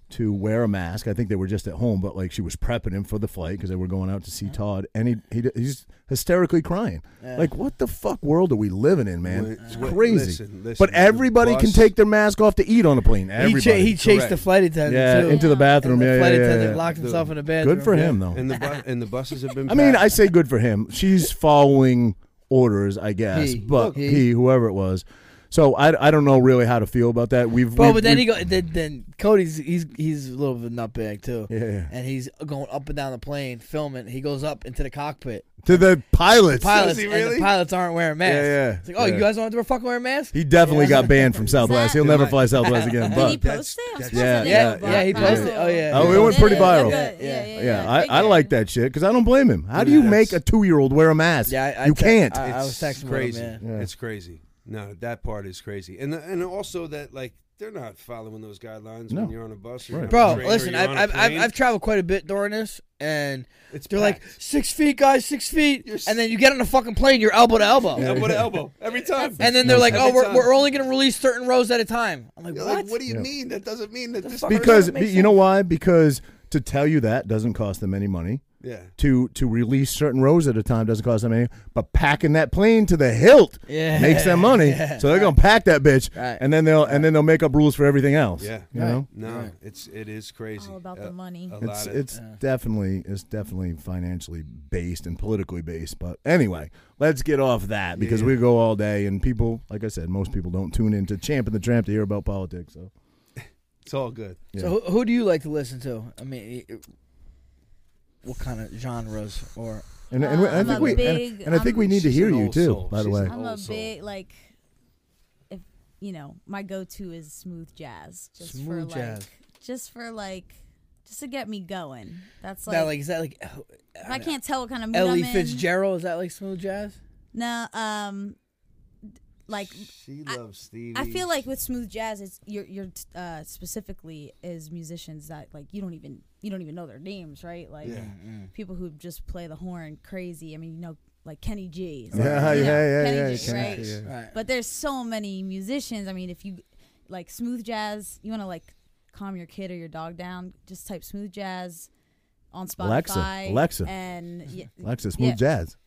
S1: to wear a mask. I think they were just at home, but like she was prepping him for the flight because they were going out to see Todd, and he, he he's hysterically crying. Like what the fuck world are we living in, man?
S4: Wait,
S1: it's
S4: wait,
S1: crazy.
S4: listen, listen,
S1: but
S4: the
S1: everybody can
S4: bus-
S1: take their mask off to eat on a plane.
S2: he,
S1: Everybody.
S2: cha- he chased
S4: Correct.
S2: the flight attendant
S1: yeah,
S2: too.
S1: into the bathroom.
S2: and the
S1: yeah,
S2: flight
S1: yeah, yeah,
S2: attendant
S1: yeah.
S2: locked
S4: The-
S2: himself in the bathroru
S1: Good for him though.
S4: And the bu- and the buses have been.
S1: I mean,
S4: packed.
S1: I say good for him. She's following orders, I guess.
S2: He.
S1: but
S2: He.
S1: he, whoever it was. So I, I don't know really how to feel about that. We've
S2: Bro,
S1: we've-
S2: but then he
S1: we've-
S2: go then, then Cody's he's he's a little bit of a nutbag too.
S1: Yeah, yeah.
S2: And he's going up and down the plane filming. He goes up into the cockpit.
S1: to the [LAUGHS] pilots.
S2: Pilots
S4: he
S2: and
S4: really?
S2: the pilots aren't weering masks.
S1: yeah.
S2: It's like, oh, you
S1: Yeah.
S2: guys want to fucking wear masks?
S1: He definitely got banned from Southwest. He'll never
S4: Am I-
S1: fly
S2: [LAUGHS]
S1: Southwest again.
S5: Did he
S1: But
S4: That's-
S5: post it? I
S4: that's-
S5: was supposed to
S1: Yeah,
S5: think
S1: yeah,
S5: it was
S1: yeah, he
S5: viral.
S2: posted- oh, yeah.
S1: Oh, it went pretty
S5: Yeah, yeah,
S1: viral.
S5: Yeah, yeah, yeah.
S1: yeah, I, I
S5: Big
S1: like that shit because I don't blame him. How do you
S4: Yeah.
S1: make a two year old wear a mask?
S2: Yeah, I, I
S1: you
S2: te-
S1: can't.
S2: I, I was
S4: It's
S2: texting
S4: crazy.
S2: Him, yeah.
S1: Yeah.
S4: It's crazy. No, that part is crazy, and the, and also that like they're not following those guidelines
S1: No.
S4: when you're on a bus. Or
S1: Right.
S4: you're on
S2: Bro,
S4: a train or
S2: listen,
S4: you're
S2: I've,
S4: on a
S2: I've, I've,
S4: plane.
S2: I've traveled quite a bit during this, and
S4: It's
S2: they're like
S4: packed.
S2: six feet, guys, six feet,
S4: You're s-
S2: and then you get on a fucking plane, you're elbow to elbow,
S4: elbow to elbow every time.
S2: and then they're like,
S4: Every
S2: oh, we're,
S4: time.
S2: we're only gonna release certain rows at a time. I'm like,
S4: You're
S2: what?
S4: like, what do you
S1: Yeah.
S4: mean? That doesn't mean that this
S2: fuck?
S4: person-
S1: because
S2: Doesn't make
S1: you know why? Because to tell you that doesn't cost them any money.
S4: yeah.
S1: to to release certain rows at a time doesn't cost them any, but packing that plane to the hilt
S2: Yeah.
S1: makes
S5: [LAUGHS]
S1: them money. So they're gonna pack that bitch,
S2: Right.
S1: and then they'll and then they'll make up rules for everything else.
S4: Yeah.
S1: you know,
S4: No, it's it is crazy.
S5: All about
S4: A-
S5: the money.
S4: A
S1: it's
S4: lot of
S1: it's definitely it's definitely financially based and politically based. But anyway, let's get off that because we go all day, and people, like I said, most people don't tune into Champ and the Tramp to hear about politics. So
S4: it's all good.
S2: So who, who do you like to listen to? I mean, it- what kind of genres or
S1: and and we- I
S5: Ah, I'm
S1: think
S5: a
S1: we and,
S5: big-
S1: and I think we
S5: I'm-
S1: need to
S4: She's
S1: hear
S4: an
S1: you
S4: old
S1: too.
S4: soul.
S1: By the
S4: She's
S1: way,
S4: an
S5: I'm a
S4: old soul.
S5: big like if you know, my go to is smooth jazz. Just for
S2: Smooth
S5: like
S2: jazz.
S5: just for like just to get me going. That's
S2: is
S5: like,
S2: that like is that like oh,
S5: if I can't tell what kind of mood
S2: Ellie
S5: I'm in-
S2: Fitzgerald? Is that like smooth jazz?
S5: No, um like
S4: She
S5: I-
S4: loves Stevie.
S5: I feel like with smooth jazz, it's you're you're uh, specifically is musicians that like you don't even you don't even know their names, right? Like
S4: Yeah.
S5: people who just play the horn crazy. I mean, you know, like Kenny G.
S1: Yeah,
S5: is, like,
S1: yeah,
S5: you know,
S1: yeah,
S5: Kenny
S1: yeah,
S5: G,
S1: Kenny
S5: right?
S1: G, yeah.
S2: Right.
S5: But there's so many musicians. I mean, if you like smooth jazz, you want to like calm your kid or your dog down. Just type smooth jazz on
S1: Alexa,
S5: Spotify.
S1: Alexa.
S5: and y-
S1: Alexa, smooth
S5: Yeah.
S1: jazz.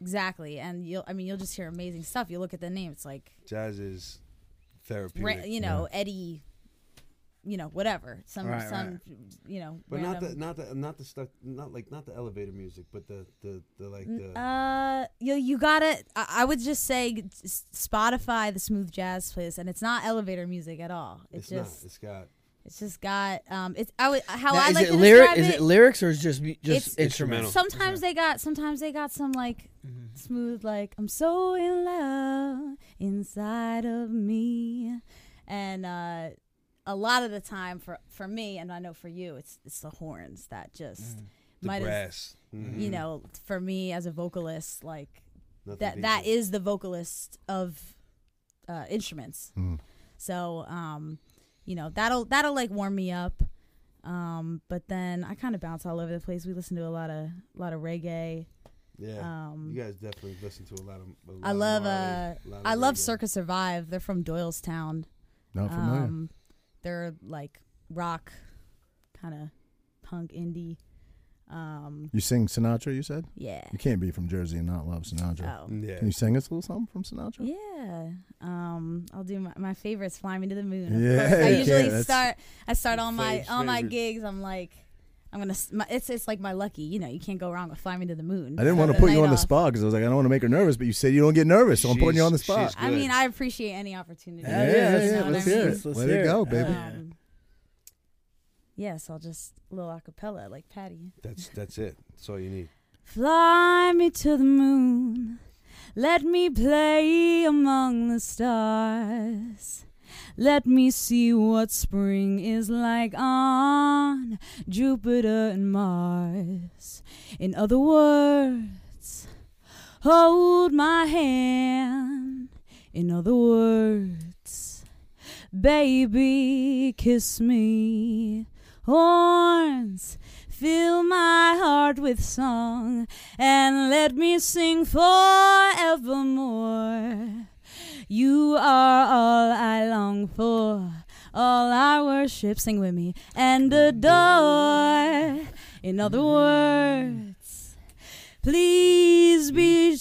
S5: exactly. And you'll I mean you'll just hear amazing stuff. You look at the name, it's like
S4: jazz is therapeutic.
S5: ra- you know Eddie, you know whatever some
S2: Right,
S5: some you know.
S4: But not the
S5: random-
S4: not the not the stuff not like not the elevator music, but the the, the like the
S5: Uh, you you gotta. I, I would just say s- Spotify the smooth jazz playlist, and it's not elevator music at all. It's,
S4: it's
S5: just
S4: not it's got
S5: it's just got um. It's I would how
S2: Now,
S5: I
S2: is
S5: like
S2: it
S5: to
S2: lyric?
S5: describe
S2: Is it lyrics or is just mu- just
S5: It's-
S2: instrumental?
S5: Sometimes they got sometimes they got some like smooth like I'm so in love inside of me, and uh, a lot of the time for for me, and I know for you, it's it's the horns that just
S4: Mm,
S2: Mm-hmm.
S4: The
S5: might as
S4: brass. Mhm.
S5: you know for me as a vocalist like
S4: Nothing
S5: that
S4: beats
S5: that
S4: it.
S5: is the vocalist of uh, instruments.
S1: Mm.
S5: So um, you know that'll that'll like warm me up. Um, but then I kind of bounce all over the place. We listen to a lot of a lot of reggae.
S4: Yeah.
S5: Um,
S4: you guys definitely listen to a lot of. A lot
S5: I
S4: of
S5: love uh,
S4: Marley, a lot of
S5: I love
S4: reggae.
S5: Circus Survive. They're from Doylestown.
S1: Not familiar.
S5: Um, they're like rock, kind of punk indie. Um,
S1: you sing Sinatra, you said?
S5: yeah.
S1: You can't be from Jersey and not love Sinatra.
S5: Oh.
S4: Yeah.
S1: Can you sing us a little something from Sinatra?
S5: Yeah. Um, I'll do my, my favorites. Fly me to the moon. Of
S1: Yeah,
S5: course. I
S1: you
S5: usually
S1: can. That's-
S5: start. I start all my
S4: Faves-
S5: all my
S4: favorite.
S5: gigs. I'm like, I'm gonna. s- My, it's it's like my lucky. You know, you can't go wrong with Fly me to the moon.
S1: I didn't
S5: So
S1: want
S5: the
S1: to put you
S5: night
S1: on the
S5: off-
S1: spot because I was like, I don't want to make her nervous, but you said you don't get nervous, so I'm putting you on the
S4: She's- she's
S1: spot.
S5: I mean,
S4: good.
S5: I appreciate any opportunity.
S1: Yeah,
S2: Yeah,
S1: yeah,
S2: that's-
S1: yeah.
S5: you know what
S1: Let's
S5: I
S1: hear
S5: mean?
S1: it. Let it go, baby.
S2: Yeah.
S5: Um, yeah, so I'll just little acapella like Patty.
S4: That's that's it. That's all you need.
S5: Fly me to the moon. Let me play among the stars. Let me see what spring is like on Jupiter and Mars. In other words, hold my hand. In other words, baby, kiss me. Horns, fill my heart with song and let me sing forevermore. You are all I long for, all I worship. Sing with me and adore. In other words, please be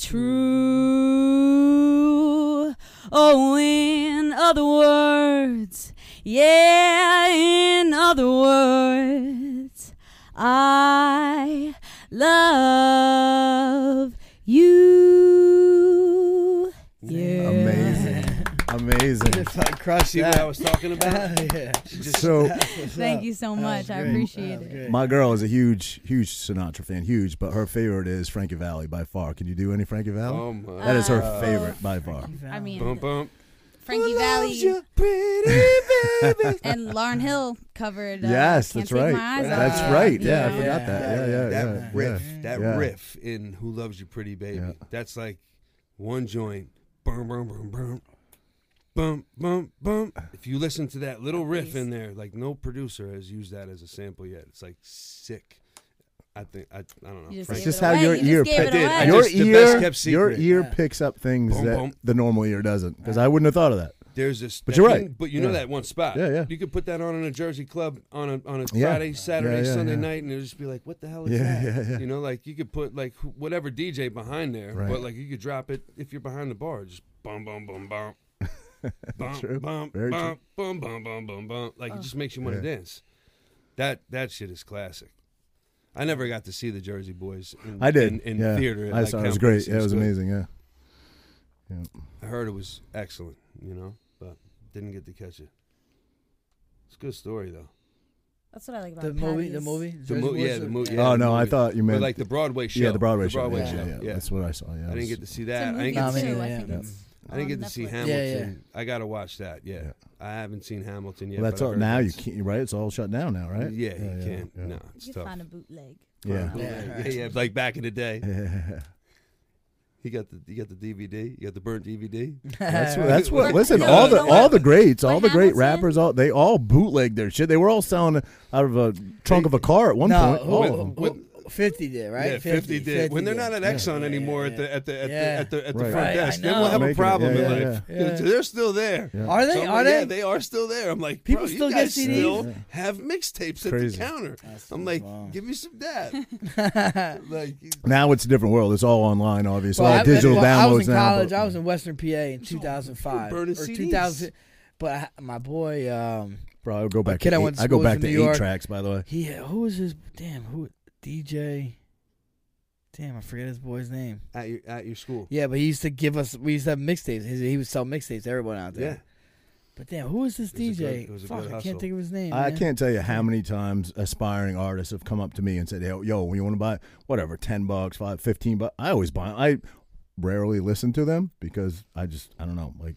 S5: true. Oh, in other words, yeah, in other words, I love you. Yeah.
S1: Amazing. Amazing.
S2: Just like crush
S4: See what I
S2: that.
S4: was talking about?
S2: [LAUGHS] yeah.
S4: She [LAUGHS] just
S1: So
S5: Thank you so much. I appreciate it.
S1: my girl is a huge, huge Sinatra fan, huge, but her favorite is Frankie Valley by far. Can you do any Frankie Valley?
S4: Oh my.
S1: that is her
S5: Uh,
S1: favorite by far. [LAUGHS]
S5: I mean,
S4: Bump bump.
S5: Frankie Valley
S1: [LAUGHS]
S4: pretty baby.
S5: and Lauren Hill covered. Uh,
S1: yes,
S5: Can't
S1: that's
S5: Take
S1: right.
S5: My Eyes Off
S1: That's
S5: You.
S1: right.
S5: You
S1: Yeah, I
S5: know?
S1: forgot that. Yeah, yeah, yeah.
S4: that
S1: yeah.
S4: riff, that
S1: Yeah.
S4: riff in "Who Loves You, Pretty Baby."
S1: Yeah.
S4: That's like one joint, boom, boom, boom, boom, bump, bump, bump. If you listen to that little riff in there, like no producer has used that as a sample yet. It's like sick. I think I, I don't know.
S5: You just
S4: Frank-
S1: It's
S5: Gave
S1: just
S5: it
S1: how
S5: away.
S1: your
S5: You just
S1: ear
S5: gave it
S1: picks
S5: away. I
S1: your
S4: just- the best
S1: ear
S4: kept
S1: your
S4: secret.
S1: ear
S2: Yeah.
S1: picks up things
S4: Boom,
S1: that
S4: boom.
S1: the normal ear doesn't because I wouldn't have thought of that.
S4: There's this,
S1: But
S4: that
S1: you're
S4: thing,
S1: right.
S4: But you
S1: Yeah.
S4: know that one spot.
S1: Yeah, yeah.
S4: You could put that on in a Jersey club on a on a
S1: Yeah.
S4: Friday, Saturday,
S1: Yeah, yeah,
S4: Sunday
S1: yeah.
S4: night, and it'll just be like, what the hell is
S1: Yeah,
S4: that?
S1: yeah, yeah.
S4: You know, like you could put like wh- whatever DJ behind there,
S1: Right.
S4: but like you could drop it if you're behind the bar, just bum bum bum
S1: [LAUGHS]
S4: bum. Bump,
S1: True.
S4: bump,
S1: Very true.
S4: bump, bum, bum, bum, bum, bum. Like it just makes you want to
S1: Yeah.
S4: dance. That that shit is classic. I never got to see the Jersey Boys. In,
S1: I did
S4: in, in
S1: yeah.
S4: theater. at,
S1: I
S4: like,
S1: saw it was
S4: Count
S1: great.
S4: Basie.
S1: Yeah, it was
S4: good.
S1: amazing. Yeah,
S4: I heard it was excellent, you know, but didn't get to catch it. It's a good story though.
S5: That's what I like about
S2: The movie, the
S5: Patty's.
S2: movie,
S4: The mo- yeah, the movie. Yeah,
S1: oh
S4: the
S1: no, I
S4: movie.
S1: thought you
S4: But
S1: meant
S4: like the Broadway show.
S1: yeah the Broadway show.
S4: Broadway
S1: yeah,
S4: show.
S1: yeah,
S4: Yeah.
S1: that's what I saw. Yeah,
S4: I
S1: it
S4: didn't
S1: was-
S4: get to see
S5: It's a
S4: that. I
S5: movie
S4: didn't get to
S2: movie,
S4: see,
S5: too. I
S2: yeah.
S5: think
S1: Yeah. [LAUGHS]
S5: it's
S4: I didn't
S5: on
S4: get to see
S5: Netflix.
S4: Hamilton.
S2: Yeah,
S4: I gotta watch that. Yeah.
S1: Yeah.
S4: I haven't seen Hamilton yet.
S1: Well, that's
S4: but I
S1: all.
S4: heard
S1: Now you
S4: it's-
S1: can't. Right, it's all shut down now, right?
S4: Yeah, you can't.
S1: yeah.
S4: No, it's
S5: You can
S4: tough.
S5: find a bootleg.
S1: Yeah.
S4: Probably.
S2: Yeah.
S4: yeah, yeah, Like back in the day,
S1: Yeah.
S4: he got the you got the DVD. You got the
S2: [LAUGHS]
S4: burnt DVD.
S1: That's what. That's what.
S5: But-
S1: Listen,
S5: No,
S1: all
S5: you
S1: the
S5: know
S1: all
S5: what?
S1: the greats,
S5: But
S1: all the great
S5: Hamilton-
S1: rappers, all they all bootlegged their shit. They were all selling out of a trunk of a car at one
S2: no,
S1: point.
S2: who-
S1: all of them.
S2: who- 50 did, right?
S4: Yeah, 50, did. when they're not at Exxon
S2: Yeah,
S4: anymore
S2: yeah,
S4: at the at the at
S2: Yeah.
S4: the at the, at the
S1: Right.
S4: front
S2: Right,
S4: desk,
S2: I
S4: then
S2: know.
S4: we'll have
S1: Making
S4: a
S1: it-
S4: problem
S1: yeah,
S4: in
S1: yeah,
S4: life.
S2: yeah.
S4: So They're still there.
S1: Yeah.
S2: Are
S4: So
S2: they?
S4: I'm
S2: Are
S4: like,
S2: they?
S4: Yeah, they are still there. I'm like,
S2: People
S4: bro,
S2: still
S4: you
S2: get
S4: guys
S2: CDs?
S4: still
S1: Yeah.
S4: have mixtapes at
S1: Crazy.
S4: the counter.
S2: That's
S4: I'm
S2: so
S4: like,
S2: wild.
S4: give me some dab.
S2: [LAUGHS]
S4: like,
S1: Now it's a different world. It's all online, obviously.
S2: Well,
S1: all
S2: I-
S1: digital
S2: well,
S1: downloads
S2: I was in
S1: now.
S2: college.
S1: but-
S2: I was in Western PA in 2005
S4: Burning
S2: or
S4: CDs.
S2: 2000. But I, my boy, um,
S1: Bro, I would go back.
S2: kid
S1: to
S2: I
S1: eight-
S2: went to
S1: I go
S2: school with
S1: back
S2: in
S1: to
S2: New
S1: eight
S2: York.
S1: tracks, by the way.
S2: he who was his damn who DJ? Damn, I forget his boy's name.
S4: at your at your school.
S2: Yeah, but he used to give us. We used to have mixtapes. He, he would sell mixtapes to everyone out there.
S4: Yeah.
S2: But damn, who is this
S4: It was a
S2: DJ?
S4: good- it was a
S2: Fuck,
S4: good
S2: I
S4: hustle.
S2: can't think of his name.
S1: I
S2: man.
S1: can't tell you how many times aspiring artists have come up to me and said, "Yo, yo, you want to buy whatever, ten bucks, five, fifteen bucks." I always buy. 'em. I rarely listen to them because I just I don't know. Like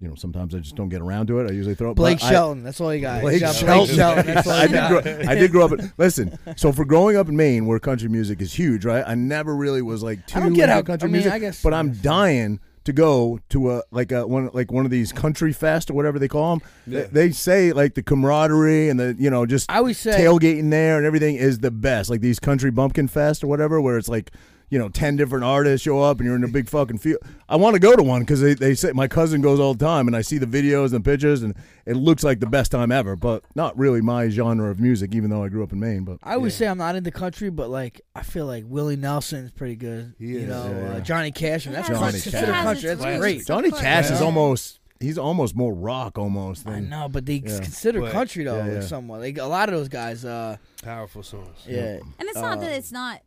S1: you know, sometimes I just don't get around to it. I usually throw it. but
S2: Blake
S1: I-
S2: Shelton. That's all you got.
S1: Blake
S2: You got
S1: Shelton.
S2: That's
S1: [LAUGHS]
S2: all
S1: I
S2: you
S1: did,
S2: got.
S1: grow, I did grow up. In, listen, so for growing up in Maine, where country music is huge, right? I never really was like too
S2: I don't get
S1: into
S2: how-
S1: country
S2: I mean,
S1: music,
S2: I guess-
S1: but I'm dying to go to a like a one like one of these country fest or whatever they call them.
S4: Yeah.
S1: They, say like the camaraderie and the you know just
S2: I always say-
S1: tailgating there and everything is the best. Like these country bumpkin fest or whatever, where it's like. You know, ten different artists show up, and you're in a big fucking field. I want to go to one because they, they say my cousin goes all the time, and I see the videos and pictures, and it looks like the best time ever. But not really my genre of music, even though I grew up in Maine. But
S2: I always say I'm not in the country, but like I feel like Willie Nelson's pretty good.
S4: He
S2: You
S4: is,
S2: know,
S1: yeah,
S2: Uh,
S1: yeah.
S2: Johnny Cash, and that's
S1: Johnny
S2: country.
S1: Cash.
S2: considered
S1: It has
S2: country.
S5: its
S2: That's
S5: roots.
S2: great.
S1: Johnny Cash is
S2: Yeah.
S1: almost he's almost more rock almost
S2: I
S1: than
S2: know, but they
S1: Yeah.
S2: consider
S4: But-
S2: country though,
S1: Yeah, yeah.
S2: somewhat. Like a lot of those guys. Uh,
S4: Powerful songs.
S2: yeah.
S5: And it's not that it's not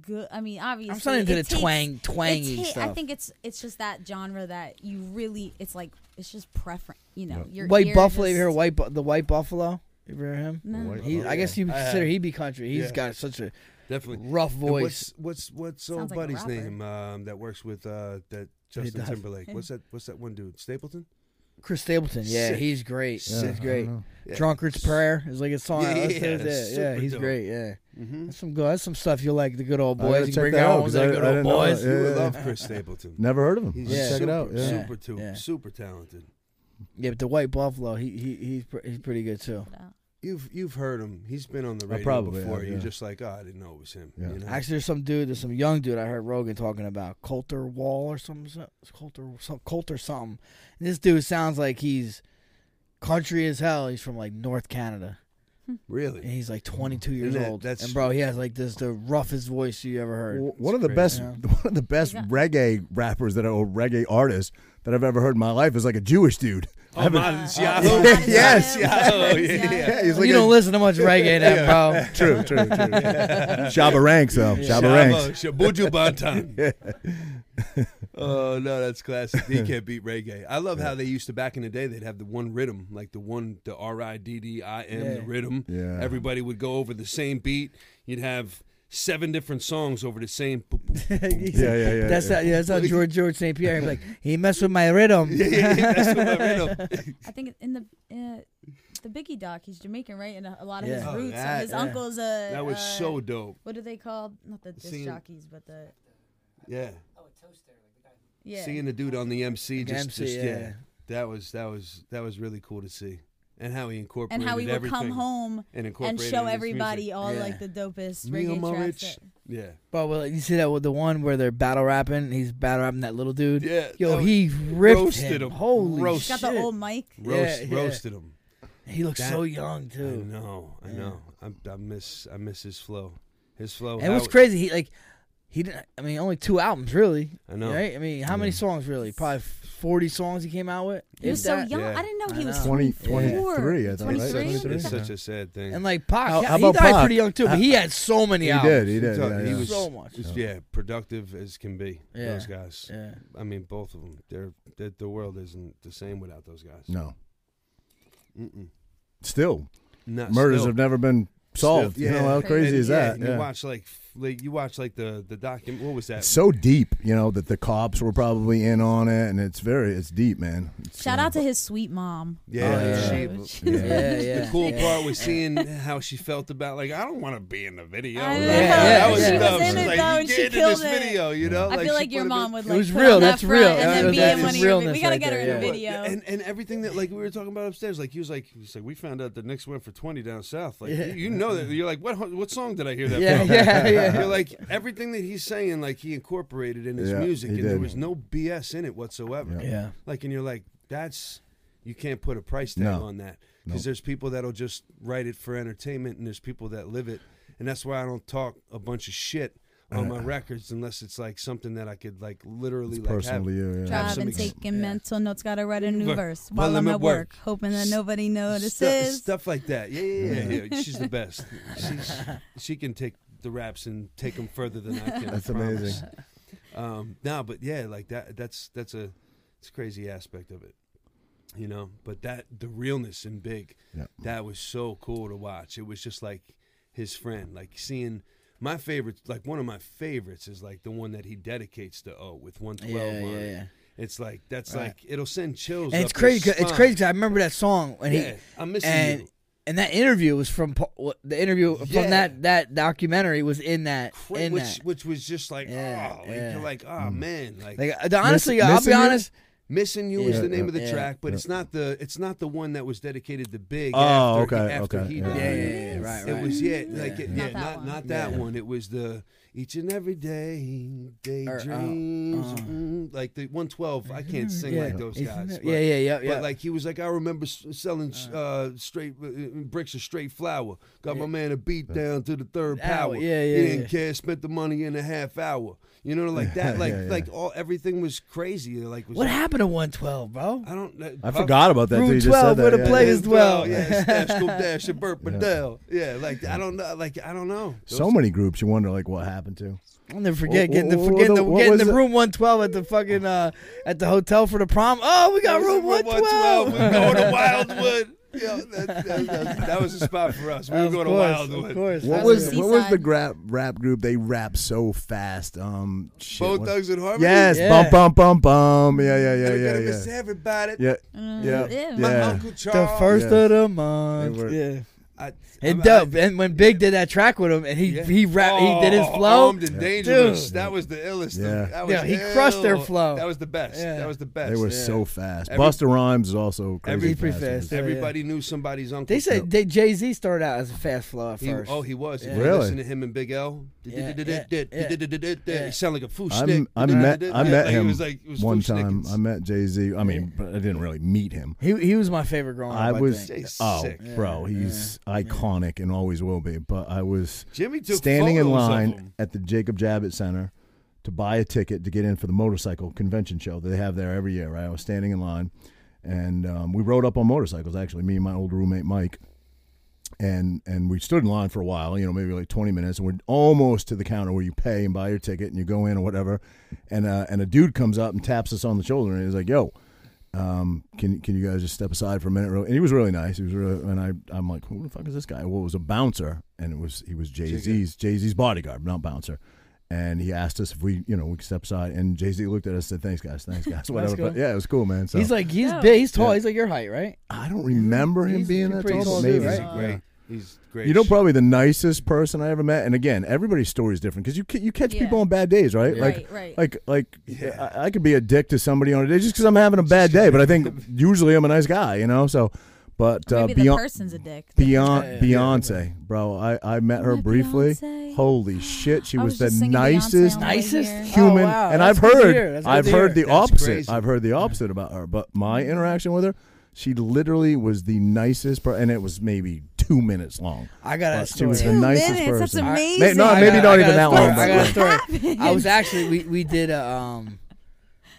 S5: good. I mean, obviously,
S2: Um, I'm starting into
S5: it
S2: the
S5: takes-
S2: twang,
S5: it's
S2: twangy
S5: hit-
S2: stuff.
S5: I think it's it's just that genre that you really. It's like it's just preference. You know, your
S2: White
S5: ear
S2: Buffalo.
S5: just-
S2: You ever hear White Bu- the White Buffalo? You ever hear him?
S5: No.
S4: White-
S1: oh,
S2: He, I guess you
S4: I have.
S2: consider he'd be country. He's
S4: Yeah.
S2: got such a
S4: Definitely.
S2: rough
S4: And
S2: voice.
S4: What's what's what's old
S5: Sounds like a
S4: buddy's
S5: rapper.
S4: name um, that works with uh, that Justin
S2: does.
S4: Timberlake? What's that? What's that one dude? Stapleton.
S2: Chris Stapleton. Yeah,
S4: Sick.
S2: he's great.
S4: Yeah,
S2: He's
S4: I
S2: great.
S1: don't know.
S4: Yeah.
S2: Drunkard's Prayer is like a song. I
S4: Yeah,
S2: listened to
S4: yeah,
S2: it. Yeah, yeah,
S4: super
S2: he's
S4: dope.
S2: great. Yeah,
S4: Mm-hmm.
S2: that's some good. That's some stuff you like. The good old
S1: I gotta
S2: boys. You
S1: check
S2: bring
S1: that
S2: out
S1: out,
S2: ones
S1: 'cause
S2: that
S1: I-
S2: good
S1: I
S2: old
S1: didn't know
S2: boys.
S1: that.
S4: Oh, You
S1: Yeah.
S4: would love Chris
S1: [LAUGHS]
S4: Stapleton.
S1: never heard of him.
S4: He's
S1: Let's
S4: super,
S1: Check it out. Yeah.
S2: Yeah.
S4: super, tu-
S2: yeah.
S4: super talented.
S2: Yeah, but the White Buffalo, he he he's pr- he's pretty good too.
S4: You've you've heard him. He's been on the radio
S1: probably
S4: before.
S1: have,
S4: You're
S1: yeah.
S4: just like, oh, I didn't know it was him.
S1: Yeah.
S4: You know?
S2: Actually, there's some dude, there's some young dude I heard Rogan talking about Coulter Wall or something, so- Coulter some Coulter something. And this dude sounds like he's country as hell. He's from like North Canada, and
S1: [LAUGHS]
S4: really.
S2: he's like 22 years
S4: Mm. that-
S2: old.
S4: that's-
S2: And bro, he has like this the roughest voice you ever heard.
S1: W- One of the
S4: crazy.
S1: best,
S2: Yeah.
S1: [LAUGHS] one of the best
S5: He's not-
S1: reggae rappers that are or reggae artists that I've ever heard in my life is like a Jewish dude. [LAUGHS]
S4: Oh,
S1: I haven't-
S4: [LAUGHS]
S5: That is
S1: Yes,
S5: him.
S1: [LAUGHS]
S4: yeah.
S5: That is
S4: Yeah,
S5: him.
S4: yeah.
S1: he's like
S2: you
S1: a-
S2: don't listen to much reggae, then, bro.
S1: [LAUGHS]
S2: [LAUGHS]
S1: True, true, true. Shabba ranks though. Shabba ranks.
S4: Shabuju Bantan. oh no, that's classic. He can't beat reggae. I love how they used to back in the day. They'd have the one rhythm, like the one, the R I D D I M, the
S2: Yeah.
S4: rhythm.
S1: Yeah. Uh-huh.
S4: Everybody would go over the same beat. You'd have seven different songs over the same. boop, boop, boop, boop.
S1: Yeah, yeah, yeah.
S2: That's
S1: yeah.
S2: how, yeah, that's how George George St. Pierre. He's like, he messed with my rhythm.
S4: That's
S2: [LAUGHS]
S4: what my rhythm.
S5: I think in the uh, the Biggie doc, he's Jamaican, right? And a, a lot of
S2: Yeah.
S5: his
S2: Oh,
S5: roots.
S4: that-
S5: and his
S4: yeah.
S5: uncle's a.
S4: That was
S5: uh,
S4: so dope.
S5: What are they called? Not the disc
S4: Seeing-
S5: jockeys, but the
S4: Yeah.
S5: yeah.
S4: Seeing the dude on the MC, just,
S2: MC,
S4: just yeah.
S2: yeah.
S4: that was that was that was really cool to see, and how he incorporated
S5: and how he would
S4: everything
S5: come home
S4: and
S5: and
S4: incorporated it in
S5: show
S4: his
S5: everybody
S4: music.
S5: all
S2: Yeah.
S5: like the dopest
S4: Me and
S5: reggae
S4: my
S5: tracks.
S4: rich-
S5: that-
S4: Yeah,
S2: Bro, well, you see that with the one where they're battle rapping. He's battle rapping that little dude.
S4: Yeah, that
S2: Yo,
S4: was-
S2: he ripped
S4: roasted
S2: him.
S4: him.
S2: Holy
S4: Roast.
S5: Got
S2: shit.
S5: the old mic.
S4: roast
S2: Yeah, yeah.
S4: roasted him.
S2: he looks so
S4: that-
S2: young
S4: I
S2: too.
S4: know, I
S2: Yeah.
S4: know. I, I miss I miss his flow, his flow.
S2: And it was
S4: how-
S2: crazy. He like he didn't. I mean, only two albums really.
S4: I know.
S2: Right? I mean, how many songs really? Probably forty songs he came out with.
S5: He was
S2: If
S5: so
S2: that.
S5: young.
S4: Yeah.
S5: I didn't know
S2: I
S5: he was
S2: know.
S1: 20,
S5: 24.
S1: 23, I thought, right?
S4: It's, such-
S5: 23?
S4: it's
S5: Yeah.
S4: such a sad thing.
S2: And like Pac,
S1: How-
S2: yeah,
S1: how
S2: he
S1: about
S2: died
S1: Pac?
S2: pretty young too, but he had so many
S1: He
S2: albums.
S1: did, he did.
S4: He
S1: yeah,
S4: was-
S1: yeah.
S4: he was
S2: So much.
S4: just, yeah, productive as can be.
S2: Yeah.
S4: Those guys.
S2: Yeah.
S4: I mean, both of them. They're, they the world isn't the same without those guys.
S1: no,
S4: Mm-mm.
S1: still
S4: Not
S1: murders
S4: still.
S1: have never been solved.
S4: Still-
S1: You know how
S5: yeah.
S1: crazy
S4: And-
S1: is
S4: yeah,
S1: that?
S4: and You watch like, f- like you watch like the the document. What was that?
S1: It's so deep, you know, that the cops were probably in on it, and it's very, it's deep, man. It's,
S5: Shout
S1: uh,
S5: out to his sweet mom.
S1: Yeah.
S4: she-
S5: [LAUGHS] She-
S1: Yeah.
S2: Yeah, yeah.
S4: the cool
S2: yeah.
S4: part was seeing how she felt about like I don't want to be in the video.
S5: I know.
S2: Yeah,
S4: that was
S2: yeah. She was
S4: dumb.
S2: in
S4: She's
S2: it,
S4: like,
S5: though,
S4: you
S5: and she
S4: get in
S5: killed
S4: this
S5: it.
S4: video, you know.
S5: I feel
S4: she
S5: like
S4: put him
S5: your
S4: in-
S5: mom would
S2: It
S5: like
S2: was
S5: put
S2: real,
S5: on that
S2: that's real.
S5: front
S2: That
S5: and then
S2: was-
S5: be
S2: that's
S5: in one of
S2: just
S5: your.
S2: realness
S5: We gotta
S2: right
S5: get her in
S2: there,
S5: a
S2: yeah.
S5: video.
S4: And and everything that like we were talking about upstairs, like he was like he's like we found out the Knicks went for twenty down south. Like
S2: Yeah.
S4: you, you know that you're like what what song did I hear that
S2: Yeah,
S4: from?
S2: yeah, yeah.
S4: [LAUGHS] You're like everything that he's saying, like he incorporated in his
S1: Yeah,
S4: music,
S1: he
S4: and there
S1: did.
S4: was no BS in it whatsoever.
S2: Yeah.
S4: Like and you're like that's you can't put a price tag
S1: No.
S4: on that because there's people that'll just write it for entertainment, and there's people that live it, and that's why I don't talk a bunch of shit on my records unless it's like something that I could like literally like have.
S1: personally, yeah, yeah.
S4: Have
S5: Driving,
S4: some ex-
S5: taking mental notes, gotta write a new
S4: Ver-
S5: verse while I'm at work, hoping that
S4: S-
S5: nobody notices.
S4: Stu- stuff like that. Yeah, yeah, yeah. yeah. She's the best. She's, she can take the raps and take them further than I can. I
S1: That's
S4: promise.
S1: amazing.
S4: Um, no, but yeah, like that. That's that's a it's a crazy aspect of it, you know. But that the realness in big,
S1: Yeah.
S4: that was so cool to watch. It was just like his friend, like seeing. My favorite, like one of my favorites, is like the one that he dedicates to O with one
S2: Yeah,
S4: twelve on
S2: yeah,
S4: it
S2: yeah.
S4: It's like that's
S2: Right.
S4: like it'll send chills.
S2: And
S4: up
S2: it's
S4: your
S2: crazy. 'cause- It's
S4: spine.
S2: crazy. 'cause I remember that song and
S4: Yeah,
S2: he
S4: I'm missing
S2: and
S4: you.
S2: and that interview was from Pa- what- the interview
S4: Yeah.
S2: from that that documentary was in that
S4: Cra-
S2: in
S4: which
S2: that.
S4: which was just like
S2: Yeah,
S4: oh, like,
S2: yeah. Mm.
S4: you're like oh man, like,
S2: Like uh, the- honestly, I'll
S1: Missing
S2: be
S1: You?
S2: honest.
S4: missing you is
S2: Yeah,
S4: the name of the
S2: yeah,
S4: track, but it's not the it's not the one that was dedicated to Big.
S1: Oh,
S4: after,
S1: okay,
S4: after
S1: okay,
S4: he
S1: yeah.
S4: died.
S2: Yeah, yeah, yeah, right,
S4: It
S2: right.
S4: was yeah, like it, yeah,
S5: Not that
S4: not
S5: one.
S4: not that
S2: Yeah.
S4: one. It was the each and every day
S2: Or, uh,
S4: daydreams,
S2: uh.
S4: mm, like the 112. I can't sing
S2: Yeah.
S4: like those
S2: Isn't
S4: guys.
S2: it-
S4: but-
S2: Yeah, yeah, yeah,
S4: But
S2: yeah.
S4: like he was like, I remember s- selling uh, straight uh, bricks of straight flour. Got my man a beat down to the third
S2: Hour,
S4: power.
S2: yeah, yeah,
S4: He didn't
S2: yeah.
S4: care. Spent the money in a half hour. You know, like that. Like
S1: yeah, yeah.
S4: like all everything was crazy. Like was
S2: what happened to 112, bro?
S4: I don't. know.
S1: I forgot about that.
S2: Room
S1: till you just
S2: 12
S1: said
S2: with
S1: that,
S2: a
S1: yeah.
S2: play as well.
S4: Yeah, Stash, Go Dash, and Burt Bedell. Yeah, like I don't know. Like I don't know.
S1: So many groups you wonder like what happened to.
S2: I'll never forget
S1: Wha-
S2: getting the
S1: wha- what
S2: forgetting
S1: the-
S2: the,
S1: what
S2: getting
S1: was
S2: the
S1: it?
S2: room 112 at the fucking uh at the hotel for the prom. Oh, we got
S4: It was
S2: room
S4: a room
S2: 112.
S4: 112.
S2: [LAUGHS]
S4: We We're going to Wildwood. Yeah, that, that, that- that was a spot for us. We were
S2: Of
S4: going
S2: course,
S4: to Wildwood.
S2: Of course.
S1: What
S5: That's
S1: was
S5: it.
S1: what was the
S5: Seaside.
S1: rap rap group? They rap so fast. Um, shit,
S4: Bone
S1: what-
S4: Thugs and Harmony.
S1: Yes,
S2: Yeah.
S1: bum bum bum bum. Yeah, yeah, yeah,
S4: They're
S1: yeah,
S4: gonna
S1: yeah.
S4: miss everybody.
S1: Yeah,
S5: Mm,
S1: Yeah.
S5: ew.
S4: My
S1: Yeah.
S4: Uncle
S2: the
S4: Charles.
S2: first
S1: Yeah.
S2: of the
S1: They
S2: month?
S1: were-
S2: Yeah.
S4: I,
S2: And
S4: I-
S2: dope. and when Big did that track with him, and he
S4: Yeah.
S2: he rap,
S4: Oh,
S2: he did his flow.
S4: Armed and dangerous.
S2: Dude.
S4: That was the illest.
S1: Yeah.
S4: That was
S2: Yeah, he crushed their
S4: ill.
S2: flow.
S4: That was the best.
S2: Yeah.
S4: That was the best.
S1: they were
S4: Yeah.
S1: so fast.
S4: Every-
S1: Buster Rhymes is also crazy.
S4: Every-
S1: fast.
S2: Pretty fast. Yeah, yeah.
S4: Everybody knew somebody's uncle.
S2: They said they, Jay Z started out as a fast flow at
S4: He,
S2: first.
S4: oh, he was. If
S2: Yeah.
S4: you
S1: Really?
S4: Listen to him and Big L.
S2: Yeah, yeah, yeah.
S4: He sound like a fool
S1: I'm-
S4: stick.
S1: I met I met
S4: Like, he
S1: him
S4: was like, he was
S1: one
S4: fool
S1: time.
S4: snickets.
S1: I met Jay Z. I mean, but I didn't really meet him.
S2: he he was my favorite growing
S1: I
S2: up.
S1: was
S2: think.
S4: Jay's
S1: oh,
S4: sick.
S1: bro, he's iconic and always will be. But I was
S4: Jimmy took
S1: standing in
S4: photos of
S1: line
S4: him.
S1: at the Jacob Javits Center to buy a ticket to get in for the motorcycle convention show that they have there every year. Right, I was standing in line, and um, we rode up on motorcycles. Actually, me and my old roommate Mike, and and we stood in line for a while. You know, maybe like twenty minutes, and we're almost to the counter where you pay and buy your ticket, and you go in or whatever. And uh, and a dude comes up and taps us on the shoulder, and he's like, "Yo." um, can can you guys just step aside for a minute? real- And he was really nice. He was really, and I I'm like, who the fuck is this guy? Well, it was a bouncer, and it was he was Jay Z's Jay Z's bodyguard, not bouncer. And he asked us if we, you know, we could step aside. And Jay Z looked at us, and said, "Thanks, guys, thanks, guys, [LAUGHS] whatever."
S2: cool.
S1: But yeah, it was cool, man. So
S2: He's like he's
S5: Yeah.
S2: big, he's tall,
S1: Yeah.
S2: he's like your height, right?
S1: I don't remember him
S2: he's-
S1: being
S2: he's
S1: that
S2: pretty
S1: tall,
S2: tall
S1: but
S2: dude,
S1: maybe
S2: right?
S4: He's great. He's great.
S1: you know, probably the nicest person I ever met. And again, everybody's story is different because you ca- you catch
S5: Yeah.
S1: people on bad days, right? Like
S5: right, right.
S1: like like I, I could be a dick to somebody on a day just because I'm having a bad day. But I
S2: [LAUGHS]
S1: think usually I'm a nice guy, you know. So, but
S5: Maybe
S1: uh,
S5: the
S1: beyond
S5: person's a dick.
S1: beyond
S2: Yeah, yeah, yeah.
S1: Beyonce, bro, I I met her
S5: Met
S1: briefly.
S5: Beyonce?
S1: Holy shit, she
S5: I
S1: was,
S5: was just
S1: the
S5: singing Beyonce
S1: nicest.
S5: on the way
S2: Nicest?
S5: here.
S2: Oh,
S1: Human,
S2: wow,
S1: and I've
S2: that's good to hear,
S1: heard,
S2: that's good
S1: I've
S2: to hear.
S1: heard the
S4: That's
S1: opposite.
S4: crazy.
S1: I've heard the opposite about her. But
S5: Mm-hmm.
S1: my interaction with her, she literally was the nicest, per- and it was maybe two minutes long.
S2: I got
S1: But
S2: a
S1: she
S2: story.
S1: was the
S5: Two
S1: nicest
S5: minutes,
S1: person.
S5: that's
S1: I-
S5: amazing.
S1: may- no,
S2: I
S1: maybe
S2: got-
S1: not
S2: I
S1: even
S2: got a
S1: that
S2: story.
S1: long.
S4: [LAUGHS]
S2: I
S1: but-
S2: got a story. I was actually we, we did a um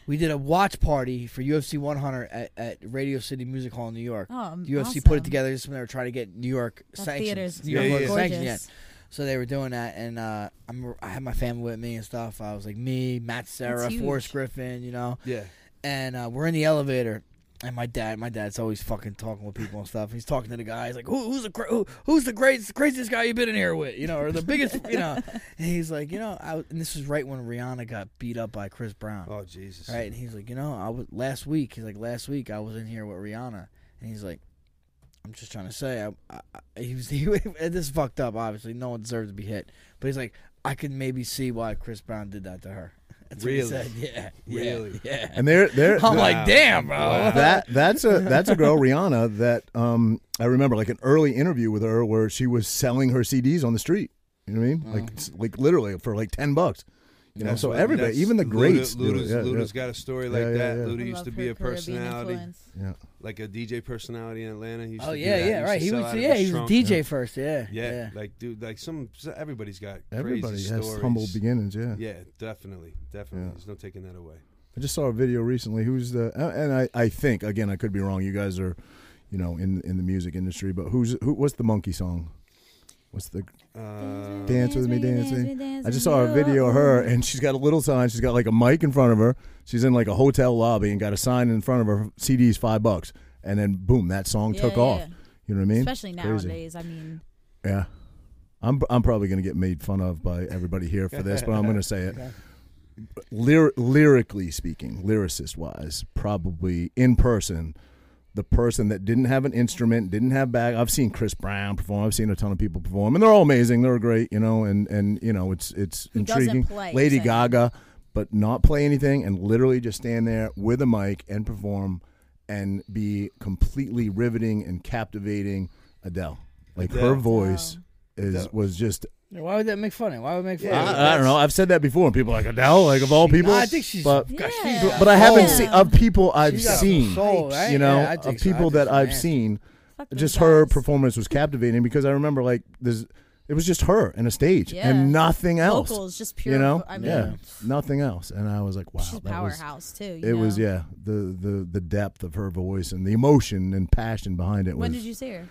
S2: we did a watch party for UFC 100 at, at Radio City Music Hall in New York.
S5: Oh,
S2: The UFC put it
S5: awesome.
S2: together just when they were trying to get New York
S5: That
S2: sanctioned.
S5: theater's
S2: New York
S4: Yeah,
S2: wasn't
S4: yeah.
S2: sanctioned
S5: gorgeous.
S2: yet. So they were doing that, and uh, I'm, I had my family with me and stuff. I was like me, Matt, Sarah,
S5: huge.
S2: Forrest Griffin, you know
S4: Yeah.
S2: and uh, we're in the elevator. And my dad, my dad's always fucking talking with people and stuff. He's talking to the guy. He's like, Who, "Who's the cra- who, who's the greatest craziest guy you've been in here with? You know, or the biggest? You
S4: [LAUGHS]
S2: know?" And he's like, "You know," I, was- and this was right when Rihanna got beat up by Chris Brown,
S4: Oh Jesus.
S2: right? And he's like, "You know, I was last week." He's like, "Last week I was in here with Rihanna," and he's like, "I'm just trying to say, I, I, I [LAUGHS] he was he, and this is fucked up. Obviously, no one deserves to be hit, but he's like, I could maybe see why Chris Brown did that to her." [LAUGHS] That's
S4: Really?
S2: what he said. Yeah, yeah,
S4: Really?
S2: yeah.
S1: And they're they're
S2: I'm
S4: Wow.
S2: like, damn, bro.
S1: that that's a that's a girl Rihanna that um I remember like an early interview with her where she was selling her CDs on the street. You know what I mean? Like it's- like literally for like ten bucks. You know,
S4: Mm. That's
S1: so
S4: why-
S1: everybody,
S4: that's-
S1: even the
S4: Luda-
S1: greats, do it.
S4: Luda's,
S1: Yeah,
S4: Luda's
S1: yeah.
S4: got a story like
S1: Yeah, yeah,
S4: that.
S1: yeah.
S5: I
S4: Luda used
S5: love
S4: to be
S5: her
S4: a
S5: Caribbean
S4: personality,
S5: influence.
S1: yeah.
S4: like a DJ personality in Atlanta. He used
S2: oh
S4: to do
S2: yeah,
S4: that.
S2: yeah,
S4: used
S2: right.
S4: to
S2: He
S4: sell
S2: was,
S4: out of
S2: yeah,
S4: his
S2: he was
S4: trunk.
S2: DJ first, yeah,
S4: Yeah,
S2: yeah.
S4: like dude, like some so everybody's got
S1: Everybody
S4: crazy
S1: has
S4: stories.
S1: humble beginnings. Yeah.
S4: Yeah, definitely, definitely.
S1: Yeah.
S4: There's no taking that away.
S1: I just saw a video recently. Who's the uh, and I I think again I could be wrong. You guys are, you know, in in the music industry, but who's who? What's the monkey song? What's the
S4: Uh,
S1: Dance with me, dance with me.
S5: dance
S1: I just
S5: with
S1: saw a
S5: you.
S1: video of her, and she's got a little sign. She's got like a mic in front of her. She's in like a hotel lobby and got a sign in front of her. CDs five bucks, and then boom, that song
S5: Yeah,
S1: took
S5: yeah,
S1: off.
S5: yeah.
S1: You know what I mean?
S5: Especially
S1: Crazy.
S5: nowadays. I mean,
S1: Yeah, I'm I'm probably gonna get made fun of by everybody here for this, but I'm gonna say it. lyr- lyrically speaking, lyricist wise, probably in person, the person that didn't have an instrument, didn't have back. I've seen Chris Brown perform. I've seen a ton of people perform, and they're all amazing. They're great, you know. And and you know, it's it's
S5: Who doesn't
S1: intriguing.
S5: play, you're
S1: Lady
S5: saying?
S1: Gaga, but not play anything and literally just stand there with a mic and perform, and be completely riveting and captivating. Adele, like her
S4: Adele.
S5: Um,
S1: voice. Is
S4: Adele.
S1: was just
S2: Why would that make fun of? Why would it make fun? of it?
S1: I, I don't know I've said that before and people are like Adele like of all people
S2: I think she's.
S1: but
S5: Yeah.
S1: but, but I haven't
S5: soul.
S1: seen of people I've
S2: She's got some
S1: seen.
S2: soul, right?
S1: You know,
S2: Yeah, I
S1: of
S2: think so. I
S1: people
S2: think
S1: that
S2: so,
S1: I've
S2: man.
S1: seen,
S5: Fuck those
S1: just her
S5: guys.
S1: performance was captivating because I remember like there's it was just her and a stage
S5: Yeah.
S1: and nothing else.
S5: Vocals, just pure.
S1: you know,
S5: vo- I mean,
S1: yeah, nothing else. And I was like, wow,
S5: she's a
S1: that was
S5: powerhouse too. you
S1: it was
S5: know?
S1: yeah the the the depth of her voice and the emotion and passion behind it
S5: When
S1: was
S5: did you see her?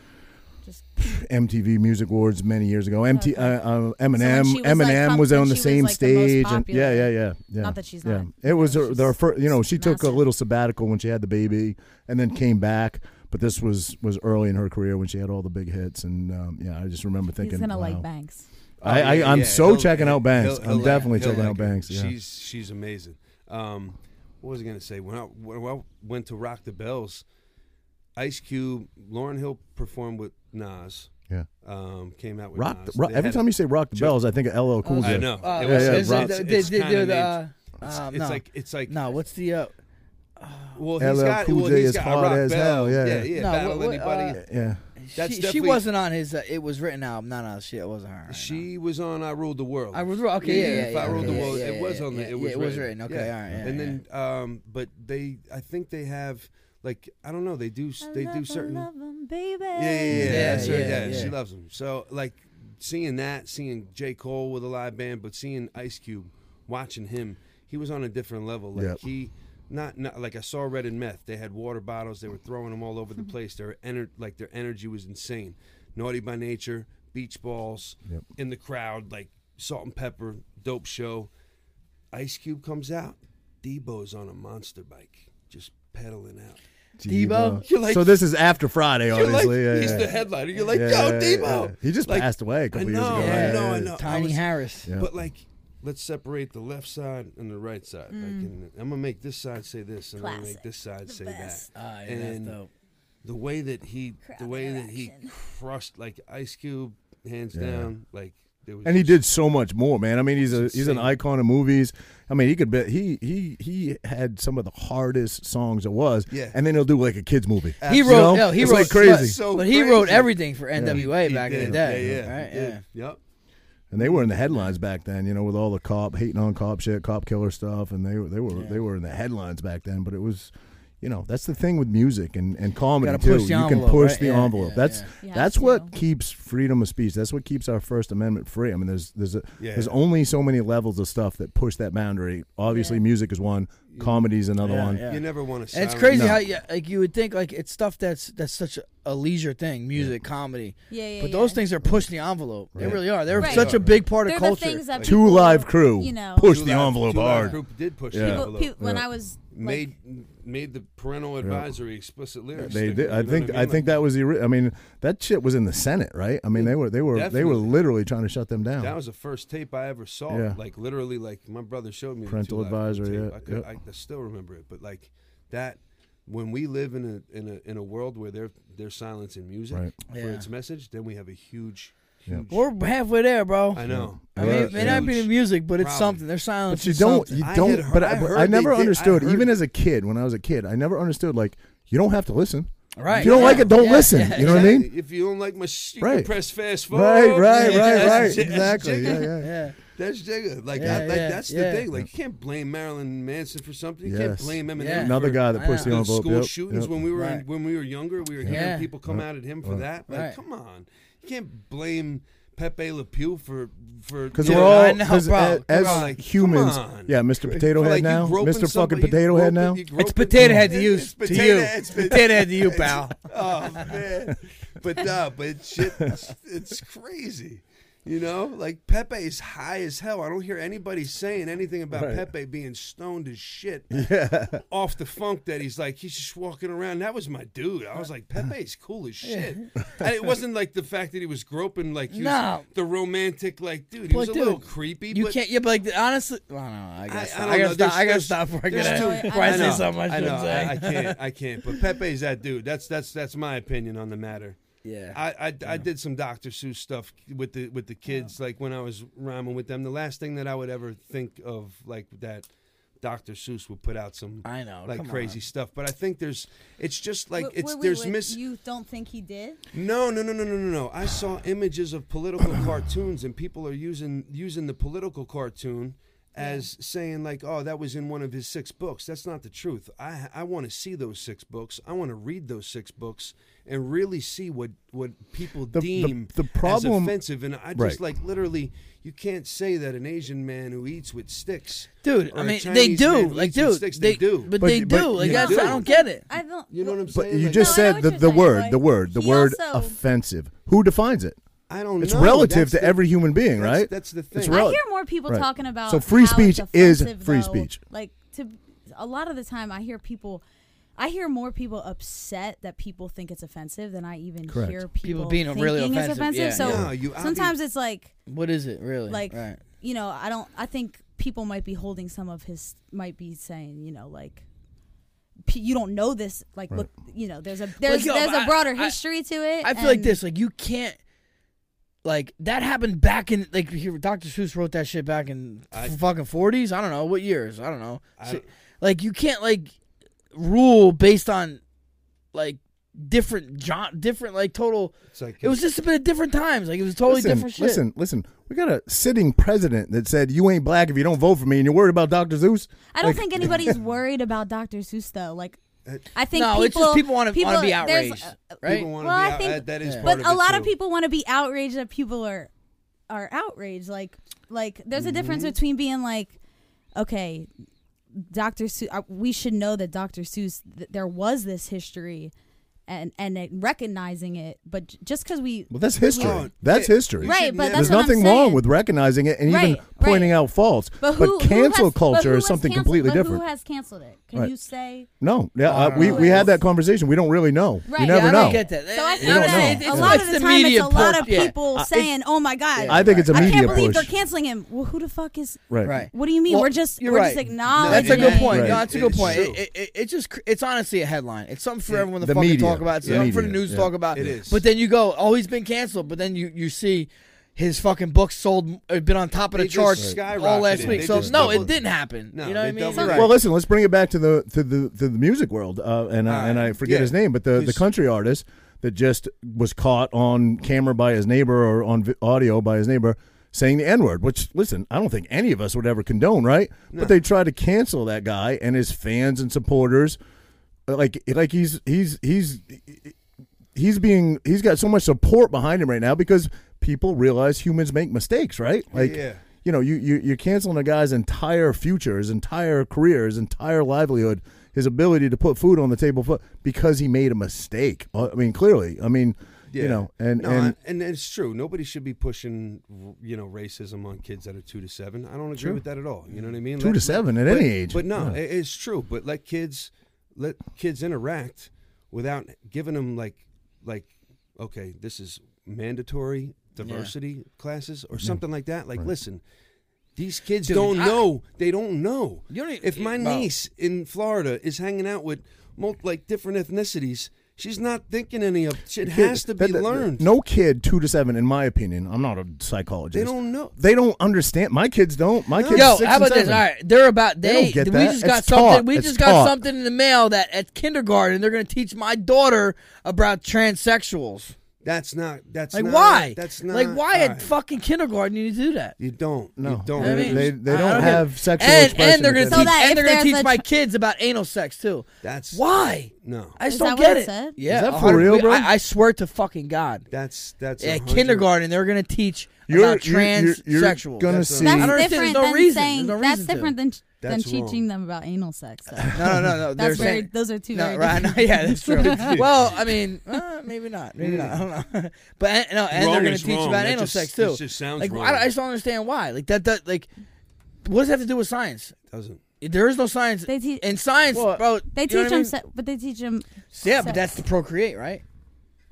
S5: Just
S1: MTV Music Awards many years ago. MT,
S5: Okay.
S1: uh, uh,
S5: when
S1: Eminem,
S5: she was, like,
S1: Eminem
S5: com-
S1: was
S5: when
S1: on the
S5: she was,
S1: same
S5: like, the most
S1: stage, and
S5: popular.
S1: yeah, yeah, yeah, yeah.
S5: Not that she's
S1: yeah.
S5: not.
S1: It was
S5: Yeah,
S1: her,
S5: she's
S1: their first. You know, she took a
S5: massive.
S1: little sabbatical when she had the baby, and then came back. But this was was early in her career when she had all the big hits, and um, yeah, I just remember thinking,
S5: he's gonna
S1: wow.
S5: like Banks.
S1: I, I,
S4: oh, Yeah,
S1: I'm
S4: yeah,
S1: so
S4: he'll-
S1: checking out Banks.
S4: he'll-
S1: I'm
S4: he'll
S1: definitely
S4: like- he'll
S1: checking out
S4: like her.
S1: Banks. Yeah.
S4: She's she's amazing. Um, what was I gonna say? When I when I went to Rock the Bells, Ice Cube, Lauren Hill performed with Nas.
S1: Yeah.
S4: Um, came out with
S1: Rock the,
S4: Nas.
S1: rock,
S4: They
S1: every
S4: had a-
S1: time you say Rock the
S4: Joe-
S1: Bells, I think of LL Cool J.
S4: I know.
S2: Uh,
S4: It
S1: yeah,
S4: was-
S1: yeah,
S2: it's-
S1: Rob-
S2: it's-
S4: it's
S2: they- they
S4: kinda
S2: do the,
S4: named-
S2: uh,
S4: It's,
S2: uh,
S4: it's
S2: no.
S4: like it's like
S2: no, what's the uh,
S4: Well, he's
S1: LL
S4: got
S1: Cool
S4: well,
S1: J
S4: he's
S1: is
S4: got
S1: hard
S4: rock
S1: as hell,
S4: bells.
S1: yeah.
S4: yeah, yeah.
S2: No,
S4: battle
S2: what- what,
S4: anybody.
S2: uh,
S1: Yeah.
S4: That's
S2: she, she
S4: definitely-
S2: wasn't on his. Uh, it was written album. No, no, she, it wasn't her. I know.
S4: she was on I Ruled the World.
S2: I was okay. Yeah, yeah, yeah.
S4: if I
S2: yeah,
S4: Ruled
S2: yeah,
S4: the World,
S2: yeah,
S4: it was
S2: yeah,
S4: on
S2: yeah,
S4: the. It was
S2: yeah, it was written. Okay,
S4: Yeah.
S2: all right. Yeah,
S4: and then, um, but they, I think they have like I don't know. They do s- they do certain.
S5: I love him, baby.
S4: Yeah, yeah, yeah.
S2: Yeah,
S4: that's right,
S2: yeah,
S4: yeah,
S2: yeah.
S4: She loves him. So like seeing that, seeing J. Cole with a live band, but seeing Ice Cube, watching him, he was on a different level. Like
S1: Yep.
S4: he not, not like I saw Red and Meth. They had water bottles. They were throwing them all over the place. Their ener- like their energy was insane. Naughty by Nature, Beach Balls,
S1: Yep.
S4: in the crowd, like Salt and Pepper, dope show. Ice Cube comes out. Debo's on a monster bike, just pedaling out.
S2: Debo?
S4: [LAUGHS] You're like-
S1: so this is after Friday,
S4: [LAUGHS] You're like-
S1: obviously. yeah,
S4: he's
S1: yeah.
S4: the headliner. You're like,
S1: Yeah,
S4: yo,
S1: yeah,
S4: Debo.
S1: yeah. He just
S4: Like,
S1: passed away a couple
S4: I
S1: years
S4: know,
S1: ago.
S4: I
S1: right?
S4: know, I
S1: Yeah.
S4: know.
S2: Tiny
S4: was-
S2: Harris.
S1: Yeah.
S4: But like, let's separate the left side and the right side. Like, and I'm gonna make this side say this, and I'm gonna
S5: Mm. Classic.
S4: make this side say
S5: best.
S4: that.
S1: Ah,
S4: and the way that he, the
S5: Crowd
S4: way that he
S5: interaction.
S4: crushed, like Ice Cube, hands
S1: Yeah.
S4: down, like there was.
S1: And he
S4: just-
S1: did so much more, man. I mean, he's a
S4: It's
S1: he's an
S4: insane.
S1: icon of movies. I mean, he could be he he he had some of the hardest songs it was.
S4: Yeah.
S1: And then he'll do like a kids movie.
S2: He
S1: You
S2: wrote.
S1: know?
S2: No, he
S1: It's
S2: wrote
S1: like crazy.
S4: So
S2: but he wrote
S4: crazy.
S2: everything for NWA
S4: He
S2: back in the
S4: did.
S2: day.
S4: Yeah, yeah,
S2: right?
S4: he
S2: yeah.
S4: did. Yep.
S1: And they were in the headlines back then, you know, with all the cop hating on cop shit, cop killer stuff, and they were they were they were in the headlines back then. But it was, you know, that's the thing with music and and comedy
S2: Gotta
S1: too.
S2: push the
S1: you can
S2: envelope,
S1: push
S2: right?
S1: the
S2: Yeah,
S1: envelope.
S2: yeah,
S1: that's
S5: yeah. You
S1: that's
S5: have
S1: what
S5: to.
S1: keeps freedom of speech. That's what keeps our First Amendment free. I mean, there's there's a,
S4: Yeah.
S1: there's only so many levels of stuff that push that boundary. Obviously,
S5: Yeah.
S1: music is one, comedy's another
S2: Yeah,
S1: one.
S2: yeah.
S4: You never want to.
S2: And it's crazy
S1: No.
S2: how you, like you would think like it's stuff that's that's such a, a leisure thing, music, comedy.
S5: Yeah, yeah.
S2: But those
S5: yeah.
S2: things are pushing the envelope. They
S1: Right.
S2: really are. They're
S5: Right.
S2: such a big part
S5: They're
S2: of
S5: the
S2: culture.
S5: things that
S1: Two
S5: people,
S1: live crew
S5: You know,
S1: push
S4: Two
S1: the
S4: Live-
S1: envelope
S4: Two Live
S1: hard.
S4: Group did push
S1: Yeah.
S4: the
S5: people,
S4: envelope.
S5: people, when
S1: Yeah.
S5: I was like,
S4: made made the parental advisory explicit lyrics.
S1: They
S4: sticker,
S1: did.
S4: you
S1: I
S4: know
S1: think.
S4: what
S1: I
S4: mean?
S1: think
S4: Like,
S1: that was the. ori- I mean, that shit was in the Senate, right? I mean, they were. They were. They were
S4: Definitely.
S1: literally trying to shut them down.
S4: That was the first tape I ever saw.
S1: Yeah.
S4: Like literally, like my brother showed me. the
S1: Parental
S4: Two Live Crew
S1: advisory,
S4: tape.
S1: yeah,
S4: I, could,
S1: yeah.
S4: I, I still remember it, but like that. When we live in a in a in a world where they're they're silencing music
S1: Right.
S4: for
S2: Yeah.
S4: its message, then we have a huge,
S1: Yeah.
S4: huge.
S2: We're halfway there, bro.
S4: I know.
S2: I mean, it may not be the music, but it's
S4: Probably.
S2: something. They're silent.
S1: But you don't. You
S4: I
S1: don't.
S4: had heard-
S1: but
S4: I
S1: I, but
S4: heard
S1: I
S4: they
S1: never
S4: did- I
S1: understood.
S4: heard-
S1: Even as a kid, when I was a kid, I never understood. Like, you don't have to listen.
S2: right.
S1: If you don't
S2: yeah.
S1: like it, don't
S2: Yeah,
S1: listen.
S2: yeah,
S1: you know what I mean?
S4: If you don't like my sh- you
S1: Right.
S4: can press fast forward.
S1: Right. Right.
S4: Yeah,
S1: Right. Right.
S4: that's- [LAUGHS]
S2: [LAUGHS]
S4: that's
S1: Exactly. Yeah.
S4: jigger. [LAUGHS]
S1: Yeah.
S2: Yeah.
S4: That's jigger. Like,
S2: Yeah,
S4: I, like
S2: yeah,
S4: that's
S2: yeah.
S4: the thing. Like, you can't blame Marilyn Manson for something. You can't
S1: Yes.
S4: blame Eminem.
S2: Yeah.
S1: Another
S4: for-
S1: guy that pushed
S2: I
S1: the
S2: know.
S4: the
S1: envelope.
S4: school
S1: yep,
S4: shootings
S1: yep.
S4: when we were in,
S2: Right.
S4: when we were younger. We were hearing
S2: Yeah.
S4: people come out at him for that. Like,
S2: Right.
S4: come on, you can't blame Pepe Le Pew for for
S1: Because
S4: you
S1: we're
S4: know,
S2: I
S1: all
S2: know,
S1: 'cause
S2: bro.
S1: a- as,
S4: Bro, like,
S1: humans.
S4: come on.
S1: Yeah, Mr. Potato
S4: for,
S1: Head
S4: like, you
S1: now,
S4: groping
S1: Mr.
S4: somebody-
S1: Fucking
S4: you
S1: Potato Head
S4: groping-
S1: now.
S4: you
S2: It's
S4: groping-
S2: potato head to
S4: It's
S2: you. To
S4: potato-
S2: you.
S4: it's
S2: [LAUGHS] Potato head to
S4: [LAUGHS]
S2: you, pal.
S4: Oh man, but uh, but shit, it's, it's crazy. You know, like Pepe is high as hell. I don't hear anybody saying anything about
S1: Right.
S4: Pepe being stoned
S2: [LAUGHS]
S4: as shit
S1: Yeah.
S4: off the funk that he's like he's just walking around. That was my dude. I
S2: [LAUGHS]
S4: was like Pepe's cool as shit. and it wasn't like the fact that he was groping like he was
S2: No.
S4: the romantic like dude. He was
S2: But,
S4: a little
S2: dude,
S4: creepy.
S2: You
S4: but
S2: can't. Yeah, but like honestly, I don't know. I guess
S4: I
S2: I,
S4: don't
S2: gotta
S4: know.
S2: stop. I gotta
S4: There's-
S2: stop before I,
S4: there's
S2: get [LAUGHS]
S5: two-
S2: before I,
S5: I
S2: say
S5: know.
S2: something I
S4: I
S2: shouldn't
S4: know.
S2: say.
S4: I, I can't. I can't. But Pepe's that dude. That's that's that's my opinion on the matter.
S2: yeah.
S4: I, I, I did some Dr. Seuss stuff with the with the kids, like when I was rhyming with them. The last thing that I would ever think of, like that, Dr. Seuss would put out some
S2: I know,
S4: like
S2: come
S4: crazy stuff. But I think there's, it's just like
S5: Wait,
S4: it's
S5: wait, wait,
S4: there's
S5: wait,
S4: mis.
S5: You don't think he did?
S4: No, no, no, no, no, no, no. I saw images
S2: [COUGHS]
S4: of political cartoons, and people are using using the political cartoon as saying like, "Oh, that was in one of his six books." That's not the truth. I I want to see those six books. I want to read those six books and really see what what people
S1: The- the-
S4: deem
S1: the problem-
S4: as offensive. And I
S1: Right.
S4: just like literally, you can't say that an Asian man who eats with sticks,
S2: dude,
S4: or
S2: I
S4: a
S2: mean, they
S4: Chinese man
S2: do.
S4: who
S2: Like,
S4: eats with
S2: dude,
S4: sticks,
S2: they,
S4: they do.
S2: But
S1: But-
S2: they
S1: but-
S2: do. Like,
S1: yeah.
S2: that's, I don't get it.
S5: I don't.
S4: You know what I'm
S1: But
S4: saying?
S1: you
S4: Like,
S1: just
S5: No, I know
S1: said
S5: what
S1: the,
S5: you're
S1: the
S5: saying,
S1: word,
S5: but
S1: the word, the
S5: he
S1: word
S5: also-
S1: offensive. Who defines it?
S4: I don't.
S1: It's
S4: know.
S1: relative
S4: That's
S1: to
S4: the-
S1: every human being,
S4: that's-
S1: right?
S4: That's the thing.
S1: It's
S5: I
S1: rel-
S5: hear more people
S1: Right.
S5: talking about
S1: So free
S5: how it's
S1: speech is
S5: offensive,
S1: free
S5: though.
S1: speech.
S5: Like to a lot of the time, I hear people. I hear more people upset that people think it's offensive than I even
S1: Correct.
S5: hear people,
S2: being really
S5: thinking it's
S2: offensive, yeah,
S5: So
S4: yeah. No, you- I
S5: sometimes it's like
S2: What is it really?
S5: like
S2: right.
S5: you know I don't I think people might be holding some of his might be saying you know like p- you don't know this like
S1: Right.
S5: look you know there's a there's
S2: yo,
S5: there's
S2: but I-
S5: a broader
S2: I-
S5: history to it. um,
S2: I feel like
S5: and-
S2: this. Like, you can't. Like that happened back in like here, Dr. Seuss wrote that shit back in
S4: I-
S2: f- fucking forties. I don't know what years. I don't know.
S4: I-
S2: Si- like you can't like rule based on like different John, different like total.
S4: It's like
S2: It was just a bit of different times. Like it was totally
S1: listen,
S2: different shit.
S1: listen, listen. We got a sitting president that said, "You ain't black if you don't vote for me," and you're worried about Dr. Zeus.
S5: I don't
S1: Like-
S5: think anybody's worried about Dr. Seuss though.
S2: [LAUGHS]
S5: Like, I think
S2: no,
S5: people,
S2: it's just people want to want to be
S5: there's,
S2: outraged,
S5: uh,
S2: right?
S4: People wanna
S5: Well,
S4: be
S5: I
S4: out-
S5: think-
S4: that- that is
S2: Yeah.
S4: part
S5: but
S4: of
S5: a
S4: it,
S5: lot of
S4: too.
S5: people want to be outraged that people are are outraged. Like, like there's a difference
S1: Mm-hmm.
S5: between being like, okay, Dr. Seuss. Uh, we should know that Dr. Seuss. Th- there was this history, and and it, recognizing it. But j- just because we
S1: Well, that's history.
S4: Oh,
S1: that's
S4: yeah.
S1: history.
S4: You
S5: Right,
S4: should
S5: but
S4: never-
S5: that's
S1: There's
S5: what I'm
S1: nothing wrong
S5: saying.
S1: with recognizing it and
S5: Right,
S1: even
S5: right.
S1: pointing out faults.
S5: but who
S1: cancel
S5: who
S1: culture
S5: has, but who
S1: is
S5: has
S1: something
S5: cancel-
S1: completely
S5: but
S1: different.
S5: Who has canceled it? Can
S1: Right.
S5: you say?
S1: no, yeah, uh,
S5: don't
S1: we
S5: know.
S1: we had that conversation. We don't really know. You
S5: Right.
S1: never
S2: yeah, I
S1: know.
S2: don't get that.
S5: So I
S2: Eh,
S5: think
S1: don't
S5: that
S1: know.
S5: a
S1: Yeah.
S5: lot
S2: It's
S5: of the, time
S2: media
S5: it's a lot of
S2: push, yeah.
S5: people
S1: I-
S5: saying, "Oh my god,
S1: I think it's a
S5: I
S1: media
S5: can't believe they're
S1: push.
S5: canceling him." Well, who the fuck is?
S1: Right.
S2: Right.
S5: What do you mean?
S2: Well,
S5: we're just
S2: you're
S5: we're
S2: right.
S5: just
S4: No,
S5: acknowledging.
S2: That's a good
S4: Right.
S2: point.
S1: Right.
S2: No, that's a good
S4: It's
S2: point.
S4: true.
S2: It, it, it, it just cr- it's honestly a headline. It's something for
S4: It-
S2: everyone to
S1: the
S2: fucking
S1: media.
S2: talk about. It's
S1: The
S2: something for the
S1: media,
S2: news to
S1: yeah.
S2: talk about.
S4: It is.
S2: But then you go, oh, he's been canceled. But then you you see his fucking books sold uh, been on top of
S4: They
S2: the
S4: just
S2: charts
S4: skyrocketed.
S2: all last week.
S4: They
S2: so
S4: just
S2: no, it
S4: doubled-
S2: didn't happen.
S4: No,
S2: you know what
S4: they
S2: I mean?
S4: doubled it.
S1: Well, listen. Let's bring it back to the to the to the music world, uh, and I, and I
S4: Alright,
S1: forget
S4: yeah.
S1: his name, but the, the
S4: Who's-
S1: country artist that just was caught on camera by his neighbor or on vi- audio by his neighbor saying the n word. Which listen, I don't think any of us would ever condone, right? But they tried to cancel that guy and his fans and supporters, Uh, like like he's he's he's he's being he's got so much support behind him right now because people realize humans make mistakes, right? Like
S4: Yeah.
S1: you know, you, you you're canceling a guy's entire future, his entire career, his entire livelihood, his ability to put food on the table for, because he made a mistake. Uh, I mean, clearly, I mean, you know, and
S4: No, I-
S1: and
S4: and it's true. Nobody should be pushing, r- you know, racism on kids that are two to seven. I don't agree with that at all. You know what I mean?
S1: Two to seven at
S4: but-
S1: any age.
S4: But no,
S1: Yeah.
S4: it- it's true. But let kids, let kids interact without giving them like, like, okay, this is mandatory diversity classes or something like that. Like, listen. These kids
S2: Dude,
S4: don't
S2: I-
S4: know. They don't know.
S2: You don't even-
S4: if my
S2: Wow.
S4: niece in Florida is hanging out with mul- like different ethnicities, she's not thinking any of shit. Has to be
S1: that- that-
S4: learned.
S1: No kid two to seven, in my opinion, I'm not a psychologist.
S4: They don't know.
S1: They don't understand. My kids don't. My kids.
S2: Yo,
S1: six
S2: how
S1: and
S2: about this?
S1: seven.
S2: All right, they're about
S1: They
S2: they.
S1: don't get
S2: we
S1: that.
S2: just got
S1: It's
S2: something.
S1: taught.
S2: We
S1: It's
S2: just got
S1: taught.
S2: something in the mail that at kindergarten they're going to teach my daughter about transsexuals.
S4: That's not. That's
S2: Like
S4: not-
S2: why?
S4: That's not.
S2: like why
S4: all
S2: at
S4: right.
S2: fucking kindergarten you do that?
S4: You don't.
S1: No,
S4: You don't.
S1: they-
S2: I mean,
S1: they, they
S2: I- I
S1: don't
S2: don't get
S1: have
S2: it.
S1: sexual
S2: and,
S1: expression.
S2: and they're gonna
S1: within
S5: So
S1: them.
S2: teach,
S5: that
S2: and
S5: if
S2: they're gonna
S5: there's
S2: teach
S5: a
S2: my
S5: ch-
S2: kids about anal sex too.
S4: That's
S2: Why?
S4: No,
S2: I just
S5: Is
S2: don't
S5: that
S2: get
S5: what it
S2: it.
S5: said?
S2: Yeah,
S1: Is that
S2: a
S1: for real,
S2: hundred-
S1: bro?
S2: I, I swear to fucking God.
S4: that's that's
S2: Yeah,
S4: 100
S2: kindergarten, they're gonna teach
S1: You're-
S2: about
S1: you're- you're-
S2: transsexuals.
S1: you're gonna
S2: That's-
S1: see-
S2: I don't
S5: That's
S2: understand.
S5: different
S2: There's no
S5: than
S2: reason. There's
S5: saying
S2: no
S5: that's
S2: reason to.
S5: different than than
S4: That's wrong.
S5: teaching them about anal sex. though.
S2: No, no, no, no. they're
S5: [LAUGHS] That's very
S2: saying,
S5: those are two
S2: no,
S5: very
S2: right? [LAUGHS]
S5: different.
S2: No, yeah, that's
S5: [LAUGHS]
S2: true. well, I mean, [LAUGHS] uh, maybe not.
S1: Hmm.
S2: Maybe not. I don't know. [LAUGHS] But uh, no, and they're
S4: Wrong
S2: gonna
S4: is
S2: teach
S4: wrong.
S2: about
S4: That
S2: anal
S4: just-
S2: sex
S4: this
S2: too.
S4: just sounds
S2: like
S4: wrong.
S2: I, I just don't understand why. Like that, that. Like, what does that have to do with science?
S4: doesn't.
S2: There is no science.
S5: They teach
S2: in science,
S1: Well,
S2: bro.
S5: they
S2: you
S5: teach
S2: know what I
S5: them,
S2: mean?
S5: se- but they teach them.
S2: Yeah, but that's to procreate, right?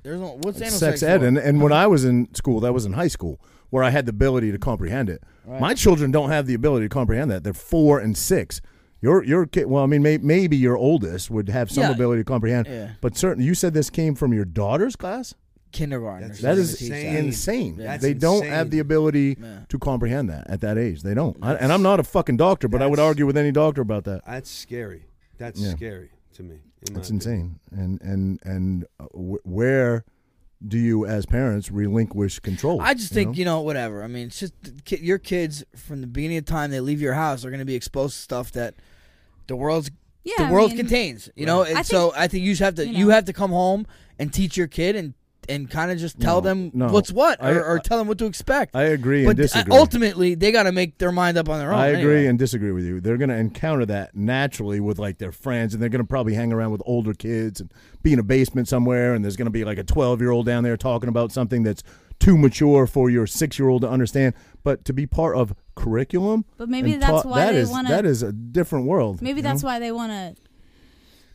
S2: There's no what's anal sex,
S1: sex ed.
S2: for?
S1: And, and when I was in school, that was in high school, where I had the ability to comprehend it. My children don't have the ability to comprehend that. They're four and six. Your your kid. Well, I mean, may, maybe your oldest would have some
S2: Yeah.
S1: ability to comprehend.
S2: Yeah.
S1: But certain, you said this came from your daughter's class.
S2: kindergarten.
S4: That's
S1: That
S2: They're
S1: is
S2: gonna teach
S1: insane.
S4: insane. That's
S1: they don't
S4: insane.
S1: have the ability
S2: Yeah.
S1: to comprehend that at that age. They don't. I, and I'm not a fucking doctor, but I would
S4: That's-
S1: argue with any doctor about that.
S4: That's scary. That's
S1: Yeah.
S4: scary to me. in my
S1: That's
S4: opinion.
S1: insane. And and and uh, wh- where do you, as parents, relinquish control?
S2: I just
S1: you
S2: think
S1: know?
S2: you know whatever. I mean, it's just the ki- your kids from the beginning of time they leave your house are going to be exposed to stuff that the world's
S5: Yeah,
S2: the
S5: I
S2: world
S5: mean,
S2: contains. You know, and
S5: I
S2: so I think you just have to
S5: you
S2: you,
S5: know.
S2: have to come home and teach your kid and and kind of just tell
S1: No,
S2: them
S1: no.
S2: what's what
S1: I-
S2: or, or
S1: I-
S2: tell them what to expect.
S1: I agree
S2: but
S5: uh,
S1: and
S2: th- uh,
S1: disagree.
S2: ultimately, they got to make their mind up on their own.
S1: I agree
S2: anyway.
S1: and disagree with you. They're going to encounter that naturally with like their friends, and they're going to probably hang around with older kids and be in a basement somewhere, and there's going to be like a 12 year old down there talking about something that's too mature for your six year old to understand. But to be part of curriculum,
S5: But maybe
S1: and
S5: that's
S1: taught-
S5: why
S1: that
S5: they
S1: is-
S5: wanna-
S1: That is a different world.
S5: Maybe
S1: you know?
S5: that's why they want to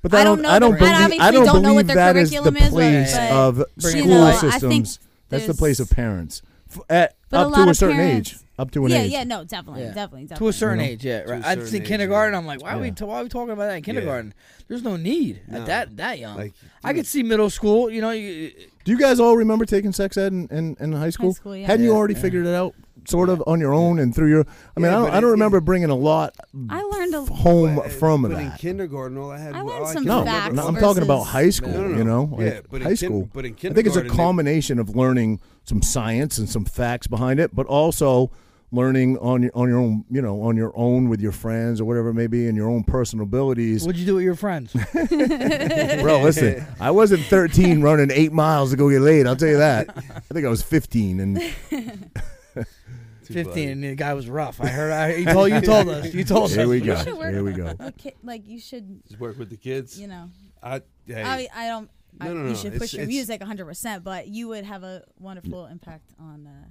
S1: But
S5: I
S1: I
S5: don't
S1: don't.
S5: know
S1: I don't
S5: the- I
S1: believe. I
S5: obviously
S1: don't
S5: don't know
S1: believe
S5: what their
S1: that is the
S5: curriculum is,
S1: place
S2: but-
S1: of
S5: But, you
S1: school
S5: know, I think
S1: systems. That's the
S5: there's-
S1: place of parents. F- At,
S5: But a
S1: up
S5: lot
S1: to a
S5: of
S1: certain
S5: parents-
S1: age. Up to an
S5: yeah,
S1: age.
S5: yeah, no, definitely,
S2: Yeah.
S5: definitely, definitely.
S2: to a certain
S1: You know?
S2: age, yeah.
S4: To a
S2: Right. I
S4: certain
S2: just think
S4: age,
S2: kindergarten.
S4: yeah.
S2: I'm like, why are we
S1: Yeah.
S2: t- why are we talking about that in kindergarten? There's no need
S4: No.
S2: at that that young.
S4: Like,
S2: I could see middle school. You know, you,
S1: Do you guys all remember taking sex ed in, in, in high school?
S5: school, yeah.
S1: Hadn't you
S2: Yeah,
S1: already
S2: yeah.
S1: figured it out, sort of, on your own and through your? I mean,
S4: Yeah,
S1: I don't.
S4: but
S1: I
S4: it-
S1: don't
S4: it-
S1: remember bringing a lot
S5: I learned a.
S1: home
S4: but- uh,
S1: from
S4: but in
S1: that.
S4: kindergarten, all I had
S5: I
S4: all
S5: learned some
S4: could
S1: No,
S4: remember-
S5: facts
S1: no, I'm talking about
S5: versus-
S1: high school.
S4: No, no, no.
S1: You know,
S4: Yeah,
S1: Like,
S4: but in
S1: high
S4: kin-
S1: school.
S4: but
S1: I
S4: in
S1: think it's a
S4: kindergarten, they-
S1: combination of learning some science and some facts behind it, but also learning on your on your own. You know, on your own with your friends or whatever it may be, and your own personal abilities.
S2: what'd you do with your friends?
S1: [LAUGHS] Bro, listen, I wasn't
S4: [LAUGHS]
S1: 13 running eight miles to go get laid. I'll tell you that. I think I was 15 and.
S4: Too
S2: Fifteen,
S4: bloody.
S2: and the guy was rough. I heard. I, you told you told us. You told us.
S1: [LAUGHS] Here we
S5: You
S1: go.
S5: should work
S1: Here we go.
S5: with ki- like you should,
S4: Just work with the kids.
S5: you know.
S4: I, hey,
S5: I, I don't. I,
S4: No, no,
S5: you
S4: no,
S5: should
S4: it's-
S5: push your
S4: it's-
S5: music 100, percent but you would have a wonderful impact on. Uh,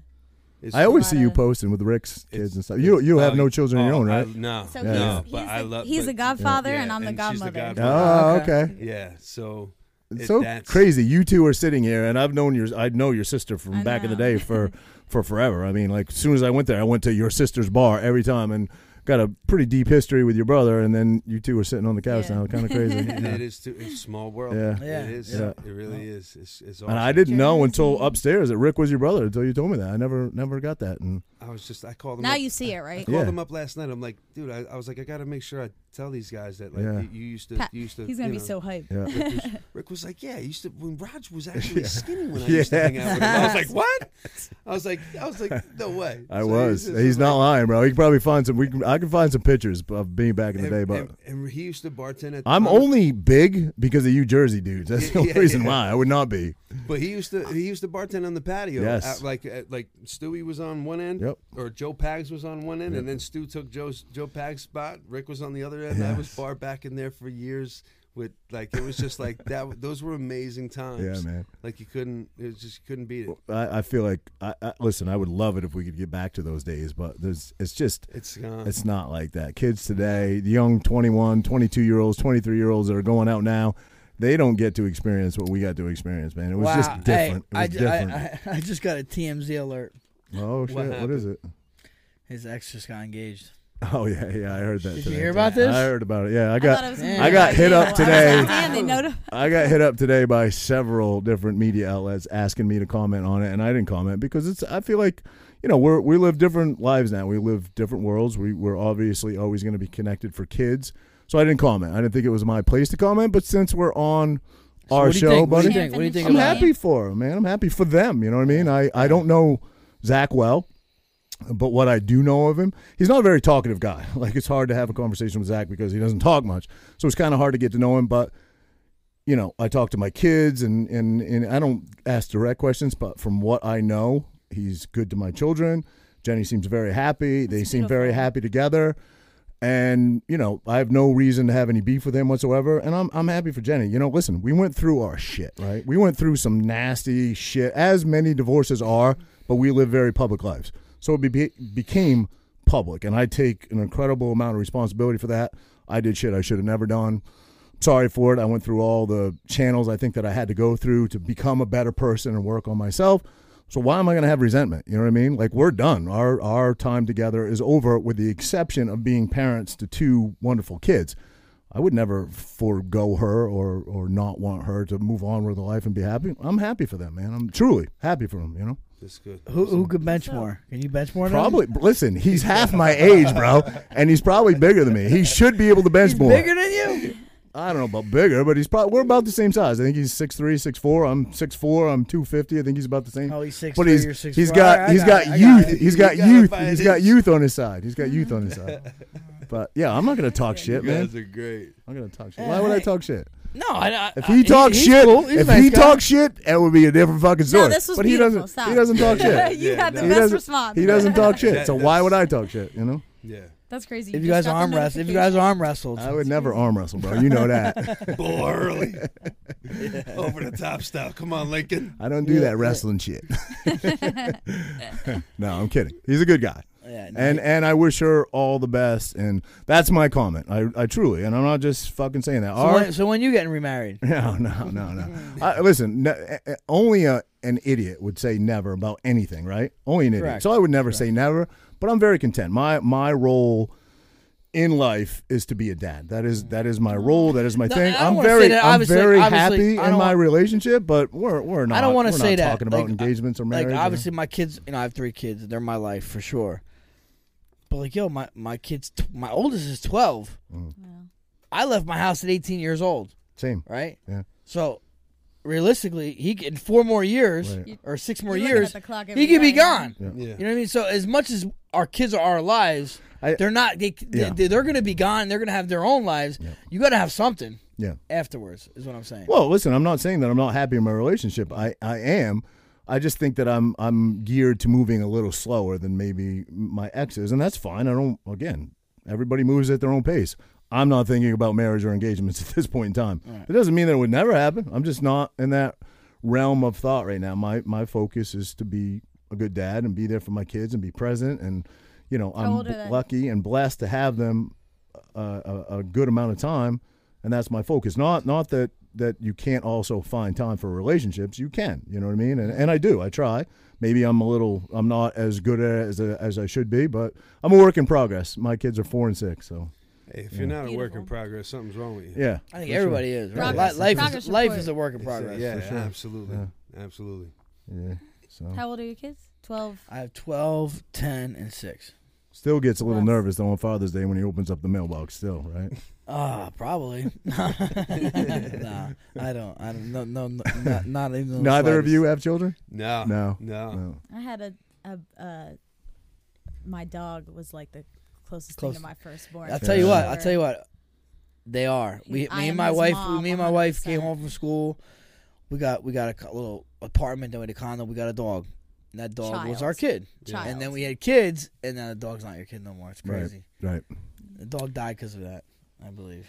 S4: it's-
S1: I always see you
S5: Lotta-
S1: posting with Rick's
S4: it's-
S1: kids and stuff. You you have
S4: oh,
S1: no children of your
S4: oh,
S1: own,
S4: I-
S1: right?
S4: no,
S5: so
S1: Yeah.
S5: he's,
S4: no.
S5: he's,
S4: But
S5: the,
S4: I love.
S5: he's
S4: but-
S5: the godfather,
S4: yeah,
S5: and I'm the
S4: and she's the
S5: godmother.
S4: godmother.
S1: Oh,
S2: Okay.
S1: okay.
S4: Yeah, so
S1: It's
S4: it-
S1: so
S4: that's-
S1: crazy. You two are sitting here, and I've known your I know your sister from
S5: I
S1: back in the
S5: know.
S1: day
S5: [LAUGHS]
S1: for for forever. I mean, like as soon as I went there, I went to your sister's bar every time, and got a pretty deep history with your brother. And then you two were sitting on the couch
S5: Yeah.
S1: now, kind of
S5: [LAUGHS]
S1: crazy.
S4: It,
S1: Yeah.
S4: it is too. It's a small world.
S1: Yeah.
S2: Yeah.
S4: It is.
S1: Yeah.
S4: It really is. It's, it's awesome.
S1: And I didn't know until
S5: Jersey.
S1: upstairs that Rick was your brother until you told me that. I never never got that. And
S4: I was just. I called him.
S5: Now
S4: up.
S5: you see it, right?
S4: I called
S1: Yeah.
S4: him up last night. I'm like, dude. I, I was like, I got to make sure I tell these guys that like
S1: Yeah.
S4: you, you used to.
S5: Pat-
S4: you used to.
S5: He's gonna
S4: you
S5: be
S4: know,
S5: so hyped.
S1: yeah,
S4: Rick was,
S5: [LAUGHS]
S4: Rick was like, yeah. I used to when Raj
S1: [LAUGHS]
S4: was actually
S1: Yeah.
S4: skinny when I
S1: Yeah.
S4: used to hang out with him. I was like, what? I was like, I was like, no way.
S1: [LAUGHS] I
S4: So
S1: was.
S4: just
S1: He's
S4: like-
S1: not lying, bro. He can probably find some. We can, I can find some pictures of being back in the
S4: And,
S1: day, but.
S4: and, and he used to bartend at.
S1: I'm
S4: um,
S1: only big because of you Jersey dudes. That's the
S4: Yeah,
S1: only reason
S4: yeah.
S1: why I would not be.
S4: But he used to he used to bartend on the patio.
S1: Yes.
S4: At, like at, like Stewie was on one end,
S1: Yep.
S4: or Joe Pags was on one end, and then Stu took Joe's Joe Pags spot. Rick was on the other end. I was
S1: Yes.
S4: bar back in there for years. With like it was
S1: [LAUGHS]
S4: just like that. Those were amazing times.
S1: Yeah, man.
S4: Like you couldn't. It was just you couldn't beat it.
S1: I, I feel like I, I listen. I would love it if we could get back to those days, but there's it's just
S4: It's gone.
S1: it's not like that. Kids today, the young 21, 22 year olds, 23 year olds that are going out now, they don't get to experience what we got to experience, man. It was
S2: wow.
S1: just different.
S2: Hey, I,
S1: it was
S2: ju-
S1: different.
S2: [LAUGHS] I, I, I just got a TMZ alert.
S1: oh shit! what
S4: happened?
S1: is it?
S2: His ex just got engaged.
S1: Oh yeah, yeah. I heard that.
S2: Did you
S1: today.
S2: hear about this?
S1: I heard about it. Yeah, I
S5: I thought
S1: got
S5: it was.
S2: I
S5: gonna be
S1: got
S5: like,
S1: hit
S5: damn,
S1: up
S5: I was
S1: today.
S5: like, Damn, they notified.
S1: [LAUGHS] I got hit up today by several different media outlets asking me to comment on it, and I didn't comment because it's. I feel like, you know, we're we live different lives now. We live different worlds. We we're obviously always going to be connected for kids, so I didn't comment. I didn't think it was my place to comment. But since we're on
S2: So
S1: our
S2: what do you
S1: show,
S2: think? What
S1: buddy,
S2: do you think? What do you think
S1: I'm
S5: Come
S2: about
S5: on.
S1: happy for him, man. I'm happy for them. You know what I mean? I, I don't know Zach well, but what I do know of him, he's not a very talkative guy. [LAUGHS] Like it's hard to have a conversation with Zach because he doesn't talk much. So it's kind of hard to get to know him. But you know, I talk to my kids and, and, and I don't ask direct questions, but from what I know, he's good to my children. Jenny seems very happy. They seem very
S5: beautiful.
S1: happy together. And, you know, I have no reason to have any beef with him whatsoever. And I'm, I'm happy for Jenny. You know, listen, we went through our shit, right? We went through some nasty shit, as many divorces are, but we live very public lives. So it be, became public. And I take an incredible amount of responsibility for that. I did shit I should have never done sorry for it. I went through all the channels I think that I had to go through to become a better person and work on myself. So why am I going to have resentment? You know what I mean? Like we're done. Our our time together is over with the exception of being parents to two wonderful kids. I would never forego her or or not want her to move on with her life and be happy. I'm happy for them, man. I'm truly happy for them, you know.
S4: That's good.
S2: Who who could bench more? Can you bench more? than him?
S1: Probably listen, he's half my age, bro, and he's probably bigger than me. He should be able to bench
S2: He's
S1: more.
S2: bigger than you.
S1: I don't know about bigger, but he's probably we're about the same size. I think he's 6'3", 6'4". I'm 6'4", I'm two fifty. I think he's about the same.
S2: Oh, he's six.
S1: but he's
S2: you're six
S1: he's
S2: four. All
S1: got
S2: right, I
S1: he's got
S2: it, I
S1: youth.
S2: it.
S1: He's
S4: You
S1: got
S4: got it
S1: youth.
S4: by
S1: He's
S4: an
S1: got
S4: inch.
S1: youth on his side. He's got youth on his side. But yeah, I'm not gonna talk shit,
S4: You
S1: man.
S4: guys are great.
S1: I'm gonna talk shit. Why would I talk shit?
S2: No, I, I,
S1: If
S2: I-
S1: he talks
S2: Uh, he's
S1: shit,
S2: cool. He's uh, a
S1: if
S2: nice
S1: he
S2: guy.
S1: talks shit, it would be a different fucking story.
S5: this was
S1: but he
S5: beautiful.
S1: doesn't.
S5: Stop.
S1: He doesn't
S5: [LAUGHS]
S1: talk shit.
S5: you
S4: Yeah,
S5: had
S4: no.
S5: the
S1: He
S5: best
S1: doesn't-
S5: response.
S1: He doesn't talk shit.
S4: That-
S1: So why
S4: that's-
S1: would I talk shit? You know,
S4: Yeah.
S5: That's crazy.
S2: If
S5: You
S2: you guys
S5: just got
S2: arm
S5: the
S2: wrestle, if you guys
S5: notification.
S2: arm wrestled,
S1: I would never arm wrestle, bro. You know that. [LAUGHS]
S4: Borley. Over the top style. Come on, Lincoln.
S1: I don't do that wrestling shit. [LAUGHS] no, I'm kidding. He's a good guy.
S2: Yeah, no,
S1: and and I wish her all the best. And that's my comment. I, I truly, and I'm not just fucking saying that.
S2: so,
S1: Our-
S2: when, so when you getting remarried?
S1: [LAUGHS] no, no, no, no. I, listen, no, eh, eh, only a, an idiot would say never about anything, right? Only an idiot.
S2: Correct.
S1: So I would never say never, but I'm very content. My my role in life is to be a dad. That is that is my role. That is my
S2: No,
S1: thing.
S2: I don't
S1: I'm
S2: wanna say
S1: very
S2: that.
S1: I'm
S2: Obviously-
S1: very
S2: obviously,
S1: happy
S2: I
S1: in
S2: don't
S1: my
S2: want-
S1: relationship, but we're we're not.
S2: I don't
S1: want
S2: wanna
S1: to
S2: say that.
S1: talking about
S2: Like,
S1: engagements or marriage.
S2: Like
S1: you know?
S2: obviously, my kids. You know, I have three kids. They're my life for sure. But like, yo, my my kids. T- my oldest is twelve.
S1: Mm.
S2: I left my house at eighteen years old.
S1: same.
S2: Right.
S1: Yeah.
S2: So, realistically, he c- in four more years
S1: Right.
S5: You-
S2: or six more
S5: You're looking
S2: years,
S5: at the clock every
S2: he could be
S5: day, huh?
S2: gone.
S4: Yeah.
S2: You know what I mean? So as much as our kids are our lives,
S1: I-
S2: they're not. They,
S1: Yeah.
S2: they they're going to be gone. They're going to have their own lives. You got to have something
S1: Yeah.
S2: afterwards. Is what I'm saying.
S1: Well, listen, I'm not saying that I'm not happy in my relationship. I, I am. I just think that I'm I'm geared to moving a little slower than maybe my ex is, and that's fine. I don't. Again, everybody moves at their own pace. I'm not thinking about marriage or engagements [LAUGHS] at this point in time. It doesn't mean that it would never happen. I'm just not in that realm of thought right now. My my focus is to be a good dad and be there for my kids and be present. And you know, I'm
S5: old are they?
S1: lucky and blessed to have them a, a, a good amount of time, and that's my focus. Not not that that you can't also find time for relationships. You can, you know what I mean, and and I do. I try. Maybe I'm a little. I'm not as good at it as a, as I should be, but I'm a work in progress. My kids are four and six, so
S4: Hey, if you're not a work in
S5: Beautiful.
S4: progress, something's wrong with you.
S1: yeah.
S2: I
S1: for
S2: think
S1: sure.
S2: everybody is. Right?
S5: Progress-
S2: Li- life
S5: progress
S2: is life
S5: report.
S2: is a work in
S4: It's a-
S2: progress.
S4: yeah,
S1: for sure.
S4: absolutely.
S1: Yeah.
S4: Absolutely.
S1: Yeah. So
S5: How old are your kids? Twelve.
S2: I have 12, 10, and six.
S1: still gets a little
S5: That's-
S1: nervous though on Father's Day when he opens up the mailbox. Still, right?
S2: Ah, probably. [LAUGHS] nah, I don't. I don't. No, no, no not, not even. the
S1: Neither of
S2: slightest. Uh,
S1: you have children?
S4: No.
S1: No.
S4: No.
S1: No.
S5: I had a, a uh, my dog was like the closest thing
S2: Close.
S5: to my firstborn.
S2: I'll
S5: for
S2: tell you what. I'll
S5: sure.
S2: tell you what. They are.
S5: He-
S2: We,
S5: I
S2: me and
S5: am
S2: my
S5: his
S2: wife.
S5: mom,
S2: me and my wife
S5: 100%.
S2: came home from school. We got we got a co- little apartment then we had a condo. We got a dog. And that dog was
S5: Child.
S2: our kid.
S5: Child.
S2: And then we had kids, and now the dog's not your kid no more. It's
S1: Right.
S2: crazy.
S1: Right.
S2: The dog died because of that, I believe.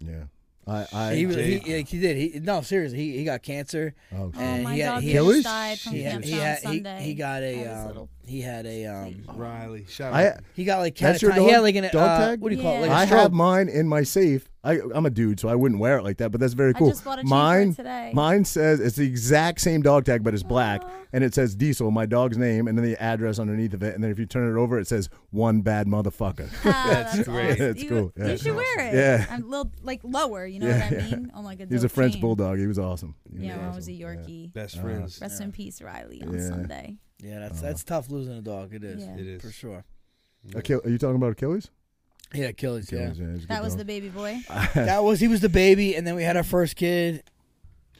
S1: Yeah. I. I
S2: he, was- he,
S4: Jake.
S2: yeah, he did. He no seriously. He, he got cancer.
S1: oh,
S5: Oh,
S2: And
S5: my
S2: he had-
S5: dog
S2: he
S5: just
S1: had-
S5: died from
S2: He had,
S5: cancer
S2: he,
S5: on
S2: had, he,
S5: Sunday.
S2: he got a
S5: I had his
S2: um,
S5: little-
S2: he had a um,
S4: Riley, shout
S1: I-
S4: out.
S2: he got like
S1: That's your
S2: catatonic. He had
S1: dog-
S2: like an uh,
S1: dog tag?
S2: what do you call it? Like a
S1: I
S2: stroke.
S1: have mine in my safe. I, I'm a dude, so I wouldn't wear it like that. But that's very
S5: I
S1: cool.
S5: just bought a cheap one
S1: mine,
S5: today.
S1: mine says it's the exact same dog tag, but it's black, and it says Diesel, my dog's name, and then the address underneath of it. And then if you turn it over, it says one bad motherfucker.
S5: Ah, that's,
S4: great.
S5: Awesome.
S1: That's
S5: you,
S1: cool. Yeah.
S5: You should wear it.
S1: Yeah.
S5: I'm little like lower. You know
S1: Yeah,
S5: what I
S1: yeah.
S5: mean? On like a.
S1: He's a
S5: dope
S1: French
S5: chain.
S1: bulldog. He was awesome. He
S5: Yeah, mine
S1: awesome.
S5: was a Yorkie.
S1: Uh,
S4: Best friends.
S5: Rest in peace, Riley, on
S1: Yeah.
S5: Sunday.
S2: Yeah, that's that's tough losing a dog. It is
S5: Yeah.
S4: It is.
S2: for sure.
S1: Achille- are you talking about Achilles?
S2: Yeah, Achilles. Yeah,
S1: Achilles, yeah, he's a
S5: That
S1: good
S5: was
S1: dog.
S5: the baby boy.
S1: [LAUGHS]
S2: that was he was the baby, and then we had our first kid,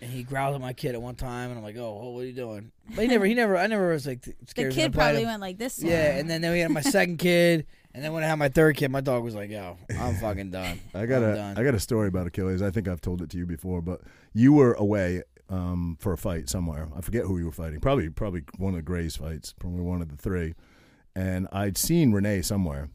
S2: and he growled at my kid at one time, and I'm like, oh, well, what are you doing? But he never, he never, I never was like th-
S5: The
S2: scared. he was
S5: kid
S2: gonna bite
S5: probably
S2: him.
S5: went like this.
S2: Yeah, and then then we had my second kid, And then when I had my third kid, my dog was like, "Yo, I'm fucking
S1: [LAUGHS]
S2: done."
S1: I got
S2: I'm
S1: a
S2: done.
S1: I got a story about Achilles. I think I've told it to you before, but you were away um, for a fight somewhere. I forget who you were fighting. Probably probably one of Gray's fights. Probably one of the three. And I'd seen Renee somewhere.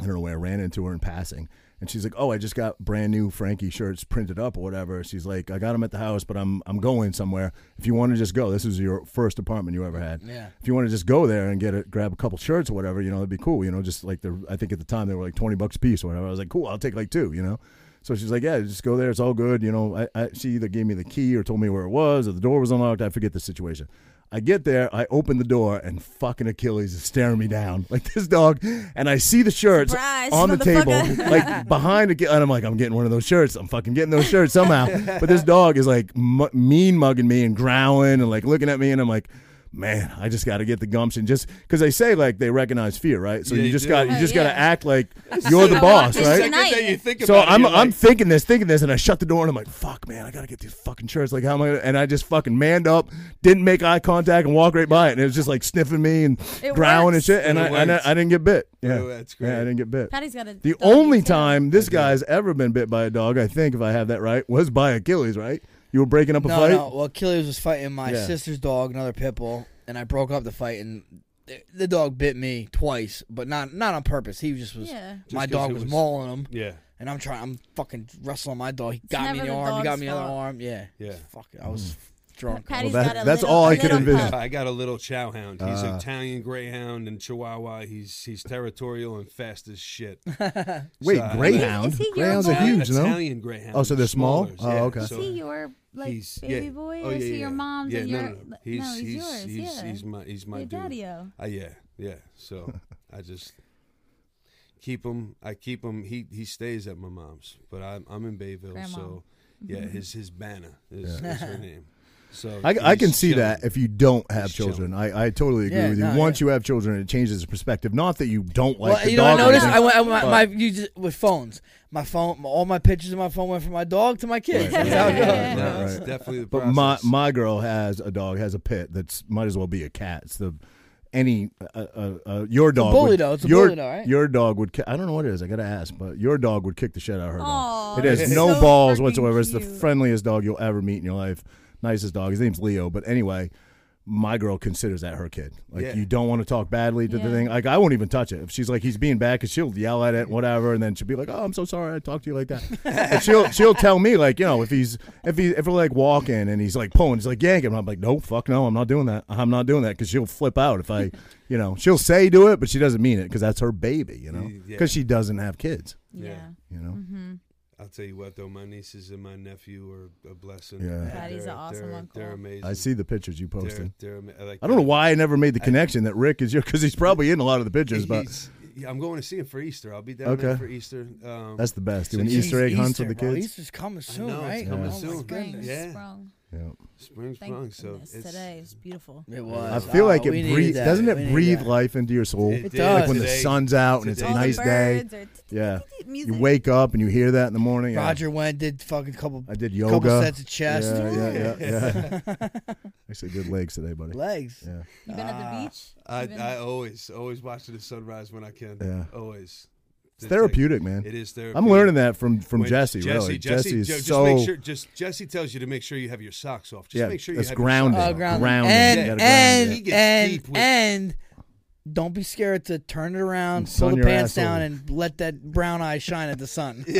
S1: I don't know where. I ran into her in passing, and she's like, "Oh, I just got brand new Frankie shirts printed up or whatever." She's like, "I got them at the house, but I'm I'm going somewhere. If you want to just go, this is your first apartment you ever had.
S2: Yeah.
S1: If you want to just go there and get a, grab a couple shirts or whatever, you know, that'd be cool. You know, just like the I think at the time they were like twenty bucks a piece or whatever. I was like, cool, I'll take like two. You know. So she's like, yeah, just go there. It's all good. You know, I, I, she either gave me the key or told me where it was or the door was unlocked. I forget the situation. I get there, I open the door, and fucking Achilles is staring me down [LAUGHS] like this dog. And I see the shirts
S5: Surprise,
S1: on the table,
S5: motherfucker.
S1: like behind Achilles. And I'm like, I'm getting one of those shirts. I'm fucking getting those shirts somehow. but this dog is like mu- mean mugging me and growling and like looking at me. And I'm like, man, I just got to get the gumption just because they say like they recognize fear, right? So
S4: Yeah,
S1: you
S4: you
S1: just
S4: do.
S1: got you
S5: Oh,
S1: just got to
S5: yeah.
S1: act
S4: [LAUGHS]
S1: like you're the
S5: I
S1: boss,
S5: want this
S1: right?
S5: shit Tonight.
S4: That you think
S1: So
S4: about it,
S1: I'm
S4: you're
S1: I'm
S4: like,
S1: thinking this, thinking this, and I shut the door and I'm like, fuck, man, I gotta get these fucking shirts. Like, how am I? Gonna, and I just fucking manned up, didn't make eye contact, and walked right by it, and it was just like sniffing me and
S5: It
S1: growling and
S5: works.
S1: shit, and
S4: It
S1: I, and I
S4: works.
S1: I didn't get bit. Yeah,
S4: Oh, that's
S1: Yeah, I
S4: great.
S1: didn't get bit.
S5: Patty's got a.
S1: The
S5: doggy
S1: only
S5: too.
S1: time this guy's ever been bit by a dog, I think, if I have that right, was by Achilles. Right? You were breaking up a
S2: no,
S1: fight.
S2: no. Well, Achilles was fighting my
S1: Yeah.
S2: sister's dog, another pit bull, and I broke up the fight, and the, the dog bit me twice, but not not on purpose. He just was.
S5: Yeah.
S2: my
S4: 'cause
S2: dog
S4: it
S2: was,
S4: was-
S2: mauling him,
S4: Yeah,
S2: and I'm trying. I'm fucking wrestling my dog. He got me
S5: never
S2: in the,
S5: the
S2: arm. He got
S5: dog's
S2: me in the other
S5: fault.
S2: arm. Yeah.
S4: Yeah.
S2: Fuck. I
S1: Mm.
S2: was drunk.
S5: Patty's
S1: Well, that-
S5: got a
S1: that's
S5: little,
S1: all
S5: a
S1: I could
S5: little
S1: envision.
S5: pup.
S4: I got a little Chowhound. He's
S1: Ah.
S4: a Italian Greyhound and Chihuahua. He's he's territorial and fast as
S5: [LAUGHS]
S4: shit.
S1: Wait,
S4: So I-
S1: greyhound.
S5: Is he your
S1: Greyhounds are
S5: boy?
S1: huge, no?
S4: Italian Greyhound.
S1: Oh, so they're small? Oh, okay.
S5: Is he your like
S4: he's-
S5: baby
S4: yeah.
S5: boy?
S4: Oh,
S5: or
S4: yeah,
S5: is he
S4: yeah.
S5: your mom's?
S4: Yeah,
S5: and
S4: no,
S5: your,
S4: no, no. He's,
S5: no, he's,
S4: he's,
S5: yours.
S4: He's,
S5: yeah.
S4: he's my he's my
S5: your
S4: dude.
S5: daddy-o.
S4: Uh, yeah, yeah.
S1: [LAUGHS]
S4: So I just keep him. I keep him. He he stays at my mom's, but I'm I'm in Bayville,
S5: Grandma. Mm-hmm.
S4: so yeah. His his banner is,
S1: [LAUGHS]
S4: is her name. So
S1: I, I can
S4: he's
S1: see
S4: chilling.
S1: that [LAUGHS] if you don't have
S4: He's chilling.
S1: children. I, I totally agree
S2: Yeah,
S1: with you.
S2: no,
S1: Once you have children, it changes the perspective. Not that you don't like
S2: well,
S1: the
S2: you know,
S1: dog.
S2: what I
S1: or
S2: noticed
S1: anything.
S2: I went, I went
S1: But-
S2: my you just, with phones. My phone, all my pictures of my phone went from my dog to my kids.
S1: Right,
S2: That's how it
S1: right,
S2: goes.
S1: right,
S4: No,
S1: right,
S4: it's
S1: right.
S4: definitely the
S1: But my
S4: process.
S1: my girl has a dog, has a pet that's might as well be a cat. It's the any uh, uh, uh, your dog
S2: bully
S1: would,
S2: though. It's a
S1: your,
S2: bully though, right?
S1: Your dog would. Ki- I don't know what it is. I gotta ask, but your dog would kick the shit out of her. dog.
S5: Aw,
S1: It has
S5: that's
S1: no
S5: so
S1: balls
S5: freaking
S1: whatsoever. It's the
S5: cute.
S1: friendliest dog you'll ever meet in your life. Nicest dog. His name's Leo. But anyway. My girl considers that her kid. Like
S4: Yeah.
S1: you don't want to talk badly to the
S5: Yeah.
S1: thing. Like I won't even touch it. If she's like he's being bad, because she'll yell at it, whatever, and then she'll be like, "Oh, I'm so sorry, I talked to you like that." But she'll she'll tell me like you know if he's if he if we're like walking and he's like pulling, he's like yanking. I'm like, no, fuck no, I'm not doing that. I'm not doing that because she'll flip out if I, you know, she'll say do it, but she doesn't mean it because that's her baby, you know,
S4: Yeah.
S1: because she doesn't have kids,
S5: Yeah.
S4: Yeah.
S1: you know.
S4: I'll tell you what, though, my nieces and my nephew are a blessing.
S1: Yeah.
S5: Daddy's
S4: They're-
S5: an awesome
S4: they're,
S5: uncle.
S4: They're amazing.
S1: I see the pictures you posted.
S4: They're, they're, ama- like,
S1: I don't know
S4: they're-
S1: why I never made the connection that Rick is your because he's probably in a lot of the pictures, but
S4: he's- yeah, I'm going to see him for Easter. I'll be down there
S1: Okay.
S4: for Easter. Um,
S1: that's the best
S4: So
S1: doing
S4: she's
S1: Easter egg hunts with the
S2: bro.
S1: kids.
S2: Easter's coming
S4: I
S2: soon,
S4: know, it's
S2: right?
S1: coming
S2: oh
S4: soon.
S2: My
S5: Spring
S2: goodness.
S4: Yeah.
S5: sprung.
S1: Yeah.
S4: spring
S5: Thank
S4: sprung. So
S5: goodness
S4: it's,
S5: today is beautiful.
S2: It
S1: I
S2: was.
S1: feel
S2: Oh,
S1: like
S2: we
S1: it
S2: needed
S1: breathe,
S2: that.
S1: doesn't
S2: We
S1: it
S2: needed
S1: breathe
S2: that.
S1: life into your soul?
S4: It It
S2: does. does.
S1: Like when the
S4: Today-
S1: sun's out and it's a
S4: today-
S5: All
S1: nice
S5: the
S1: day.
S5: birds are-
S4: Uh,
S1: Yeah.
S5: Music.
S1: You wake up and you hear that in the morning. yeah.
S2: Roger went did fucking couple
S1: I did yoga.
S2: couple sets of chest
S1: Yeah, yeah, yeah.
S2: [LAUGHS]
S1: yeah. Actually, good legs today, buddy.
S2: legs.
S1: Yeah.
S5: You been at the
S2: Ah.
S5: beach? You
S4: I,
S5: been-
S4: I
S5: [LAUGHS]
S4: always, always watch the sunrise when I can.
S1: Yeah.
S4: Always.
S1: It's therapeutic, man.
S4: Like, it is therapeutic.
S1: I'm learning that from from
S4: When-
S1: Jesse,
S4: Jesse,
S1: really.
S4: Jesse,
S1: Jesse is
S4: Joe, just
S1: so
S4: make sure, just Jesse tells you to make sure you have your socks off. Just
S1: yeah,
S4: make sure you
S1: that's
S4: have
S1: grounding.
S4: Your
S2: Oh,
S4: socks
S2: grounding.
S4: off.
S1: Grounding.
S2: And
S1: You gotta ground
S2: and
S1: it.
S4: He gets
S2: and
S4: deep with-
S2: and don't be scared to turn it around,
S1: And sun
S2: pull the
S1: your
S2: pants
S1: ass
S2: down,
S1: over.
S2: and let that brown eye shine at the
S1: [LAUGHS]
S2: sun. [LAUGHS] he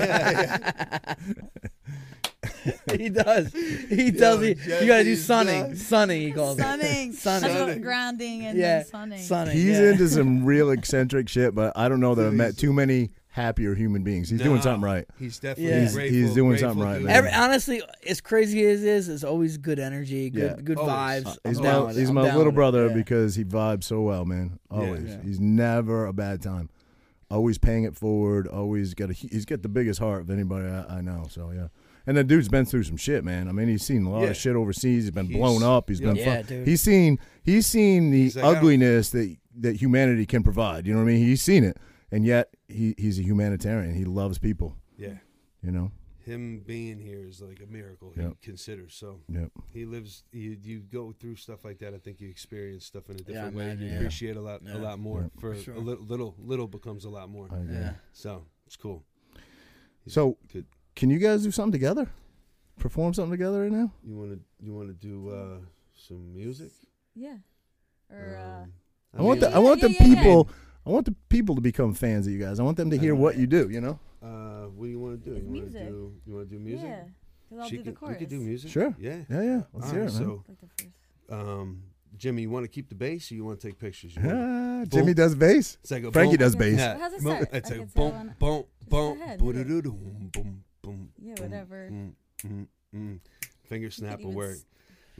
S2: does. He does. He, you gotta do
S4: Jesse's
S2: sunning.
S4: done.
S2: Sunning. He calls it.
S4: [LAUGHS]
S5: Sunning.
S2: Sunning.
S5: That's what grounding and
S2: Yeah.
S5: then sunning.
S2: Sunning.
S1: He's
S2: yeah.
S1: into some real eccentric shit, but I don't know
S4: [LAUGHS]
S1: that I've met too many happier human beings. He's doing
S4: No,
S1: something right.
S4: He's definitely
S2: Yeah. He's-
S4: grateful.
S1: he's doing
S4: grateful
S1: something right,
S4: dude.
S1: man.
S2: Every, honestly, as crazy as it is, it's always good energy,
S1: Yeah.
S2: good good
S4: Always.
S2: vibes.
S1: He's
S2: I'm
S1: my,
S2: down with it.
S1: he's
S2: I'm
S1: my
S2: down
S1: little
S2: with it.
S1: brother
S2: Yeah.
S1: because he vibes so well, man. Always,
S2: Yeah.
S1: he's never a bad time. Always paying it forward. Always got a. he- He's got the biggest heart of anybody I, I know. So yeah. And the dude's been through some shit, man. I mean, he's seen a lot
S4: Yeah.
S1: of shit overseas. He's been
S4: He's-
S1: blown up. He's been
S2: Yeah,
S1: fuck-
S2: dude.
S1: he's seen he's seen the
S4: He's like, I don't-
S1: ugliness that that humanity can provide. You know what I mean? He's seen it, and yet he, he's a humanitarian. He loves people.
S4: Yeah.
S1: You know.
S4: him being here is like a miracle. He
S1: Yep.
S4: considers so.
S1: Yep.
S4: He lives. You you go through stuff like that. I think you experience stuff in a
S2: Yeah,
S4: different way.
S2: imagine,
S4: You
S2: yeah.
S4: appreciate a lot
S2: Yeah.
S4: a lot more.
S1: Yeah.
S4: For
S2: Sure.
S4: a little, little little becomes a lot more.
S1: I agree.
S2: Yeah.
S4: So it's cool.
S1: So
S4: Good.
S1: can you guys do something together? Perform something together right now?
S4: You want to you want to do uh, some music?
S5: Yeah. Or uh,
S4: Um,
S1: I want the
S5: mean-
S1: I want
S5: Yeah,
S1: the
S5: yeah, yeah, yeah.
S1: people I want the people to become fans of you guys. I want them to hear what you do, you know?
S4: Uh, what do you want to do?
S5: It's
S4: You want to
S5: music.
S4: do you want to do music?
S5: yeah, because I'll
S4: She
S5: do the
S4: could-
S5: chorus.
S4: We could do music.
S1: Sure.
S4: Yeah.
S1: Yeah, yeah. Let's
S4: All
S1: hear
S4: right,
S1: it, man.
S4: So,
S5: Like the first.
S4: um, Jimmy, you want to keep the bass, or you want to take pictures?
S1: [LAUGHS]
S4: You wanna-
S1: Ah, Jimmy does bass.
S4: It's like a
S1: Frankie
S4: boom.
S1: does bass.
S4: Yeah.
S5: How's it
S4: Boom.
S5: start?
S4: It's
S5: I
S4: like
S5: can say I
S4: boom,
S5: wanna-
S4: boom,
S5: Just go
S4: boom,
S5: ahead, do it.
S4: boom, boom, boom.
S5: Yeah,
S4: boom,
S5: whatever.
S4: mm, mm, mm. Finger snap will
S5: even
S4: work.
S5: s-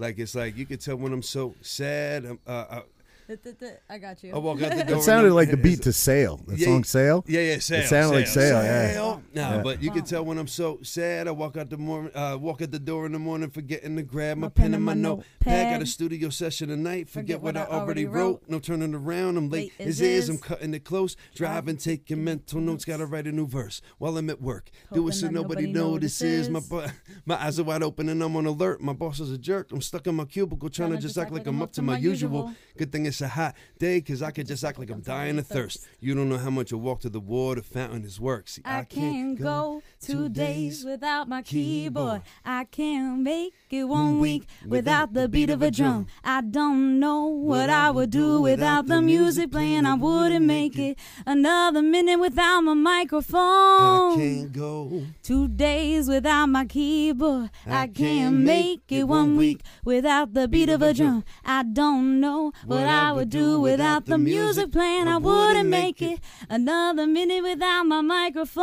S4: Like it's like you could tell when I'm so sad. I'm, uh, uh,
S5: Da, da, da. [LAUGHS] I got you.
S4: I walk
S5: [LAUGHS]
S4: out the door.
S1: It
S4: and
S1: sounded
S4: I'm-
S1: like the
S4: it's-
S1: beat to Sail. The
S4: Yeah,
S1: song Sail.
S4: Yeah, yeah, sale.
S1: sounded like sale, yeah.
S4: No,
S1: Yeah.
S4: but you can tell when I'm so sad. I walk out the morning, uh, walk at the door in the morning, forgetting to grab my, pen, and my notepad. Got a studio session tonight. Forget, what, I already wrote. No turning around. I'm late.
S5: Late
S4: as
S5: as
S4: is.
S5: is.
S4: I'm cutting it close. Driving, taking mental notes. Got to write a new verse while I'm at work. Do it
S5: Hoping
S4: so
S5: that
S4: nobody,
S5: nobody
S4: notices. My
S5: notices.
S4: bu- my eyes are wide open and I'm on alert. My boss is a jerk. I'm stuck in my cubicle trying to just act like I'm up to my usual. Good thing it's a hot day, cause I could just act like I'm dying of thirst. You don't know how much I walk to the water fountain is work. See,
S5: I can't go two days without my
S4: keyboard.
S5: keyboard. I can't make it
S4: One
S5: one
S4: week
S5: week without the beat of a drum. I don't know what I would do without the music playing. I wouldn't make it another minute without my
S4: I
S5: microphone.
S4: can't go.
S5: Two days without my keyboard.
S4: I
S5: I can't make it one week without the beat of a drum. I don't know what I would do without the music playing. I wouldn't make it another minute without my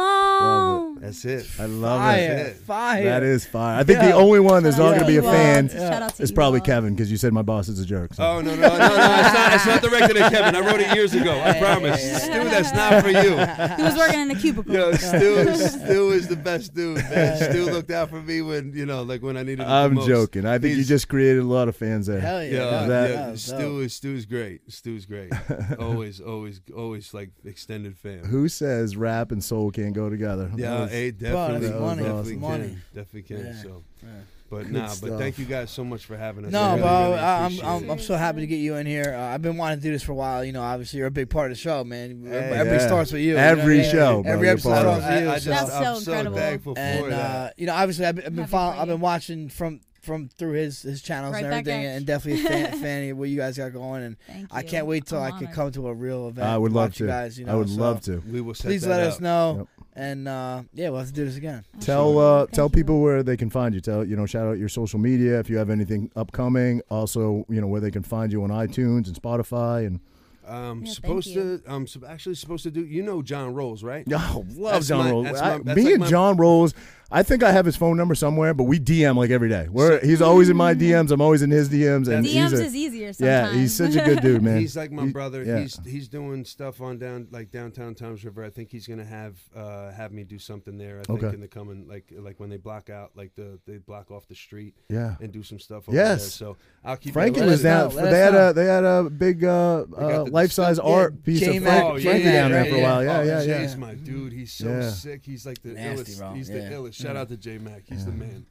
S5: microphone.
S4: That's it.
S1: I love Oh, it.
S2: Fire,
S4: it.
S2: fire.
S1: That
S2: [LAUGHS]
S1: is fire. I think the
S2: Yeah.
S1: only one that's
S5: Shout
S1: not
S5: out
S1: going to be a
S5: Elon.
S1: fan
S5: Shout out to
S1: is probably
S5: Elon.
S1: Kevin because you said my boss is a jerk. so.
S4: Oh no no no no! It's not, it's not directed at Kevin. I wrote it years ago. I promise, Stu. That's not for
S5: [LAUGHS]
S4: you.
S5: He was working in the [LAUGHS] cubicle.
S4: Yo, Stu, Stu is the best dude. Man. Stu looked out for me when you know, like when I needed. it the
S1: I'm
S4: most.
S1: joking. I think you
S4: He's-
S1: just created a lot of fans there.
S2: Hell yeah.
S4: Yeah,
S2: that-
S1: that-
S4: yeah.
S2: was dope.
S4: Stu is Stu's great. Stu's great. always, always, always like extended fam.
S1: Who says rap and soul can't go together?
S4: Yeah, hey,
S2: that's
S4: definitely,
S1: money, that's
S4: definitely
S2: money.
S4: can, definitely can.
S2: Yeah,
S4: So,
S2: yeah.
S4: but
S1: Good
S4: nah, but
S1: stuff.
S4: thank you guys so much for having us. I
S2: No,
S4: really,
S2: bro,
S4: really
S2: I, I'm,
S4: appreciate
S2: I'm
S4: it.
S2: I'm so happy to get you in here. Uh, I've been wanting to do this for a while. You know, obviously you're a big part of the show, man. Every
S1: yeah.
S2: starts with you. you know what I
S1: Every
S2: mean?
S1: show, bro,
S2: every
S1: you're
S2: episode
S1: part of
S2: starts
S1: it.
S2: with
S4: I,
S2: you.
S4: I
S2: so-
S4: just,
S5: That's
S4: I'm
S5: so
S4: so
S5: incredible.
S4: thankful for
S2: and
S4: that.
S2: uh, you know, obviously, I've, been- I've been
S5: Happy
S2: follow,
S5: for
S2: I've
S5: you.
S2: been watching from from through his his channels
S5: Right
S2: and
S5: back
S2: everything,
S5: at
S2: and definitely a
S5: [LAUGHS]
S2: fan, fan of what you guys got going. And
S5: Thank you.
S2: I can't wait till i
S5: I'm
S2: can
S5: honored.
S2: come to a real event.
S1: I would
S2: and
S1: love
S2: watch
S1: to.
S2: You guys, you know,
S1: I would
S2: so
S1: love to.
S4: we will set
S2: uh, Please
S4: that
S2: let
S4: up.
S2: us know, and uh, yeah, we'll have to do this again.
S1: Tell
S5: Absolutely.
S1: uh,
S5: Thank
S1: tell
S5: you.
S1: people where they can find you. Tell you know, shout out your social media if you have anything upcoming. Also, you know where they can find you on iTunes and Spotify [LAUGHS] and.
S4: I'm
S5: Yeah, thank
S4: supposed
S5: you.
S4: to. I'm sup- actually supposed to do. You know, John Rolls, right?
S1: Oh, love
S4: That's
S1: John
S4: my-
S1: Rolls.
S4: that's
S1: I-
S4: my- that's
S1: me
S4: like
S1: and
S4: my-
S1: John Rolls, I think I have his phone number somewhere, but we DM like every day. We're, he's always in my DMs. I'm always in his DMs. And he's
S5: DMs
S1: a,
S5: is easier
S1: yeah, [LAUGHS]
S5: sometimes.
S1: he's such a good dude, man.
S4: He's like my
S1: He-
S4: brother.
S1: yeah.
S4: He's he's doing stuff on down like downtown Times River. I think he's gonna have uh, have me do something there. I think
S1: Okay.
S4: in the coming like like when they block out like the they block off the street
S1: yeah.
S4: and do some stuff. Over
S1: Yes.
S4: There. So I'll keep. you
S1: Frankie
S4: posted.
S1: was
S2: Let us
S1: down.
S2: know,
S1: For,
S2: let
S1: they
S2: us
S1: had
S2: know.
S1: a they had a big uh,
S4: got
S1: uh,
S4: the-
S1: life size
S4: yeah,
S1: art piece of
S2: J-Mac,
S1: Frank,
S2: Oh,
S1: Frankie
S2: J-Mac,
S1: down there for a
S2: yeah.
S1: while. Yeah,
S4: Oh,
S1: yeah, yeah.
S4: Jay's my dude. He's so
S1: Yeah.
S4: sick. He's like the
S2: Nasty,
S4: illest.
S2: bro.
S4: He's
S2: Yeah.
S4: the illest. Shout
S2: Yeah.
S4: out to J Mac. He's the man.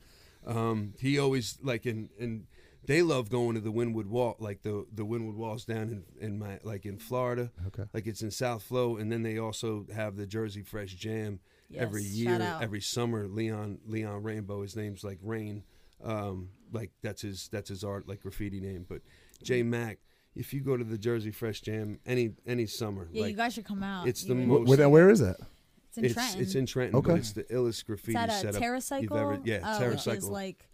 S4: Um, he always like in and they love going to the Windwood Wall, like the the Windwood Walls down in, in my like in Florida.
S1: Okay.
S4: Like it's in South Flow, and then they also have the Jersey Fresh Jam every
S5: Yes,
S4: year,
S5: shout out.
S4: every summer. Leon Leon Rainbow. His name's like Rain. Um, like that's his that's his art like graffiti name. But J Mac, if you go to the Jersey Fresh Jam any any summer,
S5: [LAUGHS] Yeah,
S4: like,
S5: you guys should come out.
S4: it's
S5: You
S4: the
S5: would-
S4: most-
S1: Wh- where- where is that?
S5: It's in Trenton.
S4: It's in Trenton. but
S1: Okay.
S4: it's the illest graffiti
S5: It's at a
S4: setup
S5: TerraCycle.
S4: you've ever. Yeah,
S5: uh, Which is
S4: TerraCycle.
S5: like,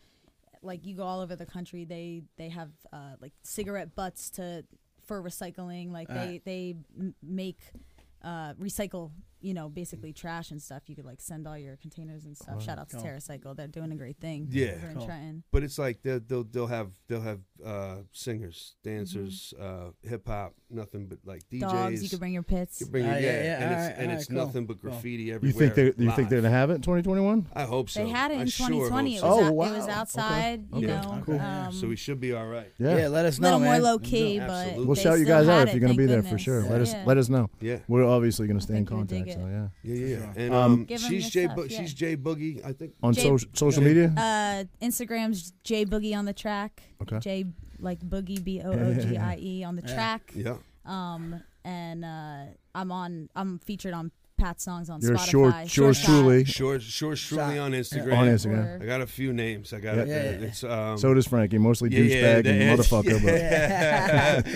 S5: like you go all over the country. They they have uh, like cigarette butts to for recycling. Like
S4: Uh.
S2: Alright.
S5: they they m- make uh, recycle. You know, basically trash and stuff. You could like send all your containers and stuff. Shout out to
S2: Cool.
S5: TerraCycle. They're doing a great thing.
S4: Yeah.
S5: over in
S2: Cool.
S5: Trenton.
S4: but it's like they'll they'll, they'll have they'll have uh, singers, dancers, uh, hip hop, nothing but like DJs.
S5: Mm-hmm. Dogs. You could bring your pits.
S4: You bring your-
S1: Uh,
S2: Ah, yeah, yeah,
S4: yeah, and it's,
S2: alright,
S4: and
S2: alright,
S4: it's
S2: cool,
S4: nothing but
S2: cool.
S4: graffiti
S1: You
S4: everywhere.
S1: think they you think
S4: live.
S1: they're gonna have it in 2021?
S4: I hope so.
S5: They had it in
S4: I sure
S5: 2020.
S4: hope
S5: it,
S1: so. Oh,
S4: so.
S5: was out-
S1: wow.
S5: it was
S1: Okay.
S5: outside. You
S1: Okay.
S5: know,
S1: Cool.
S5: um,
S4: so we should be all right.
S1: Yeah.
S2: let us
S5: a
S2: know,
S5: little more
S2: man.
S5: low key, but
S4: Absolutely.
S1: We'll
S5: they
S1: shout you
S5: still
S1: guys out if
S5: had it,
S1: you're gonna
S5: thank
S1: be there for
S5: goodness.
S1: sure.
S5: Yeah.
S1: Let us let us know.
S4: Yeah.
S1: We're obviously gonna stay
S5: I
S1: in
S5: think you would
S1: contact.
S5: dig it.
S1: so yeah.
S4: Yeah, yeah.
S2: sure.
S4: And
S1: Um,
S4: um,
S5: Give 'em
S4: she's
S5: your
S4: J.
S5: stuff,
S4: Bu-
S5: yeah.
S4: She's J. Boogie. I think.
S1: On
S5: Jay-
S1: social social
S4: Yeah.
S1: media,
S5: Uh, Instagram's J Boogie on the track.
S1: Okay.
S5: J like Boogie B O O G I
S1: [LAUGHS]
S5: E on the
S2: Yeah.
S5: track.
S4: Yeah.
S5: Um, and uh, I'm on. I'm featured on Pat's songs on
S1: you're sure
S5: Spotify.
S1: sure
S5: Shot.
S1: truly
S4: Sure. Sure. Surely on Instagram.
S1: on
S5: Or-
S1: Instagram.
S4: I got a few names. I got.
S1: Yeah.
S4: uh,
S2: Yeah, yeah,
S4: It's, um,
S1: So does Frankie, mostly
S4: yeah, yeah,
S1: douchebag and
S4: the-
S5: [LAUGHS]
S1: motherfucker. But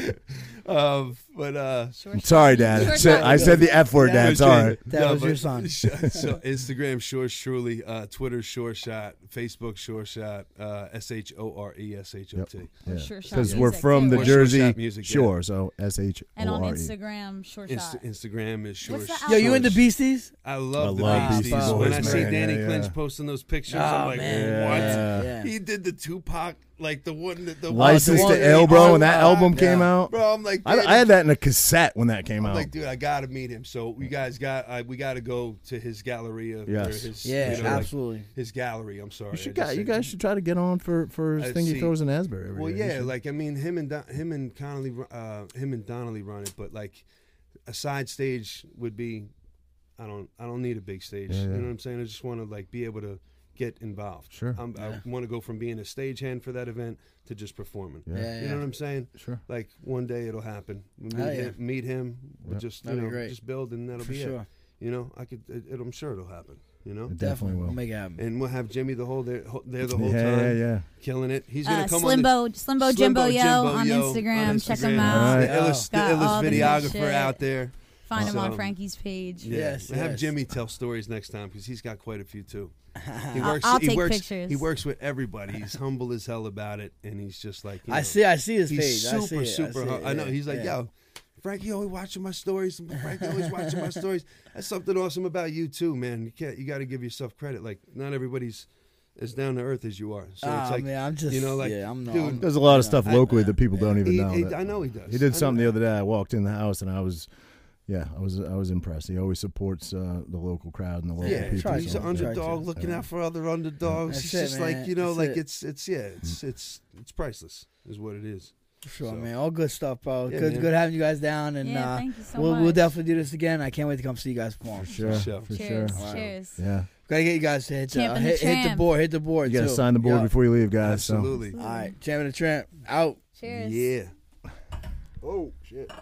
S4: yeah. [LAUGHS] um, but uh,
S5: Sure
S1: I'm sorry, Dad. I said, I said the F word,
S2: Yeah.
S1: Dad.
S4: Good
S1: Sorry.
S4: job.
S2: That was your
S4: but-
S2: son.
S1: [LAUGHS]
S4: so Instagram Shore Surely, uh, Twitter Shore Shot, Facebook Shore Shot, uh, S H O R E S H O T.
S5: Or
S1: Yeah.
S5: Sure Shot
S1: Because we're
S5: Music,
S1: from
S5: too.
S1: the
S5: Or
S4: Short Shot
S1: Jersey
S4: Music, yeah.
S1: Shore, so S H
S5: And
S1: O
S5: on
S1: R E.
S5: Instagram, Short
S4: Inst-
S5: Shot.
S4: Instagram is Shore
S5: What's the
S4: Shore.
S2: Yo, you into
S4: Shot.
S2: beasties?
S4: I love
S1: I
S4: the
S1: love
S4: Beasties.
S2: Beasties
S4: when I
S2: Boys,
S4: see
S1: man.
S4: Danny
S1: Yeah,
S4: Clinch
S1: yeah.
S4: posting those pictures,
S2: Oh,
S4: I'm like,
S2: man.
S4: what?
S1: Yeah.
S2: Yeah.
S4: He did the Tupac, like the one that the
S1: License
S4: one-
S1: to Ill, bro. When that
S4: Yeah.
S1: album came out,
S4: bro. I'm like,
S1: I,
S4: Danny,
S1: I had that in a cassette when that came
S4: I'm
S1: out.
S4: like, dude, I gotta meet him. So we guys got, I, we gotta go to his gallery of,
S1: Yes.
S4: or his,
S2: Yeah,
S4: you know, like,
S2: absolutely.
S4: his gallery. I'm sorry,
S1: You
S4: I
S1: should,
S4: just
S1: guys, you
S4: said-
S1: guys should try to get on for for his
S4: I
S1: thing he
S4: see.
S1: throws in Asbury. every
S4: Well,
S1: year. You
S4: yeah,
S1: should-
S4: like I mean, him and Don, him and Connolly, ru- uh, him and Donnelly run it, but like a side stage would be, I don't, I don't need a big stage.
S1: Yeah,
S4: You
S1: yeah.
S4: know what I'm saying? I just want to like be able to get involved.
S1: Sure.
S4: I'm, I want to go from being a stagehand for that event to just performing.
S1: Yeah.
S2: Yeah,
S4: You
S2: yeah.
S4: know what I'm saying?
S1: sure.
S4: Like one day it'll happen. We meet,
S2: Hell yeah.
S4: him, meet him. We'll
S1: Yeah.
S4: just you
S2: That'd be
S4: know
S2: great.
S4: just build and that'll
S2: For
S4: be
S2: sure.
S4: it. You know, I could. It, it, I'm sure it'll happen. You know,
S1: It
S2: Definitely.
S1: definitely
S2: We'll
S1: will.
S2: make it happen.
S4: and we'll have Jimmy the whole there, ho-
S2: [LAUGHS]
S4: there the whole
S1: yeah,
S4: time,
S1: yeah, yeah.
S4: killing it. He's gonna
S5: Uh,
S4: come on. the-
S5: Slimbo, Slimbo,
S4: Slimbo
S5: Jimbo, Yo
S4: Jimbo
S5: on,
S4: Yo
S5: Instagram.
S4: on
S5: Check
S4: Instagram.
S5: him out.
S1: Alright.
S4: The illest, the
S5: Got all
S4: illest
S5: the good
S4: videographer
S5: shit.
S4: out there.
S5: Find him on
S4: So-
S5: Frankie's page.
S4: Yeah.
S2: Yes,
S4: We'll have
S2: yes.
S4: Jimmy tell stories next time because he's got quite a
S2: [LAUGHS]
S4: few too. He
S5: I'll-
S4: works.
S5: I'll
S4: he
S5: take
S4: works,
S5: pictures.
S4: He works with everybody. He's humble as hell about it, and he's just like you
S2: I
S4: know,
S2: see. I see his
S4: He's
S2: page. I see it,
S4: super,
S2: I
S4: super.
S2: see
S4: hum-
S2: it,
S4: I know.
S2: yeah,
S4: He's like,
S2: yeah.
S4: yo, Frankie always watching
S2: [LAUGHS]
S4: my stories. Frankie always watching my stories. That's something awesome about you too, man. You can't. You got to give yourself credit. Like not everybody's as down to earth as you are. So
S2: Ah,
S4: it's like
S2: man, I'm just.
S4: you know, like,
S2: yeah, I'm not.
S4: dude,
S2: I'm-
S1: There's a lot of
S2: yeah.
S1: stuff
S4: I-
S1: locally that people don't even
S4: he-
S1: know.
S4: he-
S1: that-
S4: I know he does.
S1: He
S4: I
S1: did
S4: know-
S1: something the other day. I walked in the house and I was, yeah, I was I was impressed. He always supports uh, the local crowd and the local
S4: Yeah,
S1: people.
S2: try-
S4: he's
S1: so,
S4: an
S2: yeah.
S4: underdog
S2: Yeah.
S4: looking out for other underdogs.
S2: That's
S4: he's
S2: it,
S4: just
S2: man.
S4: like you know,
S2: That's
S4: like
S2: it.
S4: it's it's yeah, it's
S1: Mm.
S4: it's it's priceless, is what it is.
S2: For sure,
S4: So-
S2: man. All good stuff, bro.
S4: Yeah,
S2: good,
S4: man.
S2: good having you guys down, and
S5: Yeah,
S2: uh,
S5: thank you so
S2: we'll
S5: much.
S2: we'll definitely do this again. I can't wait to come see you guys perform.
S1: For sure.
S4: sure.
S1: For sure.
S5: Cheers.
S2: Wow.
S5: Cheers.
S1: Yeah.
S2: Gotta get you guys to hit, uh,
S5: Champ and the
S2: hit, hit the
S5: Tramp.
S2: board. Hit the board.
S1: You got to
S2: too.
S1: sign the board
S2: Yeah.
S1: before you leave, guys. so.
S4: Absolutely.
S2: All right, Champ and the Tramp out.
S5: Cheers.
S4: Yeah.
S1: Oh, shit.